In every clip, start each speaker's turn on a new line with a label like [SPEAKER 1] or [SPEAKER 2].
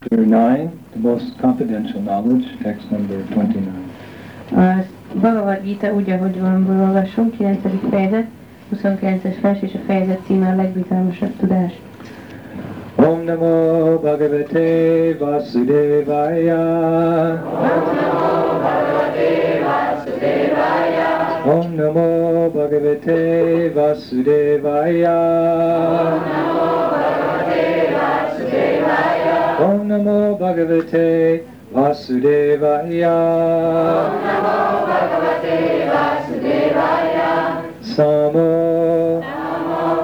[SPEAKER 1] Chapter 9, The Most Confidential Knowledge, text number 29.
[SPEAKER 2] A Bhagavad Gita úgy, ahogy van, ből olvassunk, 9. fejezet, 29-es vers és a fejezet címe a legbizalmasabb tudás.
[SPEAKER 1] Om Namo Bhagavate Vasudevaya. Om Namo Bhagavate Vasudevaya. Om Namo Bhagavate Vasudevaya. Om Namo Bhagavate Vasudevaya. Samo.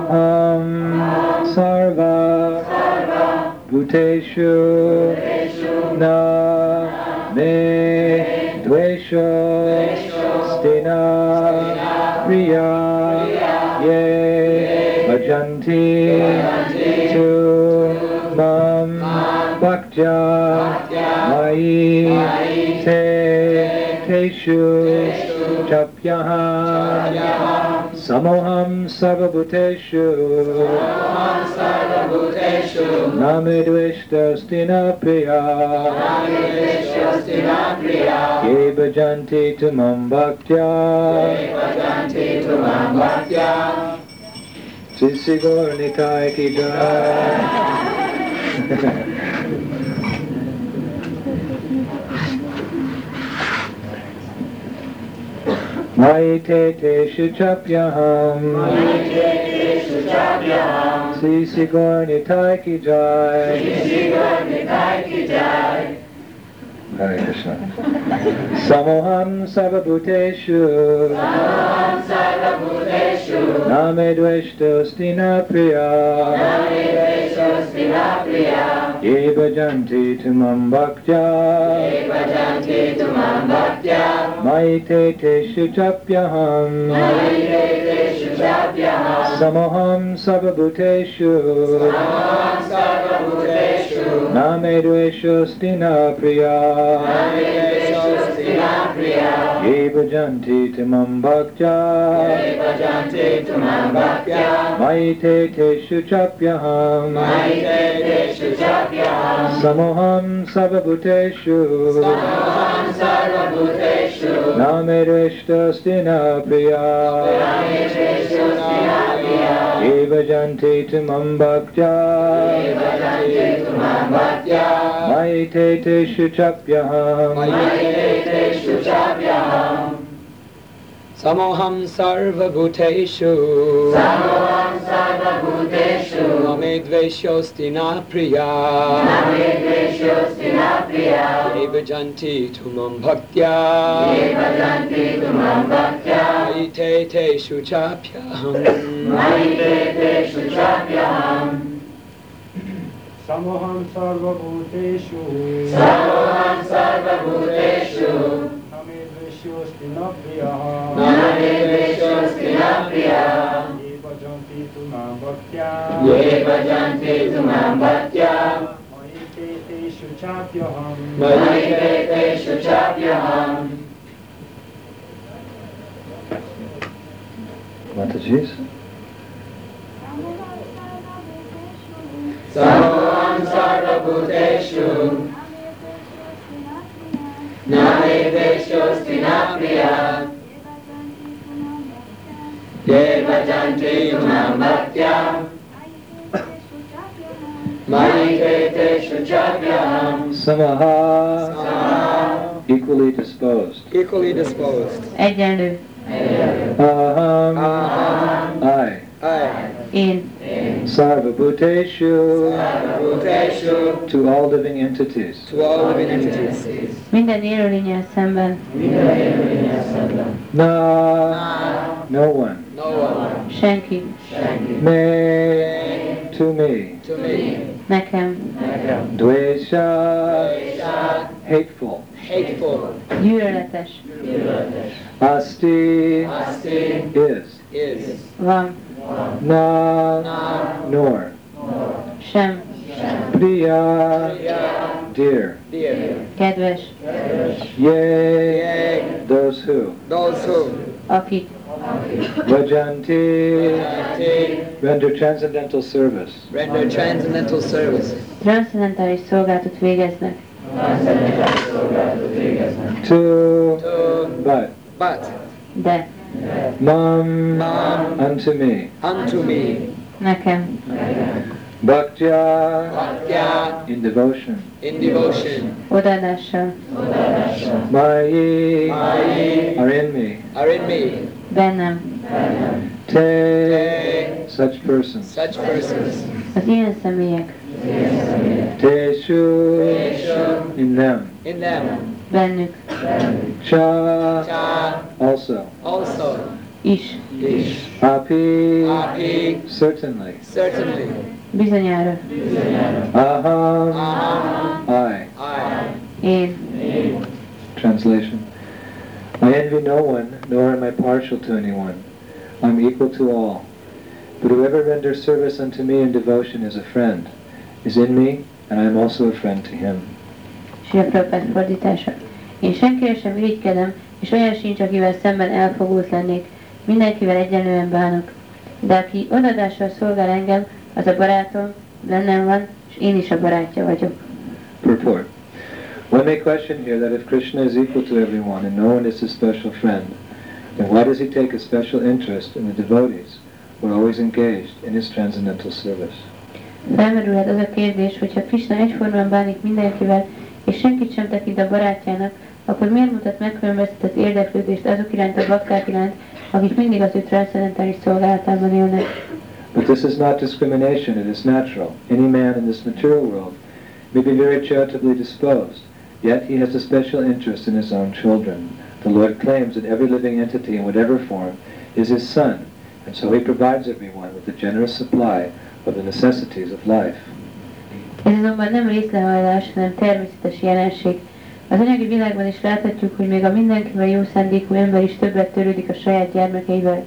[SPEAKER 1] Am sarva bhuteshu na me dvesho stina priya ye bhajanti tu mam bhaktya mai te teshu chapyaha Samoham sarvabhuteshu Name dveshtastina priya Ye bhajanti tumam bhaktya Sisigor nitai ki jai Mai te te shuchapyaham Mai te te shuchapyaham Sisigor nitai ki jai Hare Krishna. Samoham sarvabhuteshu. Samoham sarvabhuteshu. Name dveshtastina priya. Name dveshtastina priya. Ye bhajanti tumam bhaktya. Ye bhajanti tumam bhaktya. Mai te te shuchapyaham. Mai te te shuchapyaham. Samoham sarvabhuteshu. Samoham sarvabhuteshu. Name dveshtastina priya. Name Ye bhajanti tamam bhaktya. Ye bhajanti tamam bhaktya. Mai te te shuchapyaham. Mai te te shuchapyaham. Samoham sarvabhuteshu. Samoham sarvabhuteshu. Name reshtastina priya. Name reshtastina priya. Ye bhajanti tamam bhaktya. Ye bhajanti tamam bhaktya. Mai te te shuchapyaham.
[SPEAKER 3] Samoham sarvabhuteshu Samoham sarvabhuteshu Namedveshyosti na priya Namedveshyosti na priya Devajanti tumam bhaktya Devajanti tumam bhaktya Maite te shuchapyaham
[SPEAKER 4] समोहम सर्वभूतेषु समोहम सर्वभूतेषु हमें दृश्योऽस्ति न प्रियः
[SPEAKER 3] Namedveshyosti na priya
[SPEAKER 4] ये भजन्ति तु मां भक्त्या
[SPEAKER 3] Ye bhajanti tumam bhaktya
[SPEAKER 4] मयि ते तेषु चाप्यहम्
[SPEAKER 3] Maite te shuchapyaham
[SPEAKER 1] Mataji's?
[SPEAKER 3] Samoham sarvabhuteshu Namedveshyosti na priya Deva janti tumam bhaktya Maite te shuchapyaham
[SPEAKER 1] Samaha. Equally disposed.
[SPEAKER 3] Equally disposed.
[SPEAKER 2] Egyenlő,
[SPEAKER 1] Aham.
[SPEAKER 3] Aham.
[SPEAKER 1] I.
[SPEAKER 3] I.
[SPEAKER 2] én,
[SPEAKER 1] Sarvabhuteshu.
[SPEAKER 3] Bhuteshu.
[SPEAKER 1] To all living entities.
[SPEAKER 3] To all living entities.
[SPEAKER 2] minden élőlényel szemben,
[SPEAKER 1] Na. No one.
[SPEAKER 3] No one.
[SPEAKER 2] senki,
[SPEAKER 1] Me. To me.
[SPEAKER 3] To me.
[SPEAKER 2] nekem,
[SPEAKER 1] Dvesha. Hateful.
[SPEAKER 3] Hateful.
[SPEAKER 2] gyűlöletes,
[SPEAKER 1] Asti.
[SPEAKER 3] Asti.
[SPEAKER 1] Is.
[SPEAKER 3] Is.
[SPEAKER 2] van,
[SPEAKER 1] Na.
[SPEAKER 3] Na.
[SPEAKER 1] Nor.
[SPEAKER 2] sem,
[SPEAKER 1] Priya.
[SPEAKER 3] Ya.
[SPEAKER 1] Dear.
[SPEAKER 3] Dear.
[SPEAKER 2] kedves,
[SPEAKER 1] Yea.
[SPEAKER 3] Yea.
[SPEAKER 1] Those who.
[SPEAKER 3] Those who.
[SPEAKER 2] akik,
[SPEAKER 1] Vajanti.
[SPEAKER 3] Bhajante.
[SPEAKER 1] Render transcendental service.
[SPEAKER 3] Render transcendental services
[SPEAKER 2] Transzendentális szolgáltat végeznek.
[SPEAKER 1] To.
[SPEAKER 3] to
[SPEAKER 1] But.
[SPEAKER 3] but
[SPEAKER 2] De
[SPEAKER 1] Mam.
[SPEAKER 3] Mam.
[SPEAKER 1] Unto me.
[SPEAKER 3] unto me
[SPEAKER 2] nekem
[SPEAKER 1] Bhaktya.
[SPEAKER 3] bhaktya
[SPEAKER 1] In devotion.
[SPEAKER 3] in devotion
[SPEAKER 2] odaadással
[SPEAKER 1] Mayi.
[SPEAKER 3] Mayi.
[SPEAKER 1] Are in me.
[SPEAKER 3] are in me.
[SPEAKER 2] bennem
[SPEAKER 1] Te.
[SPEAKER 3] Te.
[SPEAKER 1] Such persons.
[SPEAKER 3] Such persons
[SPEAKER 2] az ilyen személyek
[SPEAKER 1] Teshu.
[SPEAKER 3] Teshu.
[SPEAKER 1] In them.
[SPEAKER 3] in them.
[SPEAKER 2] bennük
[SPEAKER 1] Cha.
[SPEAKER 3] Cha
[SPEAKER 1] Also.
[SPEAKER 3] also
[SPEAKER 2] is
[SPEAKER 3] ish.
[SPEAKER 1] Api.
[SPEAKER 3] Api
[SPEAKER 1] Certainly.
[SPEAKER 3] certainly.
[SPEAKER 2] bizonyára
[SPEAKER 1] Aham.
[SPEAKER 3] Aham
[SPEAKER 1] I.
[SPEAKER 3] uh, I.
[SPEAKER 2] én
[SPEAKER 1] Translation. I envy no one, nor am I partial to anyone. I'm equal to all. But whoever renders service unto me in devotion is a friend, is in me, and I am also a friend to him.
[SPEAKER 2] Srila Prabhupád fordítása. Én senkire sem irigykedem, és olyan sincs, akivel szemben elfogult lennék. Mindenkivel egyenlően bánok. De aki odaadással szolgál engem, az a barátom, bennem van, és én is a barátja vagyok.
[SPEAKER 1] Purport. One may question here that if Krishna is equal to everyone and no one is his special friend, then why does he take a special interest in the devotees who are always engaged in his transcendental service?
[SPEAKER 2] Felmerülhet az a kérdés, hogyha Krishna egyformán bánik mindenkivel, és senkit sem tekint a barátjának, akkor miért mutat megkülönböztetett érdeklődést azok iránt a bakták iránt, akik mindig az ő transzcendentális szolgálatában élnek?
[SPEAKER 1] But this is not discrimination, it is natural. Any man in this material world may be very charitably disposed, yet he has a special interest in his own children. The Lord claims that every living entity in whatever form is his son, and so he provides everyone with a generous supply of the necessities of life.
[SPEAKER 2] Ez azonban nem részlehajlás, hanem természetes jelenség. Az anyagi világban is láthatjuk, hogy még a mindenkivel jó szándékú ember is többet törődik a saját gyermekeivel.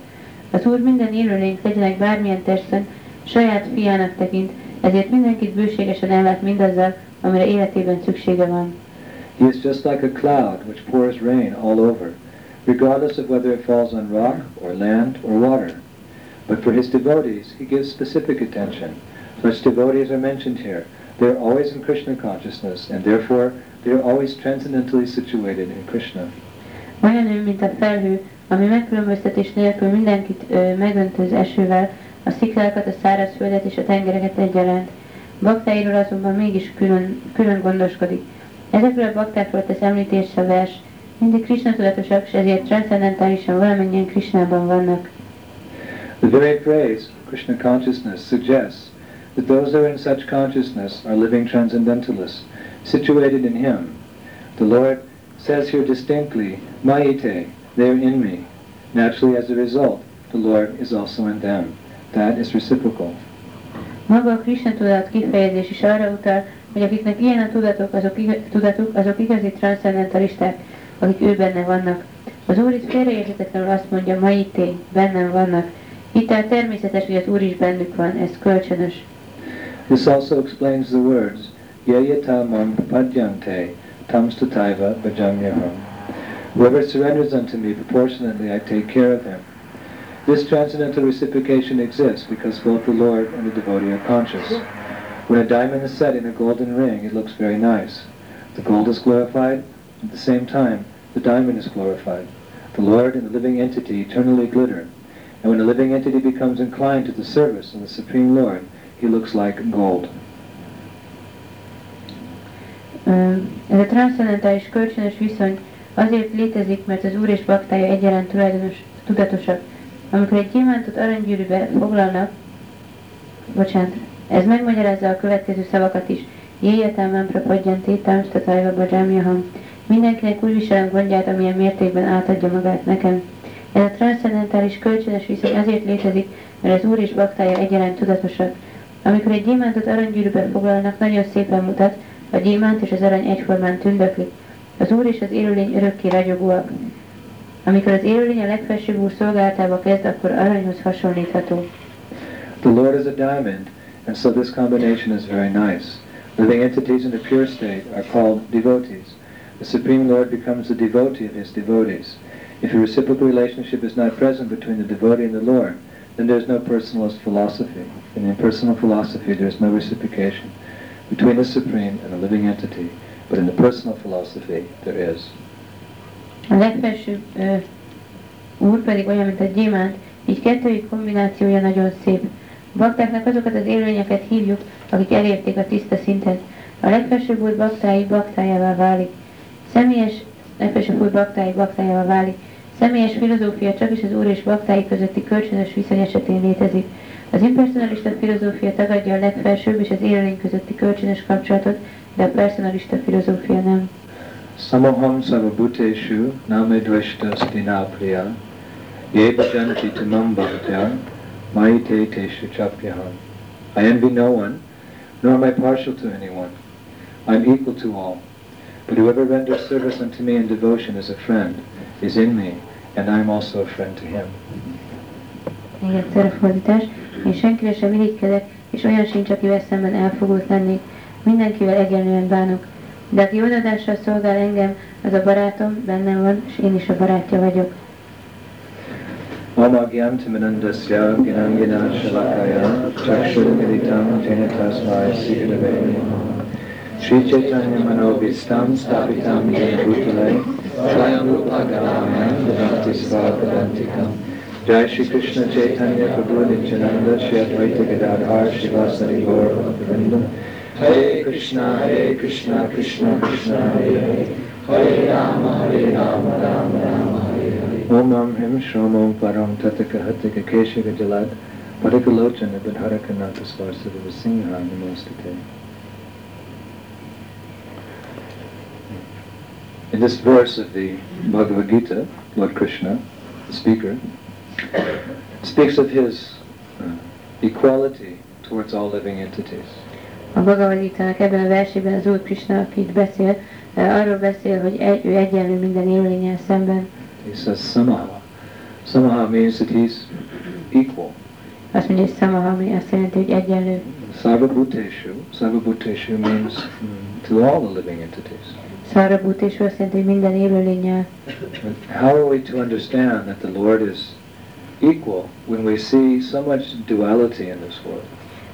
[SPEAKER 2] Az Úr minden élőlényt legyenek bármilyen testen, saját fiának tekint, ezért mindenkit bőségesen ellát mindazzal, amire életében szüksége van.
[SPEAKER 1] He is just like a cloud which pours rain all over, regardless of whether it falls on rock or land or water. But for his devotees, he gives specific attention. Such devotees are mentioned here. They are always in Krishna consciousness, and therefore they are always transcendently situated in Krishna.
[SPEAKER 2] Olyan ő, mint a felhő, ami megkülönböztetés nélkül mindenkit ö, megöntöz esővel, a sziklákat, a szárazföldet és a tengereket egyaránt. Baktáiról azonban mégis külön, külön gondoskodik. Ezekről a baktákról tesz említést a vers, mindig Krishna tudatosak, és ezért transzendentálisan valamennyien Krishnában vannak.
[SPEAKER 1] The very phrase, Krishna consciousness, suggests that those who are in such consciousness are living transcendentalists, situated in Him. The Lord says here distinctly, Maite, they are in me. Naturally, as a result, the Lord is also in them. That is reciprocal.
[SPEAKER 2] Maga a Krishna tudat kifejezés is arra utal, hogy akiknek ilyen a tudatok, azok, iga- tudatuk, azok igazi transzcendentalisták, akik ő benne vannak. Az Úr itt félreérthetetlenül azt mondja, ma itt én, bennem vannak. Itt el természetes, hogy az Úr is bennük van, ez kölcsönös.
[SPEAKER 1] This also explains the words, Yayata mam padyante, tamstataiva bhajamyaham. Whoever surrenders unto me proportionately, I take care of him. This transcendental reciprocation exists because both the Lord and the devotee are conscious. When a diamond is set in a golden ring, it looks very nice. The gold is glorified, at the same time, the diamond is glorified. The Lord and the living entity eternally glitter. And when a living entity becomes inclined to the service of the Supreme Lord, he looks like gold.
[SPEAKER 2] Ö, Ez a transzcendentális kölcsönös viszony azért létezik, mert az Úr és Baktája egyaránt tulajdonos, tudatosak. Amikor egy gyémántot aranygyűrűbe foglalnak, bocsánat, ez megmagyarázza a következő szavakat is. Jéjetelmen propadjan tétem, statájva bajámjaham. Mindenkinek úgy viselem gondját, amilyen mértékben átadja magát nekem. Ez a transzcendentális kölcsönös viszony azért létezik, mert az Úr és Baktája egyaránt tudatosak. Amikor egy gyémántot aranygyűrűbe foglalnak, nagyon szépen mutat, a gyémánt és az arany egyformán tündöklik. Az Úr és az élőlény örökké ragyogóak. Amikor az élőlény a legfelsőbb Úr szolgálatába kezd, akkor aranyhoz hasonlítható.
[SPEAKER 1] The Lord is a diamond, and so this combination is very nice. Living entities in a pure state are called devotees. The Supreme Lord becomes the devotee of his devotees. If a reciprocal relationship is not present between the devotee and the Lord, then there is no personalist philosophy. And in personal philosophy, there is no reciprocation between the Supreme and the living entity. But in the personal philosophy, there is.
[SPEAKER 2] A legfelsőbb ö, úr pedig olyan, mint a gyémánt, így kettőjük kombinációja nagyon szép. Baktáknak azokat az élményeket hívjuk, akik elérték a tiszta szintet. A legfelsőbb úr baktái baktájává válik. Személyes, legfelsőbb úr baktái baktájává válik. Személyes filozófia csak is az úr és baktái közötti kölcsönös viszony esetén létezik. Az impersonalista filozófia tagadja a legfelsőbb és az élmény közötti kölcsönös kapcsolatot, de a personalista filozófia nem.
[SPEAKER 1] Samoham sarvabhuteshu name dvashta stinapriya ye bhajanti tamam bhaktya mai te teshu chapyaham. I envy no one, nor am I partial to anyone. I am equal to all. But whoever renders service unto me in devotion is a friend, is in me, and I am also a friend to him.
[SPEAKER 2] Még egyszer a fordítás. Én senkire sem irigykedek, és olyan sincs, akivel szemben elfogult lennék. Mindenkivel egyenlően bánok. De aki odadással szolgál engem, az a barátom, bennem van, és én is a barátja vagyok.
[SPEAKER 1] Om agyam timanandasya ginam ginam shalakaya chakshur militam jena tasmai sri gurave namaha. Shri Chaitanya Manobhistam Stapitam Yena Bhutale Swayam Rupa Galamaya Vedanti Svagadantikam Jai Shri Krishna Chaitanya Prabhu Nityananda Shri Advaita Gadadhar Shivasari Gaur Bhaktivinoda Hare Krishna Hare Krishna Krishna Krishna Hare Hare Hare Rama Hare Rama Rama Rama Hare Hare Om Nam Hrim Shrom Om Param Tataka Hataka Keshaka Jalat Padakalochan Abhadharakanata Svarsada Vasingha Namostate In this verse of the Bhagavad Gita, Lord Krishna, the speaker, speaks of his uh, equality towards all living entities.
[SPEAKER 2] A Bhagavadítának ebben a versében az Úr Krishna, aki itt beszél, eh, arról beszél, hogy egy, ő egyenlő minden élvényel szemben.
[SPEAKER 1] He says samaha. Samaha means that he's equal.
[SPEAKER 2] Azt mondja, hogy szamaha, ami azt jelenti, hogy egyenlő.
[SPEAKER 1] Sarvabhuteshu. Sarvabhuteshu means mm, to all the living entities.
[SPEAKER 2] Szarabút és azt jelenti, hogy minden élőlényel.
[SPEAKER 1] But how are we to understand that the Lord is equal when we see so much duality in this world?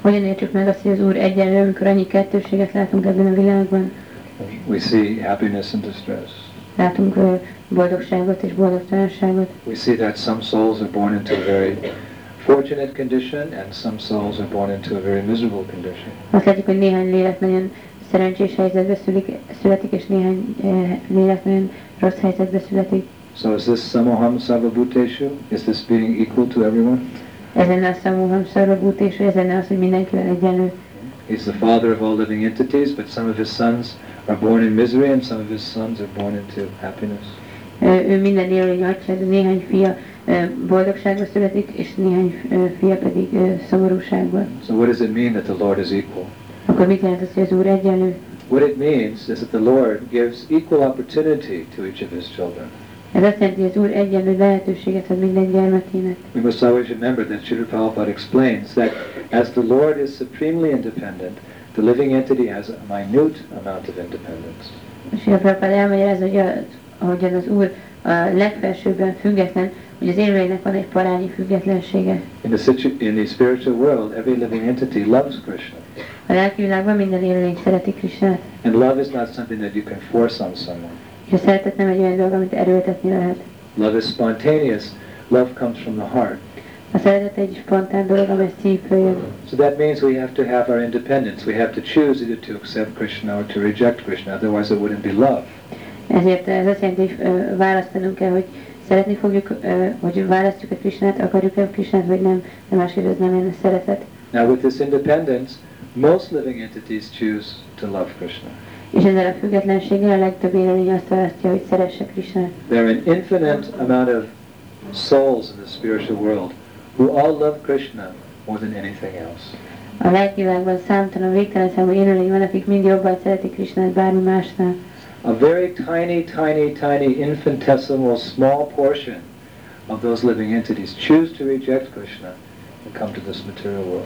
[SPEAKER 2] Hogyan értsük meg azt, hogy az Úr egyenlő, amikor annyi kettőséget látunk ebben a világban?
[SPEAKER 1] We see happiness and distress.
[SPEAKER 2] Látunk ö, boldogságot és boldogtalanságot.
[SPEAKER 1] We see that some souls are born into a very fortunate condition and some souls are born into a very miserable condition.
[SPEAKER 2] Azt látjuk, hogy néhány lélek nagyon szerencsés helyzetbe szülik, születik, és néhány eh, lélek nagyon rossz helyzetbe születik.
[SPEAKER 1] So is this samoham sarvabhuteshu? Is this being equal to everyone?
[SPEAKER 2] Ez lenne a szamúham szarabút, és ez lenne az, hogy mindenkivel egyenlő.
[SPEAKER 1] He's the father of all living entities, but some of his sons are born in misery and some of his sons are born into happiness.
[SPEAKER 2] Ö, Ő minden élőlény atya, de néhány fia ö, boldogságba születik, és néhány ö, fia pedig ö, szomorúságba.
[SPEAKER 1] So what does it mean that the Lord is equal?
[SPEAKER 2] Akkor mit jelent az, hogy az Úr egyenlő?
[SPEAKER 1] What it means is that the Lord gives equal opportunity to each of his children.
[SPEAKER 2] Ez azt jelenti, hogy az Úr egyenlő lehetőséget ad minden gyermekének.
[SPEAKER 1] We must always remember that Srila Prabhupada explains that as the Lord is supremely independent, the living entity has a minute amount of independence.
[SPEAKER 2] És a Prabhupád elmagyarázza, hogy az, ahogyan az Úr a legfelsőbben független, hogy az élőlénynek van egy parányi függetlensége.
[SPEAKER 1] In the, situ- in the spiritual world, every living entity loves Krishna.
[SPEAKER 2] A lelki világban minden élőlény szereti Krisnát,
[SPEAKER 1] And love is not something that you can force on someone.
[SPEAKER 2] és a szeretet nem egy olyan dolog, amit erőltetni lehet.
[SPEAKER 1] Love is spontaneous. Love comes from the heart.
[SPEAKER 2] A szeretet egy spontán dolog, amely szívből jön.
[SPEAKER 1] So that means we have to have our independence. We have to choose either to accept Krishna or to reject Krishna. Otherwise, it wouldn't be love.
[SPEAKER 2] Ezért ez azt jelenti, hogy ö, választanunk kell, hogy szeretni fogjuk, ö, hogy választjuk-e Krisnát, akarjuk-e Krisnát, vagy nem, de másképp ez nem lenne szeretet.
[SPEAKER 1] Now, with this independence, most living entities choose to love Krishna.
[SPEAKER 2] És ezzel a függetlenséggel a legtöbb élőlény azt választja, hogy szeresse Krisnát.
[SPEAKER 1] There are an infinite amount of souls in the spiritual world who all love Krishna more than anything else.
[SPEAKER 2] A lelkivilágban számtalan, végtelen számú élőlény van, akik mind jobban szeretik Krisnát bármi másnál.
[SPEAKER 1] A very tiny, tiny, tiny, infinitesimal, small portion of those living entities choose to reject Krishna and come to this material world.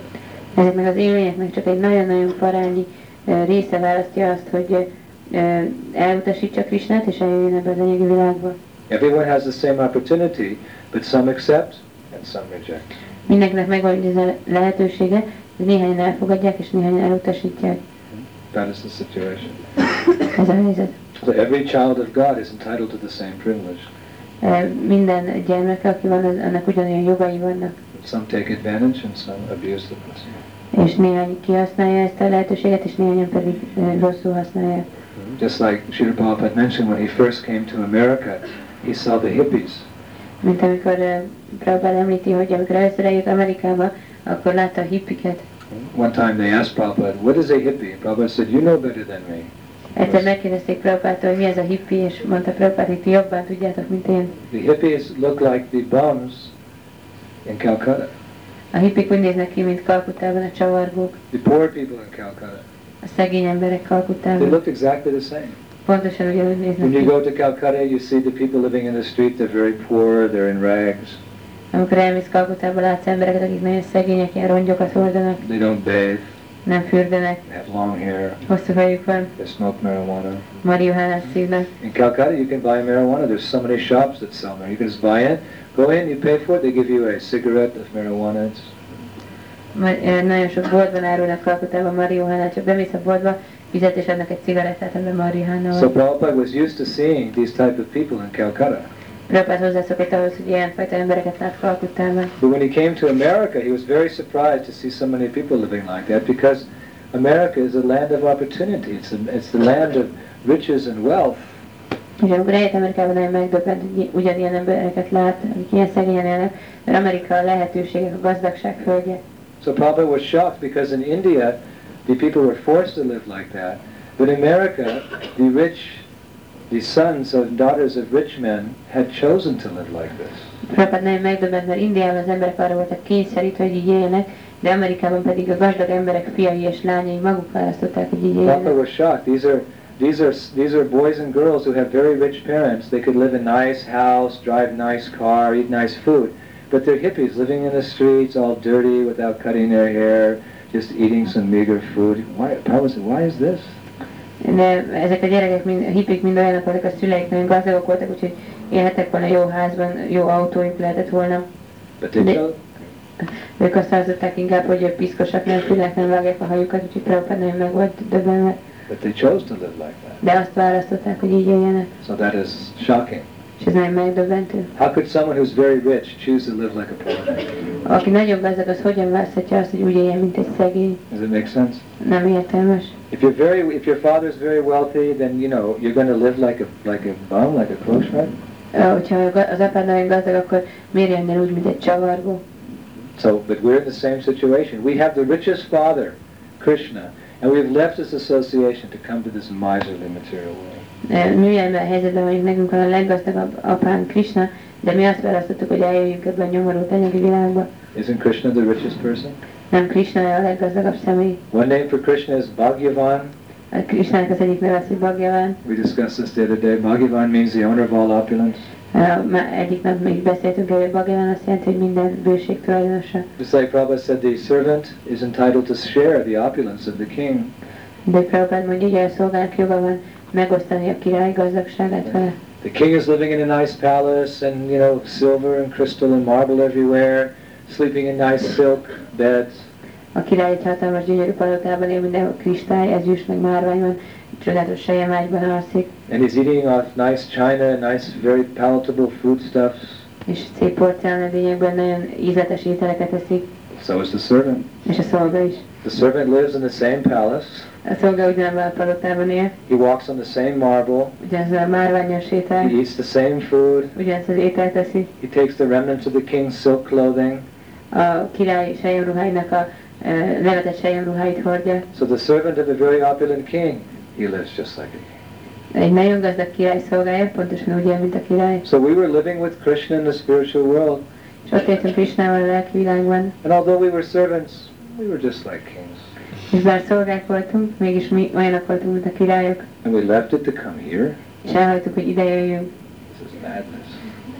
[SPEAKER 2] Ezeknek az élőlényeknek csak egy nagyon-nagyon parányi ö, része választja azt, hogy ö, ö, elutasítsa Krisnát és eljöjjön ebbe az anyagi világba.
[SPEAKER 1] Everyone has the same opportunity, but some accept and some reject.
[SPEAKER 2] Mindenkinek megvan ez a lehetősége, de néhányan elfogadják és néhányan elutasítják.
[SPEAKER 1] That is the situation.
[SPEAKER 2] Ez a helyzet.
[SPEAKER 1] So every child of God is entitled to the same privilege.
[SPEAKER 2] E, Minden gyermek, aki van, az- annak ugyanolyan jogai vannak,
[SPEAKER 1] But some take advantage and some abuse the principle.
[SPEAKER 2] és néhány kihasználja ezt a lehetőséget, és néhányan pedig e, rosszul használják.
[SPEAKER 1] Just like Srila Prabhupada mentioned, when he first came to America, he saw the hippies.
[SPEAKER 2] Mint amikor e, Prabhupád említi, hogy amikor először eljött Amerikába, akkor látta a hippiket.
[SPEAKER 1] One time they asked Prabhupada, what is a hippie? Prabhupada said, you know better than me.
[SPEAKER 2] Egyszer megkérdezték Prabhupától, hogy mi ez a hippi, és mondta Prabhupád, hogy ti jobban tudjátok, mint én.
[SPEAKER 1] The hippies look like the bums in Calcutta,
[SPEAKER 2] A hippik úgy néznek ki, mint Kalkutában a csavargók,
[SPEAKER 1] the poor people in Calcutta.
[SPEAKER 2] a szegény emberek
[SPEAKER 1] They
[SPEAKER 2] Kalkutában.
[SPEAKER 1] look exactly the same.
[SPEAKER 2] Pontosan ugyanúgy néznek
[SPEAKER 1] When you
[SPEAKER 2] ki.
[SPEAKER 1] go to Calcutta, you see the people living in the street, they're very poor, they're in rags,
[SPEAKER 2] Amikor elmész Kalkutába, látsz embereket, akik nagyon szegények, ilyen rongyokat hordanak,
[SPEAKER 1] they don't bathe,
[SPEAKER 2] nem fürdenek,
[SPEAKER 1] they have long hair,
[SPEAKER 2] hosszú fejük van,
[SPEAKER 1] they smoke marijuana.
[SPEAKER 2] marihuánát szívnak.
[SPEAKER 1] In Calcutta, you can buy marijuana. There's so many shops that sell marijuana. You can just buy it, go in, you pay for it, they give you a cigarette of marijuana. It's
[SPEAKER 2] Ma- ö, Nagyon sok boltban árulnak Kalkutában marihuánát, csak bemész a boltba, fizet és adnak egy cigarettát, amiben marihuána
[SPEAKER 1] So
[SPEAKER 2] van.
[SPEAKER 1] Prabhupada was used to seeing these type of people in Calcutta.
[SPEAKER 2] Prabhupád hozzászokott ahhoz, hogy ilyenfajta embereket lát Kalkutában.
[SPEAKER 1] But when he came to America, he was very surprised to see so many people living like that because America is a land of opportunity. It's, a, it's the land of riches and wealth.
[SPEAKER 2] És amikor eljött Amerikában, nagyon megdöbbent, hogy i- ugyanilyen embereket lát, akik ilyen szegényen élnek, mert Amerika a lehetőségek, a gazdagság földje.
[SPEAKER 1] So Prabhupada was shocked because in India, the people were forced to live like that. But in America, the rich, the sons and daughters of rich men had chosen to live like this.
[SPEAKER 2] Prabhupád nagyon megdöbbent, mert Indiában az emberek arra voltak kényszerítve, hogy így éljenek, de Amerikában pedig a gazdag emberek fiai és lányai maguk választották, hogy így
[SPEAKER 1] Papa
[SPEAKER 2] éljenek.
[SPEAKER 1] was shocked. These are these are these are boys and girls who have very rich parents. They could live in nice house, drive nice car, eat nice food, but they're hippies living in the streets, all dirty, without cutting their hair, just eating some meager food. Why? Papa said, why is this?
[SPEAKER 2] De ezek a gyerekek, mind, a hippik mind olyanok voltak, a szüleik nagyon gazdagok voltak, úgyhogy élhettek volna jó házban, jó autójuk lehetett volna.
[SPEAKER 1] But they
[SPEAKER 2] They-
[SPEAKER 1] chose,
[SPEAKER 2] Ők azt választották inkább, hogy ők piszkosak, nem fülnek, nem vágják a hajukat, úgyhogy Prabhupád nagyon meg volt döbbenve.
[SPEAKER 1] but they chose to live like that.
[SPEAKER 2] De azt választották, hogy így éljenek,
[SPEAKER 1] So that is shocking.
[SPEAKER 2] és ez nagyon megdöbbentő.
[SPEAKER 1] How could someone who's very rich choose to live like a poor? man?
[SPEAKER 2] Aki nagyobb gazdag, az hogyan választhatja azt, hogy úgy éljen, mint egy szegény?
[SPEAKER 1] Does it make sense?
[SPEAKER 2] Nem értelmes.
[SPEAKER 1] If you're very, if your father's very wealthy, then you know you're going to live like a like a bum, like a clochard.
[SPEAKER 2] Ö, Hogyha a ga- az apád nagyon gazdag, akkor miért jönnél úgy, mint egy csavargó?
[SPEAKER 1] So, but we're in the same situation. We have the richest father, Krishna, and we've left this association to come to this miserly material world.
[SPEAKER 2] Ö, Mi ugyanebben a helyzetben vagyunk, nekünk van a leggazdagabb apánk Krishna, de mi azt választottuk, hogy eljöjjünk ebben a nyomorult anyagi világba.
[SPEAKER 1] Isn't Krishna the richest person?
[SPEAKER 2] Nem Krishna a leggazdagabb személy.
[SPEAKER 1] One name for Krishna is Bhagavan.
[SPEAKER 2] A Krishnának az egyik neve az, hogy Bhagavan.
[SPEAKER 1] We discussed this the other day. Bhagavan means the owner of all opulence.
[SPEAKER 2] Ö, Már egyik nap még beszéltünk erről, Bhagavan azt jelenti, hogy minden bőség tulajdonosa.
[SPEAKER 1] Just like Prabhupada said, the servant is entitled to share the opulence of the king.
[SPEAKER 2] De Prabhupád mondja, hogy a szolgák joga van megosztani a király gazdagságát vele.
[SPEAKER 1] The king is living in a nice palace and, you know, silver and crystal and marble everywhere, sleeping in nice silk beds.
[SPEAKER 2] A király egy hatalmas gyönyörű palotában él, mindenhol kristály, ezüst, meg márvány van, csodálatos sejemágyban alszik,
[SPEAKER 1] And he's eating off nice china, nice, very palatable foodstuffs.
[SPEAKER 2] és szép porcelánedényekben nagyon ízletes ételeket eszik,
[SPEAKER 1] So is the servant.
[SPEAKER 2] és a szolga is.
[SPEAKER 1] The servant lives in the same palace.
[SPEAKER 2] A szolga ugyanabban a palotában él,
[SPEAKER 1] He walks on the same marble.
[SPEAKER 2] ugyanaz a márványon sétál,
[SPEAKER 1] He eats the same food.
[SPEAKER 2] ugyanazt az ételt eszik.
[SPEAKER 1] He takes the remnants of the king's silk clothing.
[SPEAKER 2] A király sejemruháinak a ö, levetett sejemruháit hordja.
[SPEAKER 1] So the servant of a very opulent king, he lives just like a king.
[SPEAKER 2] Egy nagyon gazdag király szolgája, pontosan úgy él, mint a király.
[SPEAKER 1] So we were living with Krishna in the spiritual world,
[SPEAKER 2] És ott éltünk Krisnával a lelki világban,
[SPEAKER 1] and although we were servants, we were just like kings.
[SPEAKER 2] és bár szolgák voltunk, mégis mi olyanok voltunk, mint a királyok.
[SPEAKER 1] And we left it to come here.
[SPEAKER 2] És elhagytuk, hogy ide jöjjünk.
[SPEAKER 1] This is madness.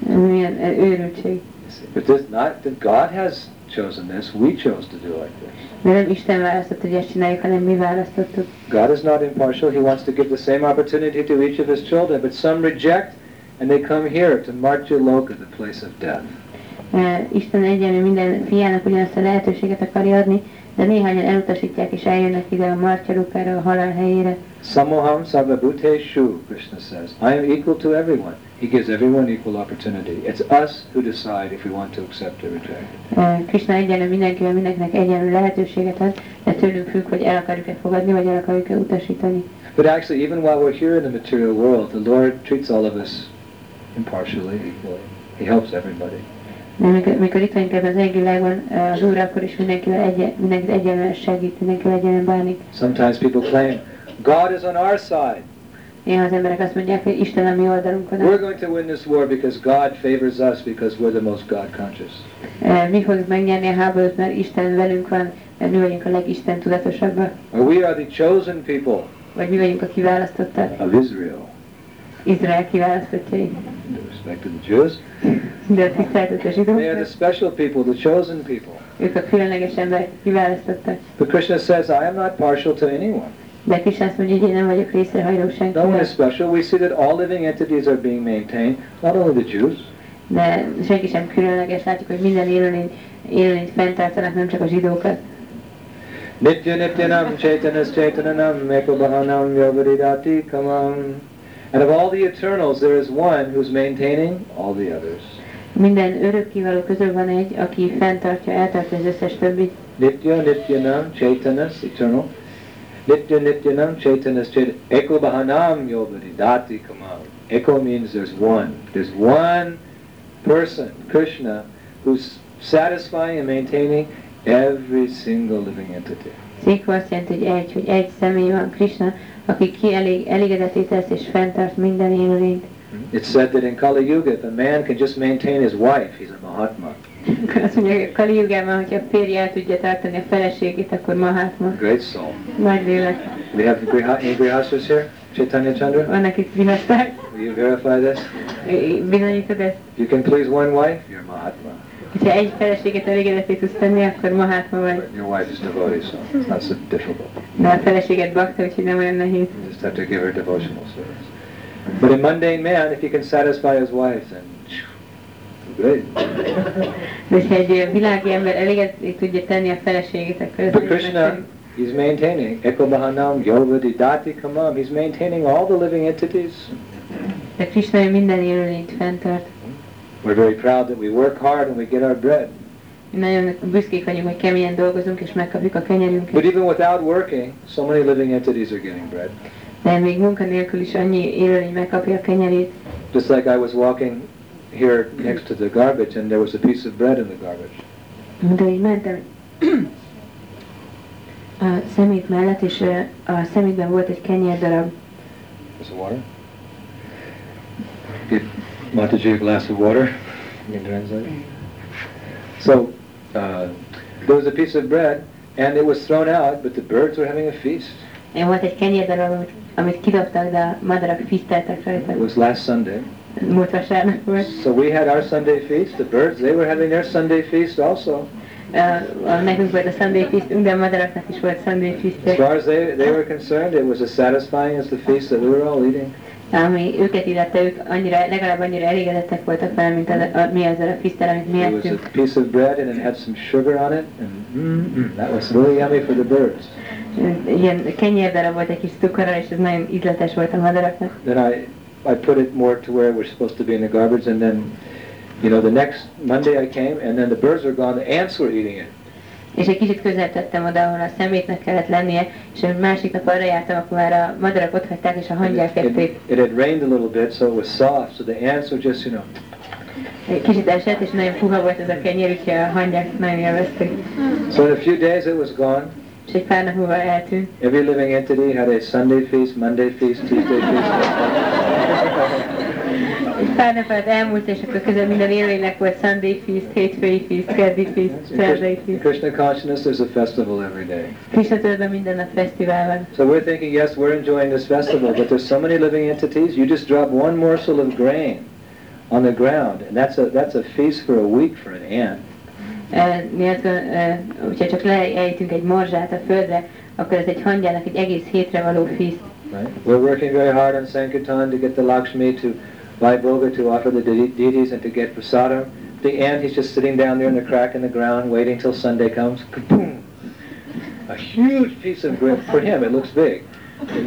[SPEAKER 2] Ez milyen eh, őrültség.
[SPEAKER 1] You see. But this not that God has chosen this. We chose to do like this.
[SPEAKER 2] De nem Isten választott, hogy ezt csináljuk, hanem mi választottuk.
[SPEAKER 1] God is not impartial. He wants to give the same opportunity to each of his children, but some reject And they come here to Martyaloka, the place of death.
[SPEAKER 2] E, Isten egyenlő minden fiának ugyanazt a lehetőséget akarja adni, de néhányan elutasítják és eljönnek ide a martyalukára, a halál helyére.
[SPEAKER 1] Samoham sarvabhuteshu, Krishna says. I am equal to everyone. He gives everyone equal opportunity. It's us who decide if we want to accept or reject.
[SPEAKER 2] E, Krishna egyenlő mindenkivel, mindenkinek egyenlő lehetőséget ad, de tőlünk függ, hogy el akarjuk-e fogadni, vagy el akarjuk-e utasítani.
[SPEAKER 1] But actually, even while we're here in the material world, the Lord treats all of us impartially, equally. He helps everybody.
[SPEAKER 2] De mikor, mikor itt vagyunk ebben az égvilágon, e, az Úr akkor is mindenkivel egy, mindenkit egyenlően segít, mindenkivel egyenlően bánik.
[SPEAKER 1] Sometimes people claim, God is on our side.
[SPEAKER 2] Néha az emberek azt mondják, hogy Isten a mi oldalunkon áll.
[SPEAKER 1] We're going to win this war because God favors us because we're the most God conscious.
[SPEAKER 2] E, Mi fogjuk megnyerni a háborút, mert Isten velünk van, mert mi vagyunk a legisten tudatosabbak,
[SPEAKER 1] Or we are the chosen people
[SPEAKER 2] vagy mi vagyunk a kiválasztottak,
[SPEAKER 1] of Israel,
[SPEAKER 2] Izrael kiválasztottjai.
[SPEAKER 1] in respect to the Jews.
[SPEAKER 2] De a tiszteletet a
[SPEAKER 1] They are the
[SPEAKER 2] zsidóknak,
[SPEAKER 1] special people, the chosen people.
[SPEAKER 2] ők a különleges emberek kiválasztottak.
[SPEAKER 1] But Krishna says, I am not partial to anyone.
[SPEAKER 2] De Krishna azt mondja, hogy én nem vagyok részrehajló
[SPEAKER 1] No one
[SPEAKER 2] senkivel,
[SPEAKER 1] is special. We see that all living entities are being maintained, not only the Jews.
[SPEAKER 2] de senki sem különleges, látjuk, hogy minden élőlény, élőlényt fenntartanak, nem csak a zsidókat.
[SPEAKER 1] Nitya Nityanam Chaitanas Chaitananam Mekabahanam Yogaridati Kamam. And of all the eternals, there is one who's maintaining all the others.
[SPEAKER 2] Minden örökkivaló közül van egy, aki fenntartja, eltartja az összes többit.
[SPEAKER 1] Nitya Nityanam Chaitanas, eternal. Nitya Nityanam Chaitanas Chaitanam Ekobahanam Yogaridati Kamam. Eko means there's one. There's one person, Krishna, who's satisfying and maintaining every single living entity.
[SPEAKER 2] Székó azt jelenti, hogy egy, hogy egy személy van, Krishna, aki ki elég, elégedetté tesz és fenntart minden élőlényt.
[SPEAKER 1] It's said that in Kali Yuga, if a man can just maintain his wife, he's a Mahatma.
[SPEAKER 2] Azt mondja, hogy a Kali Yugában, hogyha a férje el tudja tartani a feleségét, akkor Mahatma.
[SPEAKER 1] Great soul.
[SPEAKER 2] Nagy lélek.
[SPEAKER 1] We have Griha- any Grihastas here? Chaitanya Chandra?
[SPEAKER 2] Vannak itt vihaszták.
[SPEAKER 1] Will you verify this?
[SPEAKER 2] Bizonyítod ezt?
[SPEAKER 1] If you can please one wife, you're Mahatma.
[SPEAKER 2] Hogyha egy feleséget elégedetté tudsz tenni, akkor Mahatma vagy.
[SPEAKER 1] But your wife is devotee, so it's not so difficult.
[SPEAKER 2] De a feleséget bakta, úgyhogy nem olyan nehéz.
[SPEAKER 1] You just have to give her devotional service. But a mundane man, if he can satisfy his wife, then phew, great.
[SPEAKER 2] De ha egy világi ember elégedetté tudja tenni a feleségét, akkor ez
[SPEAKER 1] But
[SPEAKER 2] nagyon nagyszerű.
[SPEAKER 1] Krishna, he's maintaining. Eko Mahanam, Yogadi Kamam. He's maintaining all the living entities.
[SPEAKER 2] De Krishna ő minden élőlényt fenntart.
[SPEAKER 1] We're very proud that we work hard and we get our bread.
[SPEAKER 2] Mi nagyon büszkék vagyunk, hogy keményen dolgozunk és megkapjuk a
[SPEAKER 1] But
[SPEAKER 2] kenyerünket.
[SPEAKER 1] even without working, so many living entities are getting bread.
[SPEAKER 2] De még munkanélkül is annyi élőlény megkapja a kenyerét.
[SPEAKER 1] Just like I was walking here next to the garbage and there was a piece of bread in the garbage.
[SPEAKER 2] De így mentem a szemét mellett, és ö, a szemétben volt egy kenyérdarab.
[SPEAKER 1] Is it water? Give Mataji a glass of water. You can translate. So, uh, there was a piece of bread and it was thrown out, but the birds were having a feast.
[SPEAKER 2] Volt egy kenyérdarab, amit, amit kidobtak, de a madarak fiszteltek rajta.
[SPEAKER 1] It was last Sunday.
[SPEAKER 2] Múlt vasárnap volt.
[SPEAKER 1] So we had our Sunday feast. The birds, they were having their Sunday feast also.
[SPEAKER 2] Ö, a- Nekünk volt a Sunday feastünk, de a madaraknak is volt Sunday
[SPEAKER 1] As
[SPEAKER 2] feastje.
[SPEAKER 1] far as they, they were concerned, it was as satisfying as the feast that we were all eating.
[SPEAKER 2] Ami őket illette, ők annyira, legalább annyira elégedettek voltak vele, mint az, a, mi azzal a fisztel, amit mi
[SPEAKER 1] It was a
[SPEAKER 2] ettünk.
[SPEAKER 1] piece of bread and it had some sugar on it, and mm, mm, that was really yummy for the birds.
[SPEAKER 2] Ilyen kenyérdarab volt egy kis cukorral, és ez nagyon ízletes volt a madaraknak.
[SPEAKER 1] Then I, I put it more to where it was supposed to be in the garbage, and then, you know, the next Monday I came, and then the birds were gone, the ants were eating it.
[SPEAKER 2] És egy kicsit közel tettem oda, ahol a szemétnek kellett lennie, és a másik nap arra jártam, akkor már a madarak ott hagyták, és a
[SPEAKER 1] And
[SPEAKER 2] hangyák
[SPEAKER 1] it,
[SPEAKER 2] ették.
[SPEAKER 1] it had rained a little bit, so it was soft, so the ants were just, you know,
[SPEAKER 2] Egy Kicsit esett, és nagyon puha volt ez a kenyér, úgyhogy a hangyák nagyon élvezték.
[SPEAKER 1] so in a few days it was gone.
[SPEAKER 2] És egy pár nap múlva eltűnt.
[SPEAKER 1] Every living entity had a Sunday feast, Monday feast, Tuesday feast.
[SPEAKER 2] Egy pár nap alatt elmúlt, és akkor közben minden élőnek volt Sunday feast, hétfői feast, keddi feast,
[SPEAKER 1] In Krishna,
[SPEAKER 2] szerdai
[SPEAKER 1] in
[SPEAKER 2] feast.
[SPEAKER 1] Krishna consciousness, there's a festival every day.
[SPEAKER 2] Krisnatőrben minden nap fesztivál van.
[SPEAKER 1] So we're thinking, yes, we're enjoying this festival, but there's so many living entities. You just drop one morsel of grain on the ground, and that's a that's a feast for a week for an ant.
[SPEAKER 2] E, Mi azt gond- e, hogyha csak leejtünk egy morzsát a földre, akkor ez egy hangyának egy egész hétre való feast.
[SPEAKER 1] Right? We're working very hard on Sankirtan to get the Lakshmi to by Boga to offer the de- deities and to get prasadam. At the end, he's just sitting down there in the crack in the ground, waiting till Sunday comes. Kaboom! A huge piece of bread. For him, it looks big.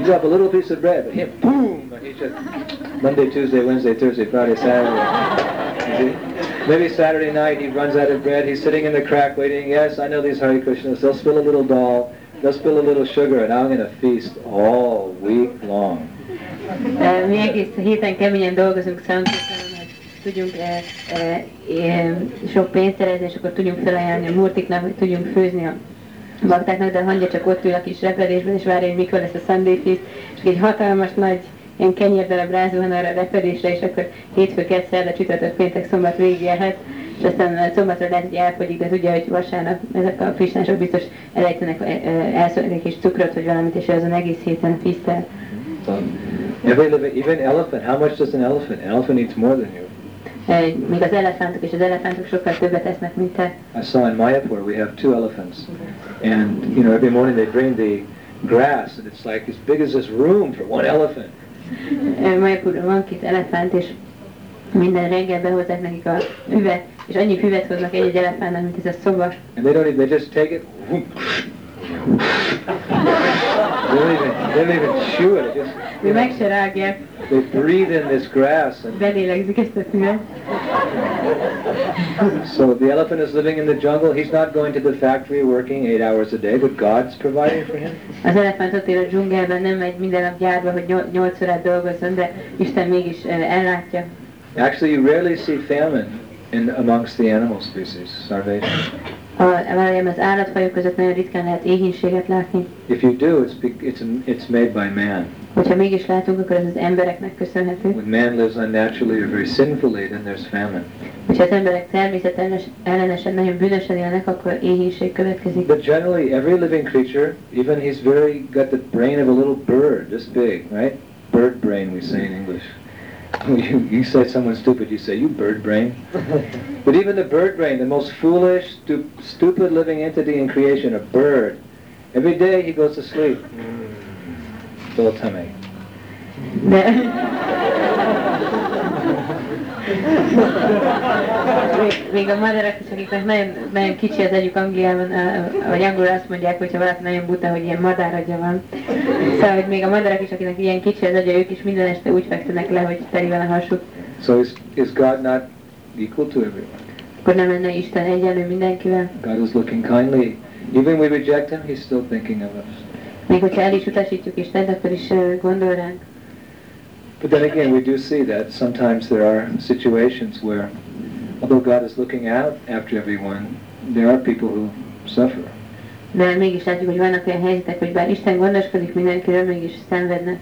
[SPEAKER 1] You have a little piece of bread, but him, boom! And he's just Monday, Tuesday, Wednesday, Thursday, Friday, Saturday. You see? Maybe Saturday night he runs out of bread. He's sitting in the crack waiting. Yes, I know these Hare Krishnas. They'll spill a little dal. They'll spill a little sugar, and I'm going to feast all week long.
[SPEAKER 2] Ö, Mi egész héten keményen dolgozunk számunkra, hogy tudjunk e, e, e, sok pénzt szerezni, és akkor tudjunk felajánlni a murtiknak, hogy tudjunk főzni a baktáknak, de a hangya csak ott ül a kis repedésben, és várja, hogy mikor lesz a Sunday feast, és egy hatalmas nagy ilyen kenyérdarab rázuhan arra a repedésre, és akkor hétfő, kedd, szerda, csütörtök, péntek, szombat végigélhet, és aztán a szombatra lehet, hogy elfogyik, de tudja, hogy vasárnap ezek a frissnások biztos elejtenek, e, e, elszólnak egy kis cukrot, vagy valamit, és ő azon egész héten fisztel.
[SPEAKER 1] So, every living, even elephant. How much does an elephant? An elephant eats more than you.
[SPEAKER 2] Egy- még az elefántok és az elefántok sokkal többet esznek, mint te.
[SPEAKER 1] I saw in Mayapur we have two elephants, and you know every morning they bring the grass, and it's like as big as this room for one elephant.
[SPEAKER 2] Ö, Majapurban van két elefánt, és minden reggel behozzák nekik a üvet, és annyi füvet hoznak egy-egy elefántnak, mint ez a szoba.
[SPEAKER 1] And they don't even, they just take it. whoop. they, don't even, they don't even chew it. It just,
[SPEAKER 2] Ő meg se rágják,
[SPEAKER 1] they breathe in this grass. And
[SPEAKER 2] belélegzik ezt a füvet.
[SPEAKER 1] so the elephant is living in the jungle. He's not going to the factory working eight hours a day, but God's providing for him.
[SPEAKER 2] Az elefánt ott él a dzsungelben, nem megy minden nap gyárba, hogy nyol- nyolc órát dolgozzon, de Isten mégis ö, ellátja.
[SPEAKER 1] Actually, you rarely see famine in amongst the animal species, starvation.
[SPEAKER 2] A, valójában az állatfajok között nagyon ritkán lehet éhínséget látni.
[SPEAKER 1] If you do, it's, be, it's, it's made by man.
[SPEAKER 2] Hogyha mégis látunk, akkor ez az embereknek köszönhető.
[SPEAKER 1] When man lives unnaturally or very sinfully, then there's famine.
[SPEAKER 2] Hogyha az emberek természetellenes- ellenesen nagyon bűnösen élnek, akkor éhínség következik.
[SPEAKER 1] But generally, every living creature, even he's very got the brain of a little bird, this big, right? Bird brain, we say in English. You, you say someone stupid, you say you bird brain. But even the bird brain, the most foolish, stu- stupid living entity in creation, a bird. Every day he goes to sleep. Full tummy.
[SPEAKER 2] De... Még- Még a madarak is, akiknek nagyon, nagyon kicsi az egyik Angliában, á, vagy angolul azt mondják, hogyha valaki nagyon buta, hogy ilyen madáragya van. Szóval, hogy még a madarak is, akinek ilyen kicsi az agya, ők is minden este úgy fektenek le, hogy teli van a hasuk.
[SPEAKER 1] So is, is God not equal to everyone?
[SPEAKER 2] Akkor nem lenne Isten egyenlő mindenkivel.
[SPEAKER 1] God is looking kindly. Even we reject him, he's still thinking of us.
[SPEAKER 2] Még hogyha el is utasítjuk Istent, akkor is ö, gondol ránk.
[SPEAKER 1] But then again, we do see that sometimes there are situations where, although God is looking out after everyone, there are people who suffer.
[SPEAKER 2] De mégis látjuk, hogy vannak olyan helyzetek, hogy bár Isten gondoskodik mindenkiről, mégis szenvednek.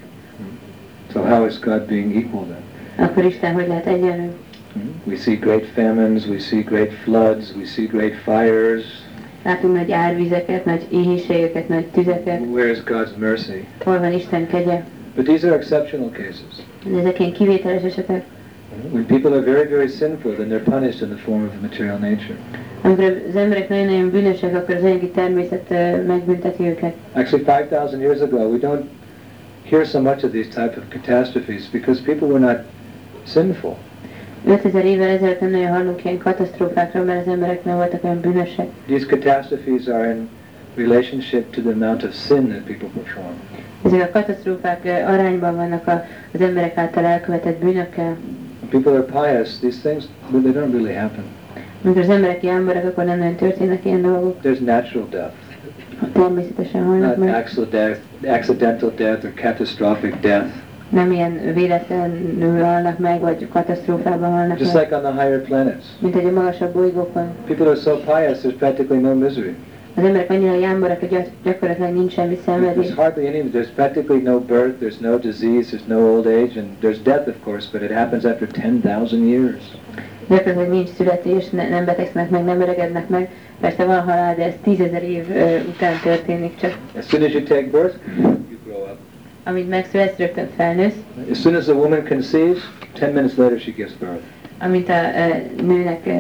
[SPEAKER 1] So how is God being equal then?
[SPEAKER 2] Akkor Isten hogy lehet egyenlő?
[SPEAKER 1] We see great famines, we see great floods, we see great fires.
[SPEAKER 2] Látunk nagy árvizeket, nagy éhénységeket, nagy tüzeket.
[SPEAKER 1] Where is God's mercy?
[SPEAKER 2] Hol van Isten kegye?
[SPEAKER 1] But these are exceptional cases.
[SPEAKER 2] De ezek ilyen kivételes esetek.
[SPEAKER 1] When people are very, very sinful, then they're punished in the form of material nature.
[SPEAKER 2] Amikor az emberek nagyon-nagyon bűnösek, akkor az anyagi természet ö, megbünteti őket.
[SPEAKER 1] Actually, 5,000 years ago, we don't hear so much of these type of catastrophes because people were not sinful.
[SPEAKER 2] 5000 évvel ezelőtt nem nagyon hallunk ilyen katasztrófákról, mert az emberek nem voltak olyan bűnösek.
[SPEAKER 1] These catastrophes are in relationship to the amount of sin that people perform.
[SPEAKER 2] Ezek a katasztrófák ö, arányban vannak a, az emberek által elkövetett bűnökkel.
[SPEAKER 1] When people are pious, these things, well, they don't really happen.
[SPEAKER 2] Amikor az emberek ilyen emberek, akkor nem nagyon történnek ilyen dolgok.
[SPEAKER 1] There's natural death,
[SPEAKER 2] Természetesen halnak
[SPEAKER 1] not
[SPEAKER 2] meg.
[SPEAKER 1] accidental accidental death or catastrophic death.
[SPEAKER 2] Nem ilyen véletlenül halnak meg, vagy katasztrófában halnak
[SPEAKER 1] Just
[SPEAKER 2] meg.
[SPEAKER 1] like on the higher planets.
[SPEAKER 2] Mint hogy a magasabb bolygókon.
[SPEAKER 1] People are so pious, there's practically no misery.
[SPEAKER 2] Az emberek annyira jámborak, hogy gyak- gyakorlatilag nincs semmi
[SPEAKER 1] There's
[SPEAKER 2] szenvedés.
[SPEAKER 1] hardly any, there's practically no birth, there's no disease, there's no old age, and there's death, of course, but it happens after 10,000 years.
[SPEAKER 2] Gyakorlatilag nincs születés, ne, nem betegszenek meg, nem öregednek meg. Persze van halál, de ez tízezer év ö, után történik csak.
[SPEAKER 1] As soon as you take birth, you grow up.
[SPEAKER 2] Amint megszületsz, rögtön felnősz.
[SPEAKER 1] As soon as a woman conceives, 10 minutes later she gives birth.
[SPEAKER 2] Amint a ö, nőnek, ö,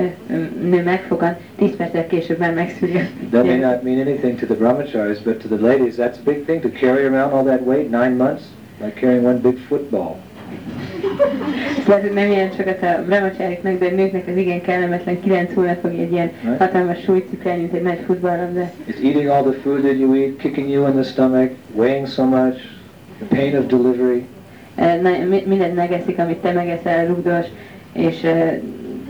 [SPEAKER 2] nő megfogad, tíz perccel később már megszülje.
[SPEAKER 1] That may not mean anything to the brahmacharis, but to the ladies, that's a big thing to carry around all that weight nine months, like carrying one big football.
[SPEAKER 2] Lehet, hogy nem ilyen sokat a brahmacháriknak, de a nőknek az igen kellemetlen 9 hónapig egy ilyen
[SPEAKER 1] Ne?
[SPEAKER 2] hatalmas súlyt cipelni, mint egy nagy futballlabda.
[SPEAKER 1] It's eating all the food that you eat, kicking you in the stomach, weighing so much, the pain of delivery.
[SPEAKER 2] Eh, na- mi- Mindent megeszik, amit te megeszel, rugdos, és eh,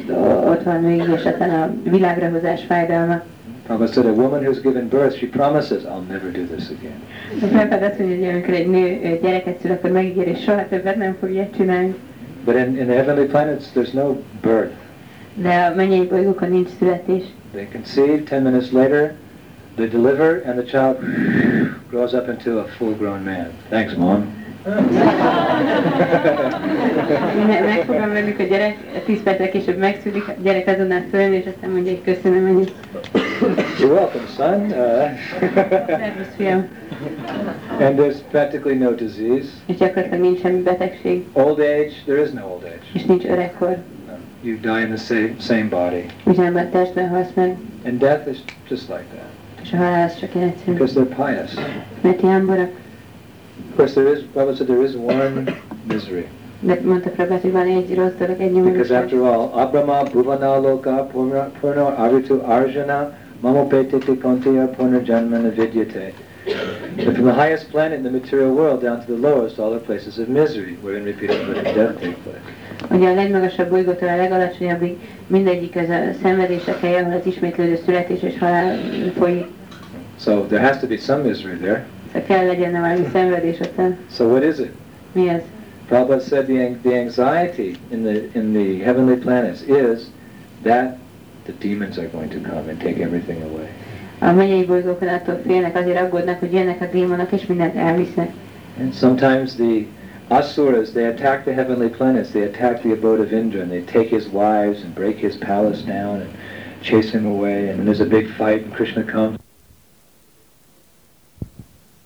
[SPEAKER 2] o- ott van még esetlen a világrahozás fájdalma.
[SPEAKER 1] Prabhupada said, a woman who's given birth, she promises, I'll never do this again.
[SPEAKER 2] A Prabhupád azt mondja, hogy amikor egy nő eh, gyereket szül, akkor megígéri, hogy soha többet nem fogja ilyet csinálni.
[SPEAKER 1] But in, in the heavenly planets, there's no birth.
[SPEAKER 2] De a mennyei bolygókon nincs születés.
[SPEAKER 1] They conceive, 10 minutes later, they deliver, and the child grows up into a full-grown man. Thanks, Mom.
[SPEAKER 2] Me- Megfogom velük a gyerek, 10 perccel később megszülik, a gyerek azonnal fölül, és aztán mondja, hogy köszönöm, ennyit.
[SPEAKER 1] You're welcome, son. Uh,
[SPEAKER 2] Szervusz, fiam.
[SPEAKER 1] and there's practically no disease.
[SPEAKER 2] És gyakorlatilag nincs semmi betegség,
[SPEAKER 1] Old age, there is no old age.
[SPEAKER 2] és nincs öregkor.
[SPEAKER 1] You die in the same, same body.
[SPEAKER 2] Ugyanabban a testben halsz meg,
[SPEAKER 1] And death is just like that,
[SPEAKER 2] és a halál az csak ilyen egyszerű.
[SPEAKER 1] because they're pious.
[SPEAKER 2] Mert ilyen borak.
[SPEAKER 1] Of course, there is, Prabhupada said, there is one misery.
[SPEAKER 2] De mondta Prabhát, hogy van egy rossz dolog,
[SPEAKER 1] Because
[SPEAKER 2] egy nyomorúság.
[SPEAKER 1] after all, Abrahma Bhuvana Loka Purna purna Aritu Arjuna Mamo Petiti Kontiya Punarjanmana Vidyate. But from the highest planet in the material world down to the lowest, all are places of misery, wherein repeated birth and death take place.
[SPEAKER 2] Ugye a legmagasabb bolygótól a legalacsonyabbig mindegyik az a szenvedések helye, ahol az ismétlődő születés és halál folyik.
[SPEAKER 1] So there has to be some misery there.
[SPEAKER 2] Szóval kell legyen valami szenvedés, aztán
[SPEAKER 1] So what is it?
[SPEAKER 2] mi az?
[SPEAKER 1] Prabhupada said the, an- the anxiety in the, in the heavenly planets is that the demons are going to come and take everything away.
[SPEAKER 2] A mennyei bolygókon attól félnek, azért aggódnak, hogy jönnek a démonok és mindent elvisznek.
[SPEAKER 1] And sometimes the asuras, they attack the heavenly planets, they attack the abode of Indra, and they take his wives and break his palace down and chase him away. And there's a big fight, and Krishna comes.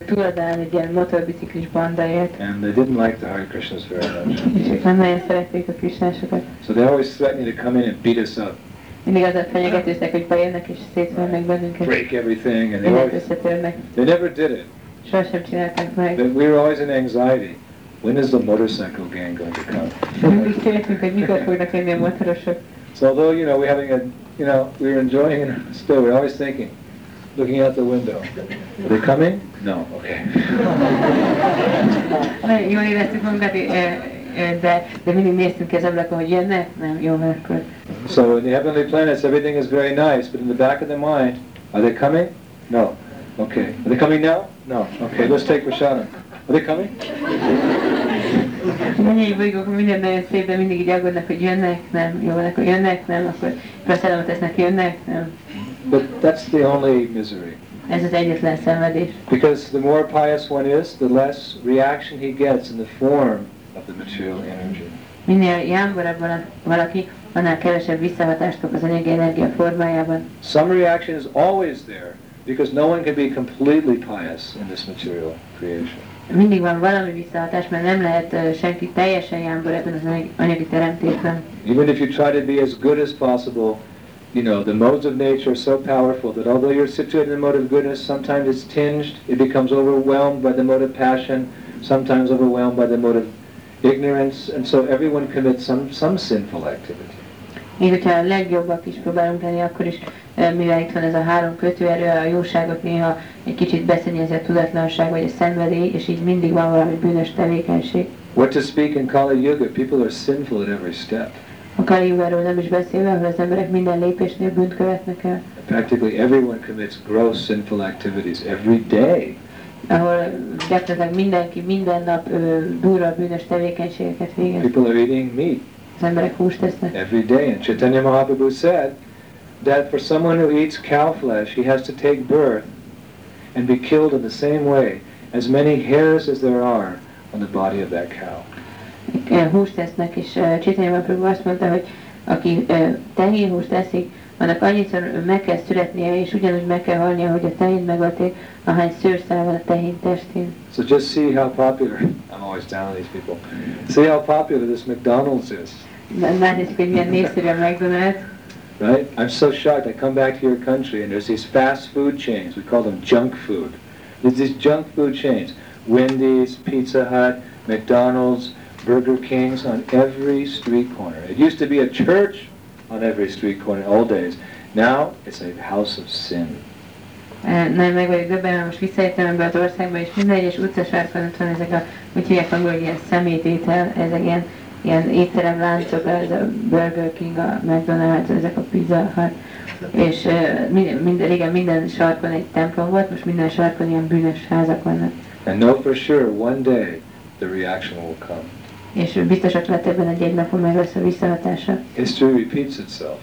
[SPEAKER 2] Túladán egy ilyen motorbiciklis banda élt,
[SPEAKER 1] And they didn't like the Hare Krishnas very much.
[SPEAKER 2] és ők nem nagyon szerették a krisnásokat.
[SPEAKER 1] So they always threatening to come in and beat us up,
[SPEAKER 2] Mindig azzal fenyegetőztek, hogy bejönnek és szétvennek bennünket.
[SPEAKER 1] break everything, and they
[SPEAKER 2] Mindent
[SPEAKER 1] always,
[SPEAKER 2] összetörnek.
[SPEAKER 1] they never did it.
[SPEAKER 2] Sohasem csinálták meg.
[SPEAKER 1] But we were always in anxiety. When is the motorcycle gang going to come?
[SPEAKER 2] Mindig féltünk, hogy mikor fognak jönni a motorosok.
[SPEAKER 1] So although, you know, we're having a, you know, we're enjoying it still, we're always thinking, looking out the window. Are they coming? No, okay.
[SPEAKER 2] Nagyon jól éreztük magunkat, eh, eh, de, de mindig néztünk ki az ablakon, hogy jönnek. Nem, jó, mert akkor
[SPEAKER 1] so in the heavenly planets, everything is very nice, but in the back of the mind, are they coming? No. Okay. Are they coming now? No. Okay, let's take Vashana. Are they coming?
[SPEAKER 2] A mennyei bolygók minden nagyon szép, de mindig így aggódnak, hogy jönnek, nem, jó, van, akkor jönnek, nem, akkor veszelem tesznek, jönnek, nem.
[SPEAKER 1] But that's the only misery.
[SPEAKER 2] Ez az egyetlen szenvedés.
[SPEAKER 1] Because the more pious one is, the less reaction he gets in the form of the material energy.
[SPEAKER 2] Minél jámborabb vala- valaki, annál kevesebb visszahatást kap az anyagi energia formájában.
[SPEAKER 1] Some reaction is always there because no one can be completely pious in this material creation.
[SPEAKER 2] Mindig van valami visszahatás, mert nem lehet ö, senki teljesen jámbor ebben az anyagi- anyagi teremtésben.
[SPEAKER 1] Even if you try to be as good as possible, you know, the modes of nature are so powerful that although you're situated in the mode of goodness, sometimes it's tinged, it becomes overwhelmed by the mode of passion, sometimes overwhelmed by the mode of ignorance, and so everyone commits some, some sinful activity.
[SPEAKER 2] Még hogyha a legjobbak is próbálunk lenni, akkor is, ö, mivel itt van ez a három kötőerő, a jóságot néha egy kicsit beszennyezi a tudatlanság vagy a szenvedély, és így mindig van valami bűnös tevékenység.
[SPEAKER 1] What to speak in Kali Yuga, people are sinful at every step.
[SPEAKER 2] A kaliúváról nem is beszélve, ahol az emberek minden lépésnél bűnt követnek el,
[SPEAKER 1] Practically everyone commits gross sinful activities every day.
[SPEAKER 2] ahol gyakorlatilag mindenki minden nap ö, durva bűnös tevékenységeket végez.
[SPEAKER 1] People are eating meat
[SPEAKER 2] Az emberek húst tesznek.
[SPEAKER 1] every day. And Chaitanya Mahaprabhu said that for someone who eats cow flesh, he has to take birth and be killed in the same way as many hairs as there are on the body of that cow.
[SPEAKER 2] Ö, Húst tesznek, és Csitanyában Prabhu azt mondta, hogy aki ö, tehénhúst eszik, annak annyiszor meg kell születnie, és ugyanúgy meg kell halnia, hogy a tehén megölték, ahány szőrszál van a tehén testén.
[SPEAKER 1] So just see how popular, I'm always down on these people, see how popular this McDonald's is,
[SPEAKER 2] Látnék, hogy milyen népszerű a McDonald's.
[SPEAKER 1] right? I'm so shocked. I come back to your country and there's these fast food chains. We call them junk food. There's these junk food chains. Wendy's, Pizza Hut, McDonald's, Burger Kings on every street corner. It used to be a church on every street corner in old days. Now it's a house of sin.
[SPEAKER 2] Eh, Nagyon meg vagyok döbbenve, most visszajöttem ebbe az országba, és minden egyes utcasárkon ott van ezek a, úgy hívják angol, hogy ilyen szemététel, ezek ilyen, ilyen étterem láncok, ez a Burger King, a McDonald's, ezek a Pizza Hut, és eh, minden, minden, igen, minden sarkon egy templom volt, most minden sarkon ilyen bűnös házak vannak.
[SPEAKER 1] And know for sure one day the reaction will come.
[SPEAKER 2] És biztosak lett ebben, hogy egy napon meg lesz a visszahatása.
[SPEAKER 1] History repeats itself.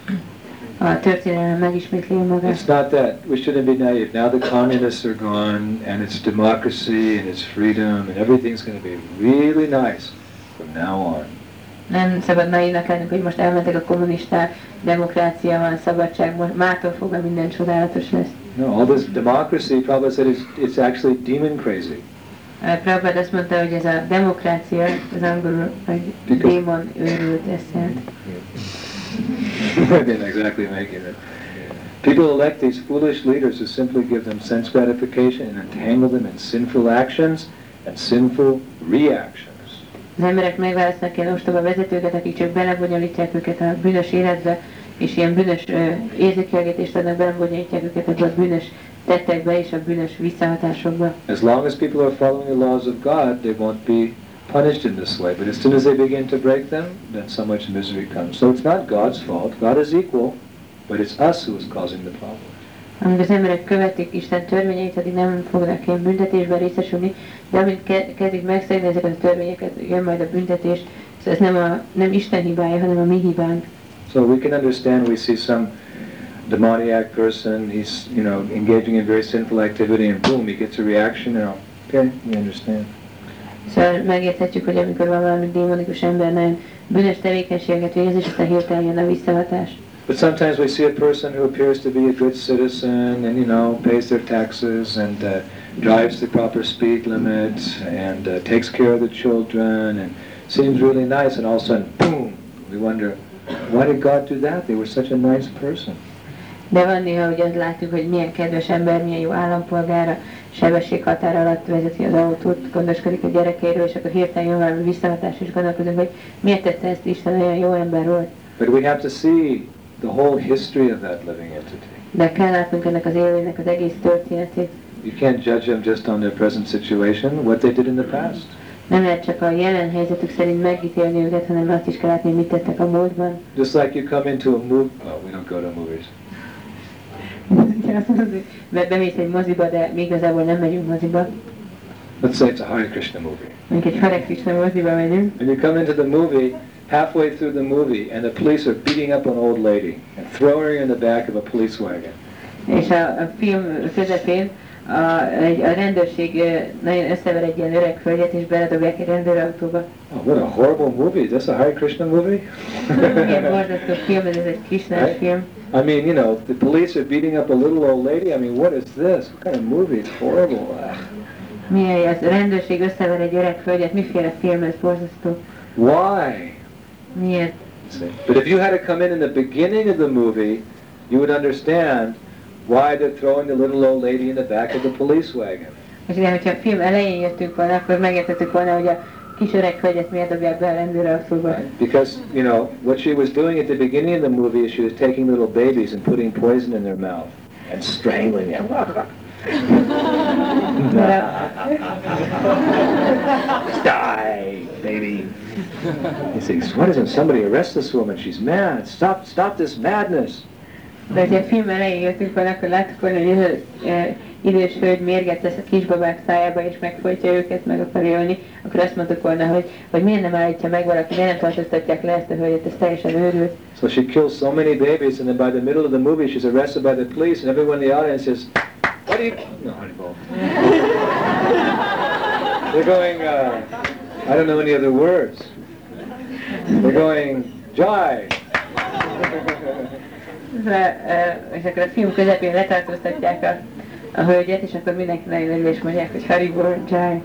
[SPEAKER 2] A történelem megismétli magát.
[SPEAKER 1] It's not that. We shouldn't be naive. Now the communists are gone, and it's democracy, and it's freedom, and everything's going to be really nice from now on.
[SPEAKER 2] Nem szabad naívnak lennünk, hogy most elmentek a kommunisták, demokrácia van, szabadság, most mától fogva minden csodálatos lesz.
[SPEAKER 1] No, all this democracy, Prabhupada said, is it's actually demon crazy.
[SPEAKER 2] Eh, Prabhupád azt mondta, hogy ez a demokrácia, az angolul, hogy
[SPEAKER 1] Because-
[SPEAKER 2] démon őrült, ez jelent.
[SPEAKER 1] I didn't exactly make it. People elect these foolish leaders who simply give them sense gratification and entangle them in sinful actions and sinful reactions.
[SPEAKER 2] Az emberek megválasztanak ilyen ostoba vezetőket, akik csak belebonyolítják őket a bűnös életbe, és ilyen bűnös ö, érzékelgetést adnak, belebonyolítják őket ebbe a bűnös tettekbe és a bűnös visszahatásokba.
[SPEAKER 1] As long as people are following the laws of God, they won't be punished in this way. But as soon as they begin to break them, then so much misery comes. So it's not God's fault. God is equal, but it's us who is causing the problem.
[SPEAKER 2] Amíg az emberek követik Isten törvényeit, addig nem fognak ilyen büntetésben részesülni, de amint ke- kezdik megszegni ezeket a törvényeket, jön majd a büntetés, szóval ez nem, a, nem Isten hibája, hanem a mi hibánk.
[SPEAKER 1] So we can understand we see some demoniac person, he's you know engaging in very sinful activity, and boom, he gets a reaction. And okay, we understand.
[SPEAKER 2] Szóval megérthetjük, hogy amikor van valami démonikus ember nagyon bűnös tevékenységet végez, és aztán hirtelen jön a visszahatás.
[SPEAKER 1] But sometimes we see a person who appears to be a good citizen and, you know, pays their taxes and uh, drives the proper speed limit and uh, takes care of the children and seems really nice and all of a sudden, boom, we wonder, why did God do that? They were such a nice person.
[SPEAKER 2] De van néha, hogy azt látjuk, hogy milyen kedves ember, milyen jó állampolgára, sebesség határ alatt vezeti az autót, gondoskodik a gyerekéről, és akkor hirtelen jön valami visszahatás, és gondolkodunk, hogy miért tette ezt Isten, olyan jó ember volt.
[SPEAKER 1] But we have to see the whole history of that living entity.
[SPEAKER 2] De kell látnunk ennek az élőnek az egész történetét.
[SPEAKER 1] You can't judge them just on their present situation, what they did in the past.
[SPEAKER 2] Nem lehet csak a jelen helyzetük szerint megítélni őket, hanem azt is kell látni, hogy mit tettek a múltban.
[SPEAKER 1] Just like you come into a movie, oh, we don't go to movies.
[SPEAKER 2] Mert bemész egy moziba, de mi igazából nem megyünk moziba.
[SPEAKER 1] Let's say it's a Hare Krishna movie.
[SPEAKER 2] Még egy Hare Krishna moziba megyünk,
[SPEAKER 1] And you come into the movie, halfway through the movie, and the police are beating up an old lady and throwing her in the back of a police wagon.
[SPEAKER 2] és a, a film közepén a, egy, a rendőrség ö, nagyon összever egy ilyen öreg hölgyet, és beledobják egy rendőrautóba.
[SPEAKER 1] Oh, what a horrible movie. Is this a Hare Krishna movie?
[SPEAKER 2] Ilyen borzasztó film, ez, ez egy kisnás film.
[SPEAKER 1] I mean, you know, the police are beating up a little old lady. I mean, what is this? What kind of movie? It's horrible. Ah.
[SPEAKER 2] Milyen az a rendőrség összever egy öreg hölgyet, miféle film ez borzasztó.
[SPEAKER 1] Why?
[SPEAKER 2] Miért?
[SPEAKER 1] See? But if you had to come in in the beginning of the movie, you would understand why they're throwing the little old lady in the back of the police wagon.
[SPEAKER 2] És igen, hogyha a film elején jöttünk volna, akkor megértettük volna, hogy a kis öreg hölgyet miért dobják be a rendőrautóba.
[SPEAKER 1] Right? Because, you know, what she was doing at the beginning of the movie is she was taking little babies and putting poison in their mouth and strangling them.
[SPEAKER 2] Mert a-
[SPEAKER 1] Die, baby. He says, why doesn't somebody arrest this woman? She's mad. Stop, stop this madness.
[SPEAKER 2] De hogyha a film elején jöttünk volna, akkor láttuk volna, hogy ez az e, idős hölgy mérget tesz a kisbabák szájába, és megfojtja őket, meg akar ölni, akkor azt mondtuk volna, hogy, hogy miért nem állítja meg valaki, miért nem tartóztatják le ezt a hölgyet, ez teljesen őrült.
[SPEAKER 1] So she kills so many babies, and then by the middle of the movie, she's arrested by the police, and everyone in the audience says, what are you... No, Hannibal. They're going, uh, I don't know any other words. They're going, Jai.
[SPEAKER 2] De, e, és akkor a film közepén letartóztatják a, a hölgyet, és akkor mindenki nagyon örül, és mondják, hogy Haribo Jai.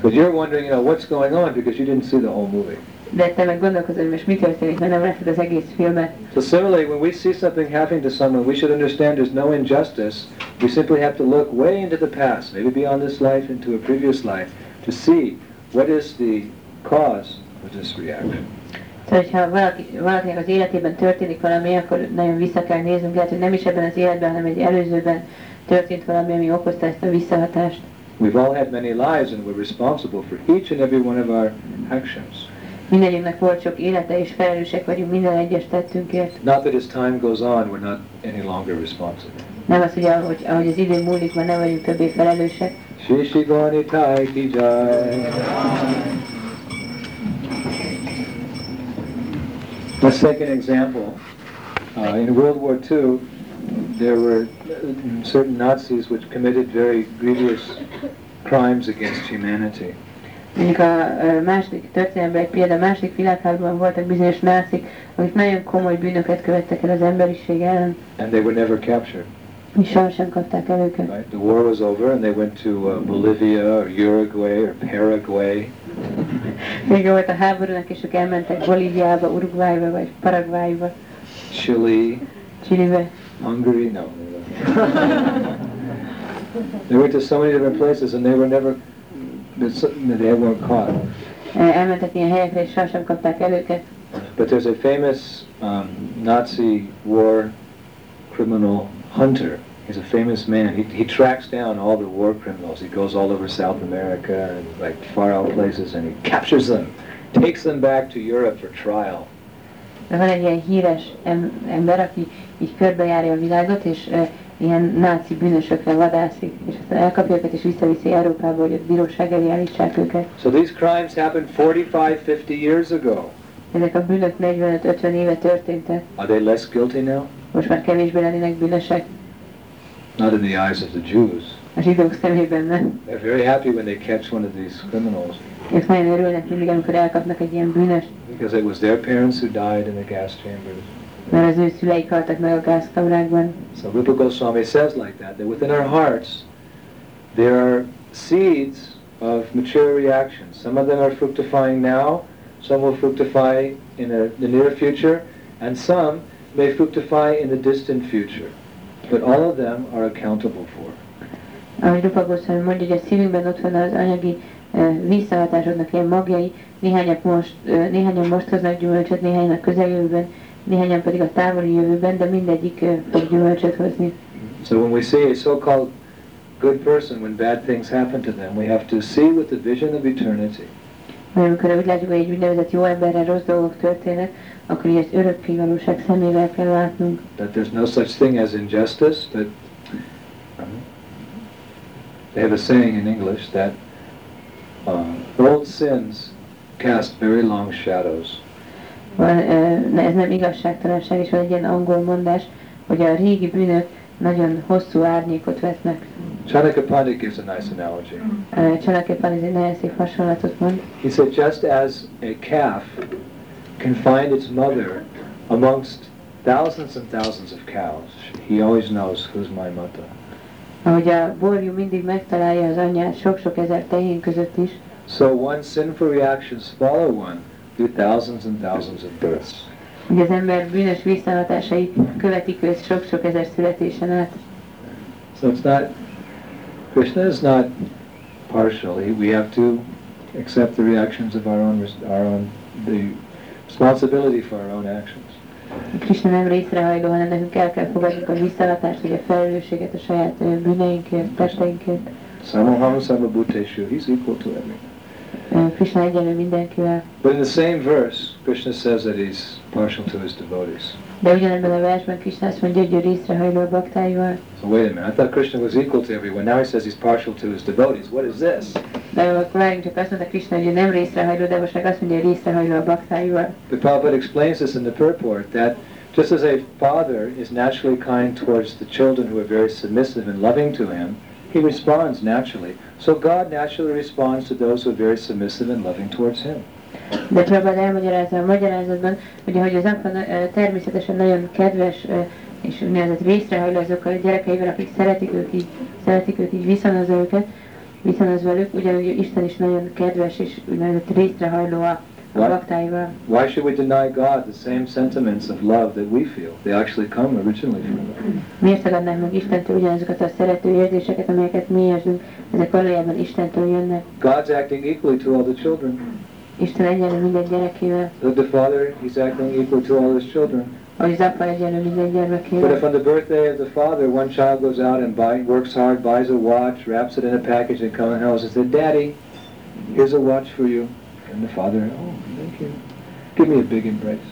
[SPEAKER 1] But you're wondering, you know, what's going on because you didn't see the whole movie.
[SPEAKER 2] De te meg gondolkozol, hogy most mi történik, mert nem láttad az egész filmet.
[SPEAKER 1] So similarly, when we see something happening to someone, we should understand there's no injustice. We simply have to look way into the past, maybe beyond this life, into a previous life, to see What is the cause of this reaction?
[SPEAKER 2] Szóval, hogyha valaki, valakinek az életében történik valami, akkor nagyon vissza kell néznünk, lehet, hogy nem is ebben az életben, hanem egy előzőben történt valami, ami okozta ezt a visszahatást.
[SPEAKER 1] We've all had many lives and we're responsible for each and every one of our actions.
[SPEAKER 2] Mindegyünknek volt sok élete, és felelősek vagyunk minden egyes tettünkért.
[SPEAKER 1] Not that as time goes on, we're not any longer responsible.
[SPEAKER 2] Nem az, hogy ahogy, ahogy az idő múlik, már nem vagyunk többé felelősek.
[SPEAKER 1] Shri Shri Gauri Tai Ki Jai. Let's take an example. Uh, in World War II, there were uh, certain Nazis which committed very grievous crimes against humanity.
[SPEAKER 2] Mondjuk a ö, második történelemben egy példa, a második világháborúban voltak bizonyos nácik, akik nagyon komoly bűnöket követtek el az emberiség ellen,
[SPEAKER 1] And they were never captured.
[SPEAKER 2] és sohasem kapták el őket.
[SPEAKER 1] Right? The war was over, and they went to uh, Bolivia or Uruguay or Paraguay,
[SPEAKER 2] Vége volt a háborúnak, és ők elmentek Bolíviába, Uruguayba, vagy Paraguayba,
[SPEAKER 1] Chile,
[SPEAKER 2] Chilibe.
[SPEAKER 1] Hungary. No. they went to so many different places, and they were never. They weren't caught.
[SPEAKER 2] eh, Elmentek ilyen helyekre, és sohasem kapták el őket.
[SPEAKER 1] But there's a famous um, Nazi war criminal hunter. He's a famous man. He, he tracks down all the war criminals. He goes all over South America and like far out places and he captures them, takes them back to Europe for trial.
[SPEAKER 2] De van egy ilyen híres em- ember, aki így körbejárja a világot, és ö, ilyen náci bűnösökre vadászik, és aztán elkapja őket, és visszaviszi Európába, hogy ott bíróság elé állítsák őket.
[SPEAKER 1] So these crimes happened 45, 50 years ago.
[SPEAKER 2] Ezek a bűnök 45-50 éve történtek.
[SPEAKER 1] Are they less guilty now?
[SPEAKER 2] Most már kevésbé lennének bűnösek.
[SPEAKER 1] Not in the eyes of the Jews.
[SPEAKER 2] A zsidók szemében nem.
[SPEAKER 1] They're very happy when they catch one of these criminals
[SPEAKER 2] Ők nagyon örülnek mindig, amikor elkapnak egy ilyen bűnös,
[SPEAKER 1] because it was their parents who died in the gas chambers.
[SPEAKER 2] mert az ő szüleik haltak meg a gázkamrákban.
[SPEAKER 1] So Rupa Goswami says like that, that within our hearts there are seeds of mature reactions. Some of them are fructifying now, some will fructify in a, the near future, and some may fructify in the distant future. But all of them are accountable for.
[SPEAKER 2] Ahogy Rupa Goswami mondja, hogy a szívünkben ott van az anyagi ö, visszahatásoknak ilyen magjai, néhányak most, ö, néhányan most hoznak gyümölcsöt, néhányan a közeljövőben, néhányan pedig a távoli jövőben, de mindegyik ö, fog gyümölcsöt hozni.
[SPEAKER 1] So when we see a so-called good person, when bad things happen to them, we have to see with the vision of eternity.
[SPEAKER 2] Mert amikor úgy látjuk, hogy egy úgynevezett jó emberrel rossz dolgok történnek, akkor így az örökké valóság szemével kell látnunk.
[SPEAKER 1] that there's no such thing as injustice, that they have a saying in English that uh, old sins cast very long shadows.
[SPEAKER 2] Van, ö, ne, ez nem igazságtalanság, és van egy ilyen angol mondás, hogy a régi bűnök nagyon hosszú árnyékot vesznek.
[SPEAKER 1] Chanakya Pandit gives a nice analogy.
[SPEAKER 2] Ö, Csalaképán ez egy nagyon szép hasonlatot mond.
[SPEAKER 1] He said, just as a calf can find its mother amongst thousands and thousands of cows, he always knows who's my mother.
[SPEAKER 2] Ahogy a borjú mindig megtalálja az anyját sok-sok ezer tehén között is,
[SPEAKER 1] So one's sinful reactions follow one through thousands and thousands of births.
[SPEAKER 2] hogy az ember bűnös visszahatásai követik őt sok-sok ezer születésen át.
[SPEAKER 1] So it's not, Krishna is not partial. He- We have to accept the reactions of our own, res- our own, the responsibility for our own actions.
[SPEAKER 2] Krishna nem részrehajló, hanem nekünk el kell fogadnunk a visszahatást, vagy a felelősséget a saját ö, bűneinkért, tetteinkért.
[SPEAKER 1] Samaham samabhuteshu, he's equal to everyone.
[SPEAKER 2] Ö, Krishna egyenlő mindenkivel.
[SPEAKER 1] But in the same verse, Krishna says that he's partial to his devotees.
[SPEAKER 2] De ugyanebben a versben Krishna azt mondja, hogy ő részrehajló a baktáival.
[SPEAKER 1] So wait a minute, I thought Krishna was equal to everyone. Now he says he's partial to his devotees. What is this?
[SPEAKER 2] De akkor várjunk csak azt mondta Krishna, hogy ő nem részrehajló, de most meg azt mondja, hogy részrehajló a baktáival.
[SPEAKER 1] The Prabhupada explains this in the purport that just as a father is naturally kind towards the children who are very submissive and loving to him, he responds naturally. So God naturally responds to those who are very submissive and loving towards him.
[SPEAKER 2] De Prabhupada elmagyarázza a magyarázatban, ugye, hogy az apa na- ö, természetesen nagyon kedves ö, és úgynevezett részrehajló azokkal a gyerekeivel, akik szeretik ők így, szeretik ők így viszonozza őket, viszonozva velük, ugyanúgy Isten is nagyon kedves és úgynevezett részrehajló a, a baktáival.
[SPEAKER 1] Why should we deny God the same sentiments of love that we feel? They actually come originally from Him.
[SPEAKER 2] Miért tagadnánk meg Istentől ugyanazokat a szerető érzéseket, amelyeket mi érzünk, ezek valójában Istentől jönnek.
[SPEAKER 1] God's acting equally to all the children.
[SPEAKER 2] Isten egyenlő minden gyerekével,
[SPEAKER 1] The, the father, he's acting equal to all his children.
[SPEAKER 2] ahogy az apa egyenlő minden
[SPEAKER 1] But if
[SPEAKER 2] gyermekével.
[SPEAKER 1] on the birthday of the father, one child goes out and buy, works hard, buys a watch, wraps it in a package, and comes home and says, "Daddy, here's a watch for you," and the father, "Oh, thank you. Give me a big embrace."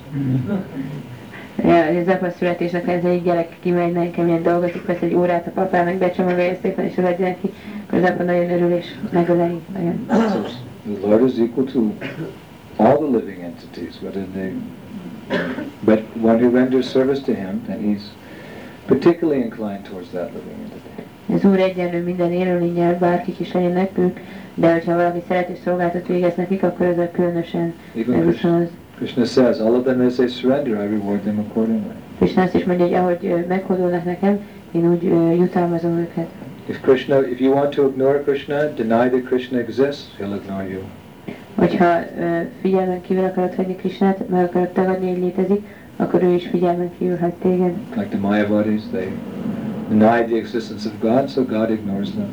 [SPEAKER 2] Ja, hogy az apa születésnek ez egy gyerek kimegy, nagyon keményen dolgozik, vesz egy órát a papának, becsomagolja szépen, és odaadja neki, akkor az apa nagyon örül és megöleli. Nagyon.
[SPEAKER 1] So the Lord is equal to all the living entities, whether they, but one who renders service to Him, then He's particularly inclined towards that living entity.
[SPEAKER 2] Az Úr egyenlő minden élőlényel, bárkik is legyenek ők, de hogyha valaki szerető szolgáltat végez nekik, akkor ez a különösen
[SPEAKER 1] Even
[SPEAKER 2] ez
[SPEAKER 1] Krishna,
[SPEAKER 2] az.
[SPEAKER 1] Krishna says, "All of them as they surrender, I reward them accordingly."
[SPEAKER 2] Krishna azt is mondja, hogy ahogy ö, meghódolnak nekem, én úgy ö, jutalmazom őket.
[SPEAKER 1] If Krishna, if you want to ignore Krishna, deny that Krishna exists, He'll ignore you.
[SPEAKER 2] Hogyha ö, figyelmen kívül akarod hagyni Krisnát, meg akarod tagadni, hogy létezik, akkor ő is figyelmen kívül hagy téged.
[SPEAKER 1] Like the Mayavadis, they deny the existence of God, so God ignores them.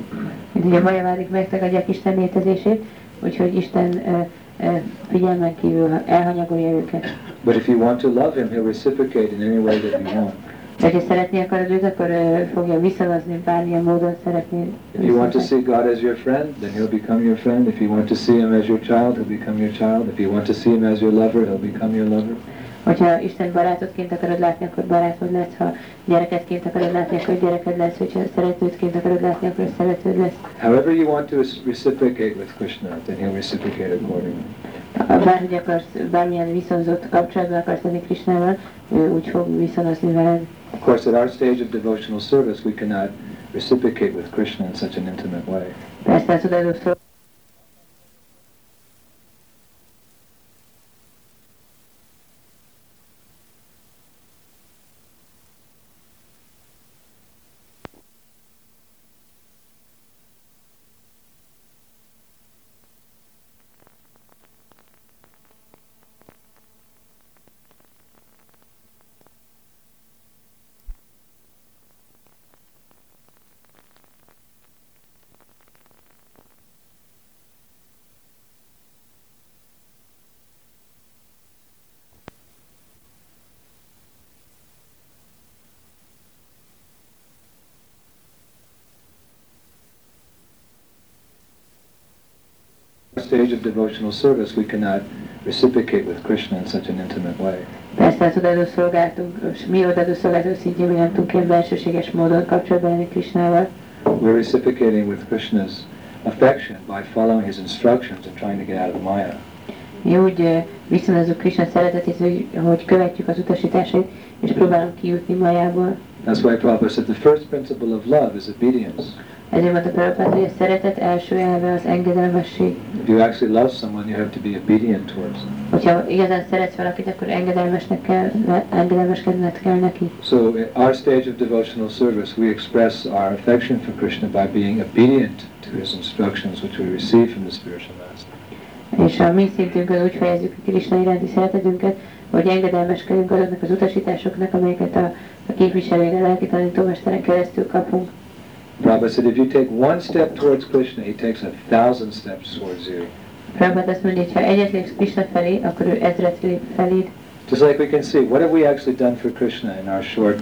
[SPEAKER 2] Mint ugye a majavádik megtagadják Isten létezését, úgyhogy Isten ö, ö, figyelmen kívül elhanyagolja őket.
[SPEAKER 1] But if you want to love Him, He'll reciprocate in any way that you want.
[SPEAKER 2] De ha szeretni akarod őt, akkor ö, fogja visszavazni bármilyen módon szeretni.
[SPEAKER 1] If you want to see God as your friend, then He'll become your friend. If you want to see Him as your child, He'll become your child. If you want to see Him as your lover, He'll become your lover.
[SPEAKER 2] Hogyha Isten barátodként akarod látni, akkor barátod lesz, ha gyerekedként akarod látni, akkor gyereked lesz, hogyha szeretődként akarod látni, akkor szeretőd lesz.
[SPEAKER 1] However you want to rec- reciprocate with Krishna, then He'll reciprocate accordingly.
[SPEAKER 2] Ha bárhogy akarsz, bármilyen viszonzott kapcsolatban akarsz lenni Krisnával, ő úgy fog viszonozni veled.
[SPEAKER 1] Of course, at our stage of devotional service, we cannot reciprocate with Krishna in such an intimate way.
[SPEAKER 2] Persze az odaadó szó-
[SPEAKER 1] At our stage of devotional service, we cannot reciprocate with Krishna in such an intimate way.
[SPEAKER 2] Persze az odaadó szolgáltunk, és mi odaadó szolgáltunk szintjén mi nem tudunk ilyen belsőséges módon kapcsolatban lenni Krisnával.
[SPEAKER 1] We're reciprocating with Krishna's affection by following His instructions and trying to get out of Maya.
[SPEAKER 2] Mi úgy ö, viszonozunk Krisna szeretetét, hogy, hogy követjük az utasításait, és próbálunk kijutni majából.
[SPEAKER 1] That's why Prabhupada said the first principle of love is obedience.
[SPEAKER 2] Ezért mondta Prabhupád, hogy a szeretet első elve az engedelmesség.
[SPEAKER 1] If you actually love someone, you have to be obedient towards them.
[SPEAKER 2] Hogyha igazán szeretsz valakit, akkor engedelmesnek kell, le- engedelmeskedned kell neki.
[SPEAKER 1] So at our stage of devotional service, we express our affection for Krishna by being obedient to his instructions which we receive from the spiritual master.
[SPEAKER 2] És a mi szintünkön úgy fejezzük a Krisna iránti szeretetünket, hogy engedelmeskedünk azoknak az utasításoknak, amelyeket a, a képviselőre, a lelki tanítómesteren keresztül kapunk.
[SPEAKER 1] Prabhupada said if you take one step towards Krishna, he takes a thousand steps towards you.
[SPEAKER 2] Prabhupád azt mondja, hogy ha egyet lépsz Krishna felé, akkor ő ezret lép feléd.
[SPEAKER 1] Just like we can see, what have we actually done for Krishna in our short